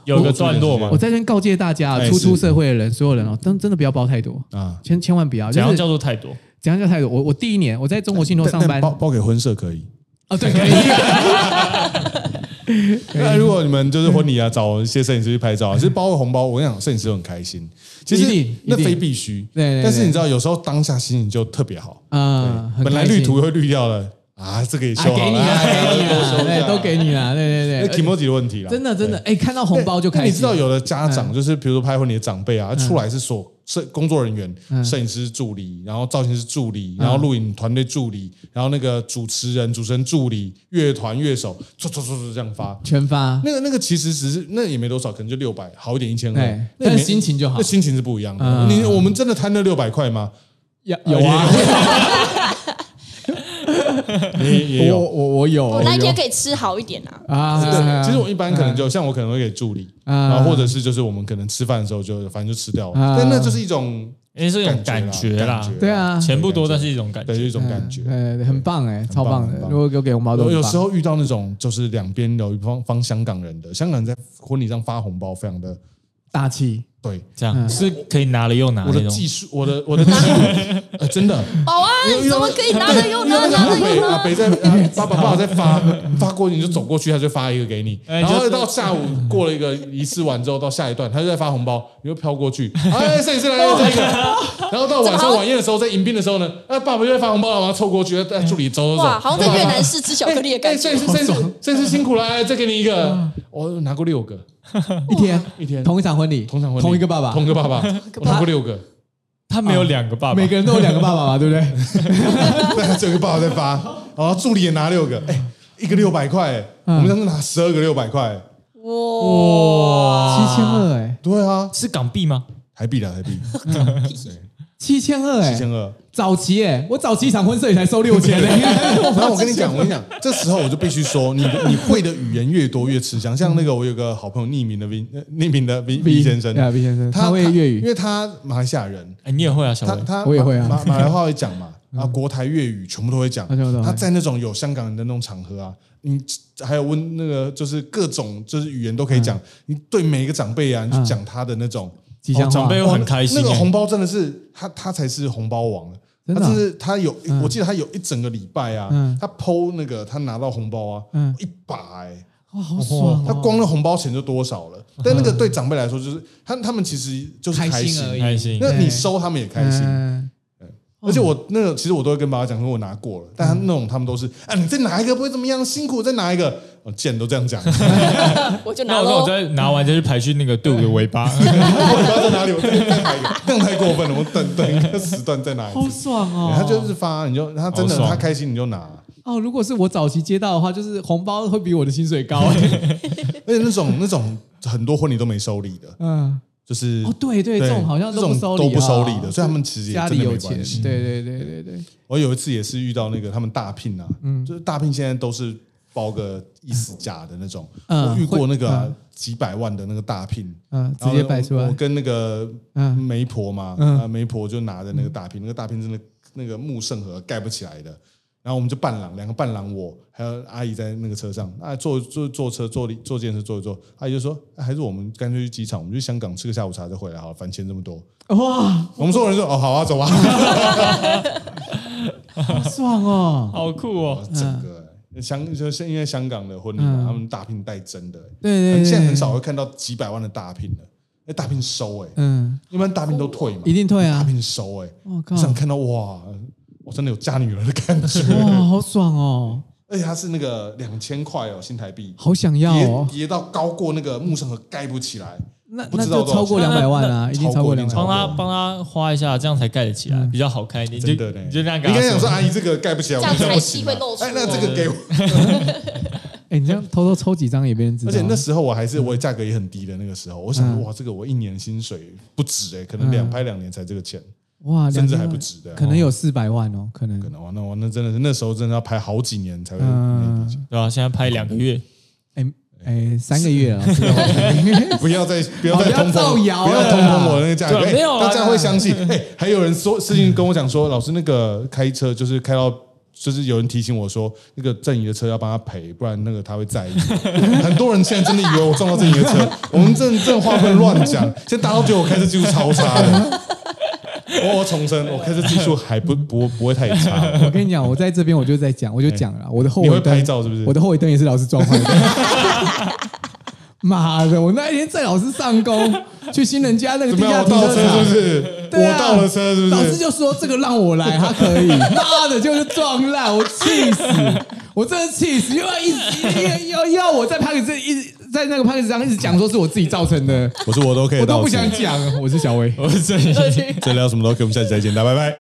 Speaker 3: 有个段落嘛
Speaker 1: 我，在这边告诫大家，
Speaker 2: 嗯哎
Speaker 1: 初出
Speaker 2: 是
Speaker 1: 社会的人，所有人哦，真真的不要包太多，
Speaker 2: 啊，
Speaker 1: 千千万不要，
Speaker 3: 怎
Speaker 1: 就
Speaker 3: 样
Speaker 1: 是
Speaker 3: 叫做太多？
Speaker 1: 怎样叫太多。我我第一年我在中国信托
Speaker 2: 但
Speaker 1: 上
Speaker 2: 但
Speaker 1: 班
Speaker 2: 包包给婚社可以。
Speaker 1: 哦，对， 可以，
Speaker 2: 那如果你们就是婚礼啊，找一些摄影师去拍 照啊，其实包个红包，我跟你讲，摄影师都很开心。其
Speaker 1: 一
Speaker 2: 实
Speaker 1: 定
Speaker 2: 那
Speaker 1: 一定
Speaker 2: 非必须，
Speaker 1: 对对对
Speaker 2: 但是你知道，有时候当下心情就特别好。
Speaker 1: 嗯，很
Speaker 2: 本来
Speaker 1: 开心
Speaker 2: 绿图会绿掉了啊，这个也
Speaker 1: 啊，
Speaker 2: 修
Speaker 1: 给
Speaker 2: 好
Speaker 1: 你
Speaker 2: 了，
Speaker 1: 啊，给 你啊，
Speaker 2: 修一
Speaker 1: 对，
Speaker 2: 下
Speaker 1: 都给你啊，对对
Speaker 2: 那
Speaker 1: 对，
Speaker 2: 提莫吉的问题啦，
Speaker 1: 真的真的，
Speaker 2: 对。
Speaker 1: 哎，看到红包就
Speaker 2: 那
Speaker 1: 开
Speaker 2: 你
Speaker 1: 心。嗯
Speaker 2: 知道有的家长就是，比如说拍婚礼的长辈啊，出来是所摄工作人
Speaker 1: 嗯
Speaker 2: 员、摄影师助理，然后造型师助理，然后录影团队助理，然后那个主持人、主持人助理、乐团乐手，唰唰唰唰这样发。
Speaker 1: 全发，
Speaker 2: 那个那个其实只是那也没多少，可能就六百，好一点一千
Speaker 1: 对
Speaker 2: 二，
Speaker 1: 但哎是心情就好
Speaker 2: 那心情是不一样的。
Speaker 1: 嗯
Speaker 2: 你我们真的贪那六百块吗？
Speaker 1: 有
Speaker 2: 有啊，也也有
Speaker 1: 我。我我有，
Speaker 4: 我那一
Speaker 2: 哦
Speaker 4: 天可以吃好一点啊，
Speaker 1: 啊，
Speaker 2: 对，其实我一般可能就像我可能会给助理，
Speaker 1: 啊
Speaker 2: 然后或者是就是我们可能吃饭的时候就反正就吃掉了，
Speaker 1: 啊
Speaker 2: 但那就是一种
Speaker 3: 因为是一种感觉啦，
Speaker 2: 感觉
Speaker 1: 对啊
Speaker 3: 钱不多，但是一种感
Speaker 2: 对，就是
Speaker 3: 觉
Speaker 2: 一。种感觉。
Speaker 1: 呃，很棒哎，超棒的
Speaker 2: 很。棒
Speaker 1: 如果有给红包都
Speaker 2: 有
Speaker 1: 很
Speaker 2: 有
Speaker 1: 棒
Speaker 2: 时候遇到那种就是两边有一方方香港人的，香港人在婚礼上发红包，非常的
Speaker 1: 大气，
Speaker 2: 对。
Speaker 3: 这样是可以拿了又拿
Speaker 2: 我
Speaker 3: 那
Speaker 2: 的
Speaker 3: 种，
Speaker 2: 技术，我的我 的技术，呃，真的，
Speaker 4: 保安
Speaker 2: 因为
Speaker 4: 哎怎么可以拿着又拿
Speaker 2: 因为那
Speaker 4: 拿
Speaker 2: 个阿
Speaker 4: 着又
Speaker 2: 北
Speaker 4: 拿
Speaker 2: 阿？ 北在啊爸爸爸爸在发发过去，你就走过去，他就发一个给你。
Speaker 3: 哎
Speaker 2: 然后
Speaker 3: 就
Speaker 2: 到下午过了一个仪式完之后，到下一段他就在发红包，你就飘过 去，哎，摄影师来这一个。然后到晚上晚宴的时候，在迎宾的时候呢，哎，爸爸就在发红包，然后凑过去，哎，助理走走走
Speaker 4: 哇，，好像在越南市吃巧克力的
Speaker 2: 哎，
Speaker 4: 感觉
Speaker 2: 摄。影师摄影师摄影师辛苦了，哎，再给你一个，我拿过六个，
Speaker 1: 一天
Speaker 2: 一天
Speaker 1: 同一场婚礼，
Speaker 2: 同场婚礼
Speaker 1: 同一个爸爸
Speaker 2: 同，一个爸 爸，我拿过六个，
Speaker 3: 他没有两个爸爸，
Speaker 1: 每个人都有两个爸爸嘛，对 不对？
Speaker 2: 对，只有一个爸爸在发，然后助理也拿六个，哎，一个六百块，我
Speaker 1: 嗯
Speaker 2: 们当时拿十二个六百块，
Speaker 4: 哇，
Speaker 1: 七千二哎，
Speaker 2: 对啊，
Speaker 3: 是港币吗？
Speaker 2: 台币啦，台币，
Speaker 1: 七千二
Speaker 2: 七
Speaker 1: 哎，
Speaker 2: 千二。
Speaker 1: 早期哎，我早期一场婚摄也才收六 千哎，
Speaker 2: 然后我跟你讲，我跟你讲，这时候我就必须说，你你会的语言越多越吃香。像那个我有个好朋友，匿名的 V，呃匿名的 V V 先生，
Speaker 1: 对啊，B 先生，
Speaker 2: 他
Speaker 1: 他会粤
Speaker 2: 因
Speaker 1: 语，
Speaker 2: 为他马来西亚人，
Speaker 3: 哎，你也会啊，小
Speaker 2: 他
Speaker 3: 薇。
Speaker 2: 他
Speaker 1: 我也会啊嗯啊
Speaker 2: 马马来话会讲嘛，啊，国台粤语全部都会讲
Speaker 1: 他全部都。会
Speaker 2: 他在那种有香港人的那种场合啊，你还有问那个就是各种就是语言都可以
Speaker 1: 嗯
Speaker 2: 讲。你对每一个长辈啊，你就讲他的那种
Speaker 1: 吉祥
Speaker 3: 哦长
Speaker 1: 话
Speaker 3: 辈，都很开心
Speaker 2: 那个
Speaker 3: 欸
Speaker 2: 红包真的是他，他才是红包王。
Speaker 1: 真的
Speaker 2: 他
Speaker 1: 啊
Speaker 2: 就是他有，我记得他有一整个礼拜啊，
Speaker 1: 嗯
Speaker 2: 他剖那个他拿到红包啊，
Speaker 1: 嗯
Speaker 2: 一把哎、
Speaker 1: 哇，好爽哦，嗯
Speaker 2: 他光那红包钱就多少了。但那个对长辈来说，就是他他们其实就是
Speaker 1: 开
Speaker 2: 开
Speaker 1: 心而已
Speaker 3: 开心
Speaker 2: 那你
Speaker 1: 对
Speaker 2: 收他们也开心。
Speaker 1: 嗯
Speaker 2: 而且
Speaker 1: 哦
Speaker 2: 我那个其实我都会跟爸爸讲说，我拿过了，但
Speaker 1: 嗯
Speaker 2: 他那种他们都是啊，你再拿一个不会怎么样，辛苦再拿一个，我见都这样讲， 我
Speaker 4: 我就
Speaker 3: 那
Speaker 4: 拿
Speaker 3: 我那我
Speaker 4: 喽。
Speaker 3: 再拿完再去排序那个队伍的尾巴，
Speaker 2: 不知道在哪里，我再再拿一个，这样太过分了，我等等一个时段再拿一
Speaker 1: 好
Speaker 2: 次，
Speaker 1: 爽哦，
Speaker 2: 他就是发，你就他真的
Speaker 3: 好爽
Speaker 2: 他开心你就拿，
Speaker 1: 哦，如果是我早期接到的话，就是红包会比我的薪水 高。
Speaker 2: 而且那种那种很多婚礼都没收礼的，
Speaker 1: 嗯，
Speaker 2: 就是
Speaker 1: 哦，对对，这种好像
Speaker 2: 这
Speaker 1: 都不
Speaker 2: 种
Speaker 1: 收
Speaker 2: 都
Speaker 1: 礼啊，
Speaker 2: 不收礼的，所以他们其实也
Speaker 1: 家
Speaker 2: 真
Speaker 1: 里
Speaker 2: 的没
Speaker 1: 有钱
Speaker 2: 关系。，
Speaker 1: 对对对对对，
Speaker 2: 我有一次也是遇到那个他们大聘啊，
Speaker 1: 嗯
Speaker 2: 就是大聘现在都是包个一死假的那种，
Speaker 1: 嗯
Speaker 2: 我遇过那个啊、
Speaker 1: 会嗯
Speaker 2: 几百万的那个大聘。
Speaker 1: 嗯，直
Speaker 2: 然后呢
Speaker 1: 接摆出
Speaker 2: 我我
Speaker 1: 来，
Speaker 2: 跟那个
Speaker 1: 嗯
Speaker 2: 媒婆嘛，
Speaker 1: 嗯
Speaker 2: 啊媒婆就拿着那个大瓶，那个大瓶真的那个木圣盒盖不起来的。然后我们就伴郎，两个伴郎我还有阿姨在那个车上，啊坐坐坐车坐坐电车坐一坐，阿姨就说、啊还是我们干脆去机场，我们去香港吃个下午茶再回来好了，反正钱这么多。
Speaker 1: 哇，
Speaker 2: 我们所有人说哦好啊走啊，
Speaker 1: 好爽 哦！
Speaker 3: 好酷哦！
Speaker 2: 整个、欸、香就是因为香港的婚礼嘛，
Speaker 1: 嗯
Speaker 2: 他们大聘带真的、欸，
Speaker 1: 对对
Speaker 2: 很
Speaker 1: 对，
Speaker 2: 现在很少，会看到几百万的大聘了，哎大聘收哎、
Speaker 1: 嗯，
Speaker 2: 一般大聘都退嘛，
Speaker 1: 一定退
Speaker 2: 大
Speaker 1: 啊！
Speaker 2: 聘收哎、
Speaker 1: 我靠
Speaker 2: 我，想看到哇，我真的有嫁女儿的感觉，
Speaker 1: 哇，好爽哦，
Speaker 2: 而且它是那个两千块哦，新台币，
Speaker 1: 好想要
Speaker 2: 叠
Speaker 1: 哦，
Speaker 2: 叠到高过那个木圣盒盖不起来，
Speaker 1: 那
Speaker 2: 不
Speaker 1: 那
Speaker 2: 知道
Speaker 1: 就超过
Speaker 3: 多少
Speaker 1: 两
Speaker 3: 钱
Speaker 1: 百万啊，
Speaker 2: 那
Speaker 1: 一定超过两百
Speaker 2: 超
Speaker 1: 万
Speaker 3: 帮
Speaker 2: 过。
Speaker 3: 他帮他花一下，这样才盖得起来，比较好看一
Speaker 2: 嗯
Speaker 3: 点。
Speaker 2: 真
Speaker 3: 你
Speaker 2: 的
Speaker 3: 就
Speaker 2: 呢。
Speaker 3: 你就这啊样
Speaker 2: 你刚
Speaker 3: 跟他
Speaker 2: 才想说
Speaker 3: 说，
Speaker 2: 阿姨这个盖不起来，
Speaker 4: 这样
Speaker 2: 我
Speaker 4: 才气会露出
Speaker 2: 哎，那这个给我，
Speaker 1: 嗯哎，你这样偷偷抽几张也没人知道
Speaker 2: 而且那时候我还是我价格也很低的那个时候，我想说哇，这个我一年薪水不止哎，可能两
Speaker 1: 嗯
Speaker 2: 拍两年才这个钱，
Speaker 1: 哇，
Speaker 2: 甚至
Speaker 1: 2000
Speaker 2: 还不止的，
Speaker 1: 可能有四百万哦，可能
Speaker 2: 可能哇，那我那真的是那时候真的要拍好几年才会那笔钱。
Speaker 1: 嗯，
Speaker 3: 对吧？现在拍两个 月，
Speaker 1: 哎哎，三个月了，
Speaker 2: 不要再不要
Speaker 1: 哦
Speaker 2: 再
Speaker 1: 不要
Speaker 2: 通
Speaker 1: 造
Speaker 2: 风，
Speaker 1: 谣
Speaker 2: 不
Speaker 1: 了啦
Speaker 2: 要通风我的那个价格，
Speaker 3: 对
Speaker 2: 哎
Speaker 3: 没有啊
Speaker 2: 大家会相信。哎，还有人说事情跟我讲说，老师那个开车就是开到。就是有人提醒我说，那个郑怡的车要帮他赔，不然那个他会在意。 很多人现在真的以为我撞到郑怡的车，我们这这话不能乱讲。现在大家都觉得我开车技术超差的。 我我重申，我开车技术还不不不会太差。
Speaker 1: 我跟你讲，我在这边我就在讲，我就讲了啦，我的后
Speaker 2: 你会
Speaker 1: 尾灯
Speaker 2: 拍照是不是
Speaker 1: 我？的后尾灯也是老师撞坏的。 妈的！我那一天在老师上工去新人家那个
Speaker 2: 怎
Speaker 1: 地
Speaker 2: 么样？
Speaker 1: 下
Speaker 2: 我
Speaker 1: 停车
Speaker 2: 倒车是不
Speaker 1: 场，
Speaker 2: 是？
Speaker 1: 对
Speaker 2: 我
Speaker 1: 啊
Speaker 2: 倒了车是不
Speaker 1: 老
Speaker 2: 是
Speaker 1: 师？就说这个让我来，他可以。妈的，就是撞烂，我气死！我真的气死，又要一直要要要我在拍子一直在那个拍子上一直讲说是我自己造成的，
Speaker 2: 我说我都可以
Speaker 1: 我都
Speaker 2: 倒
Speaker 1: 不
Speaker 2: 车
Speaker 1: 想。讲。我是小薇。
Speaker 3: 我是真的
Speaker 2: 这聊什么都可以，我们下期再见，大家拜拜。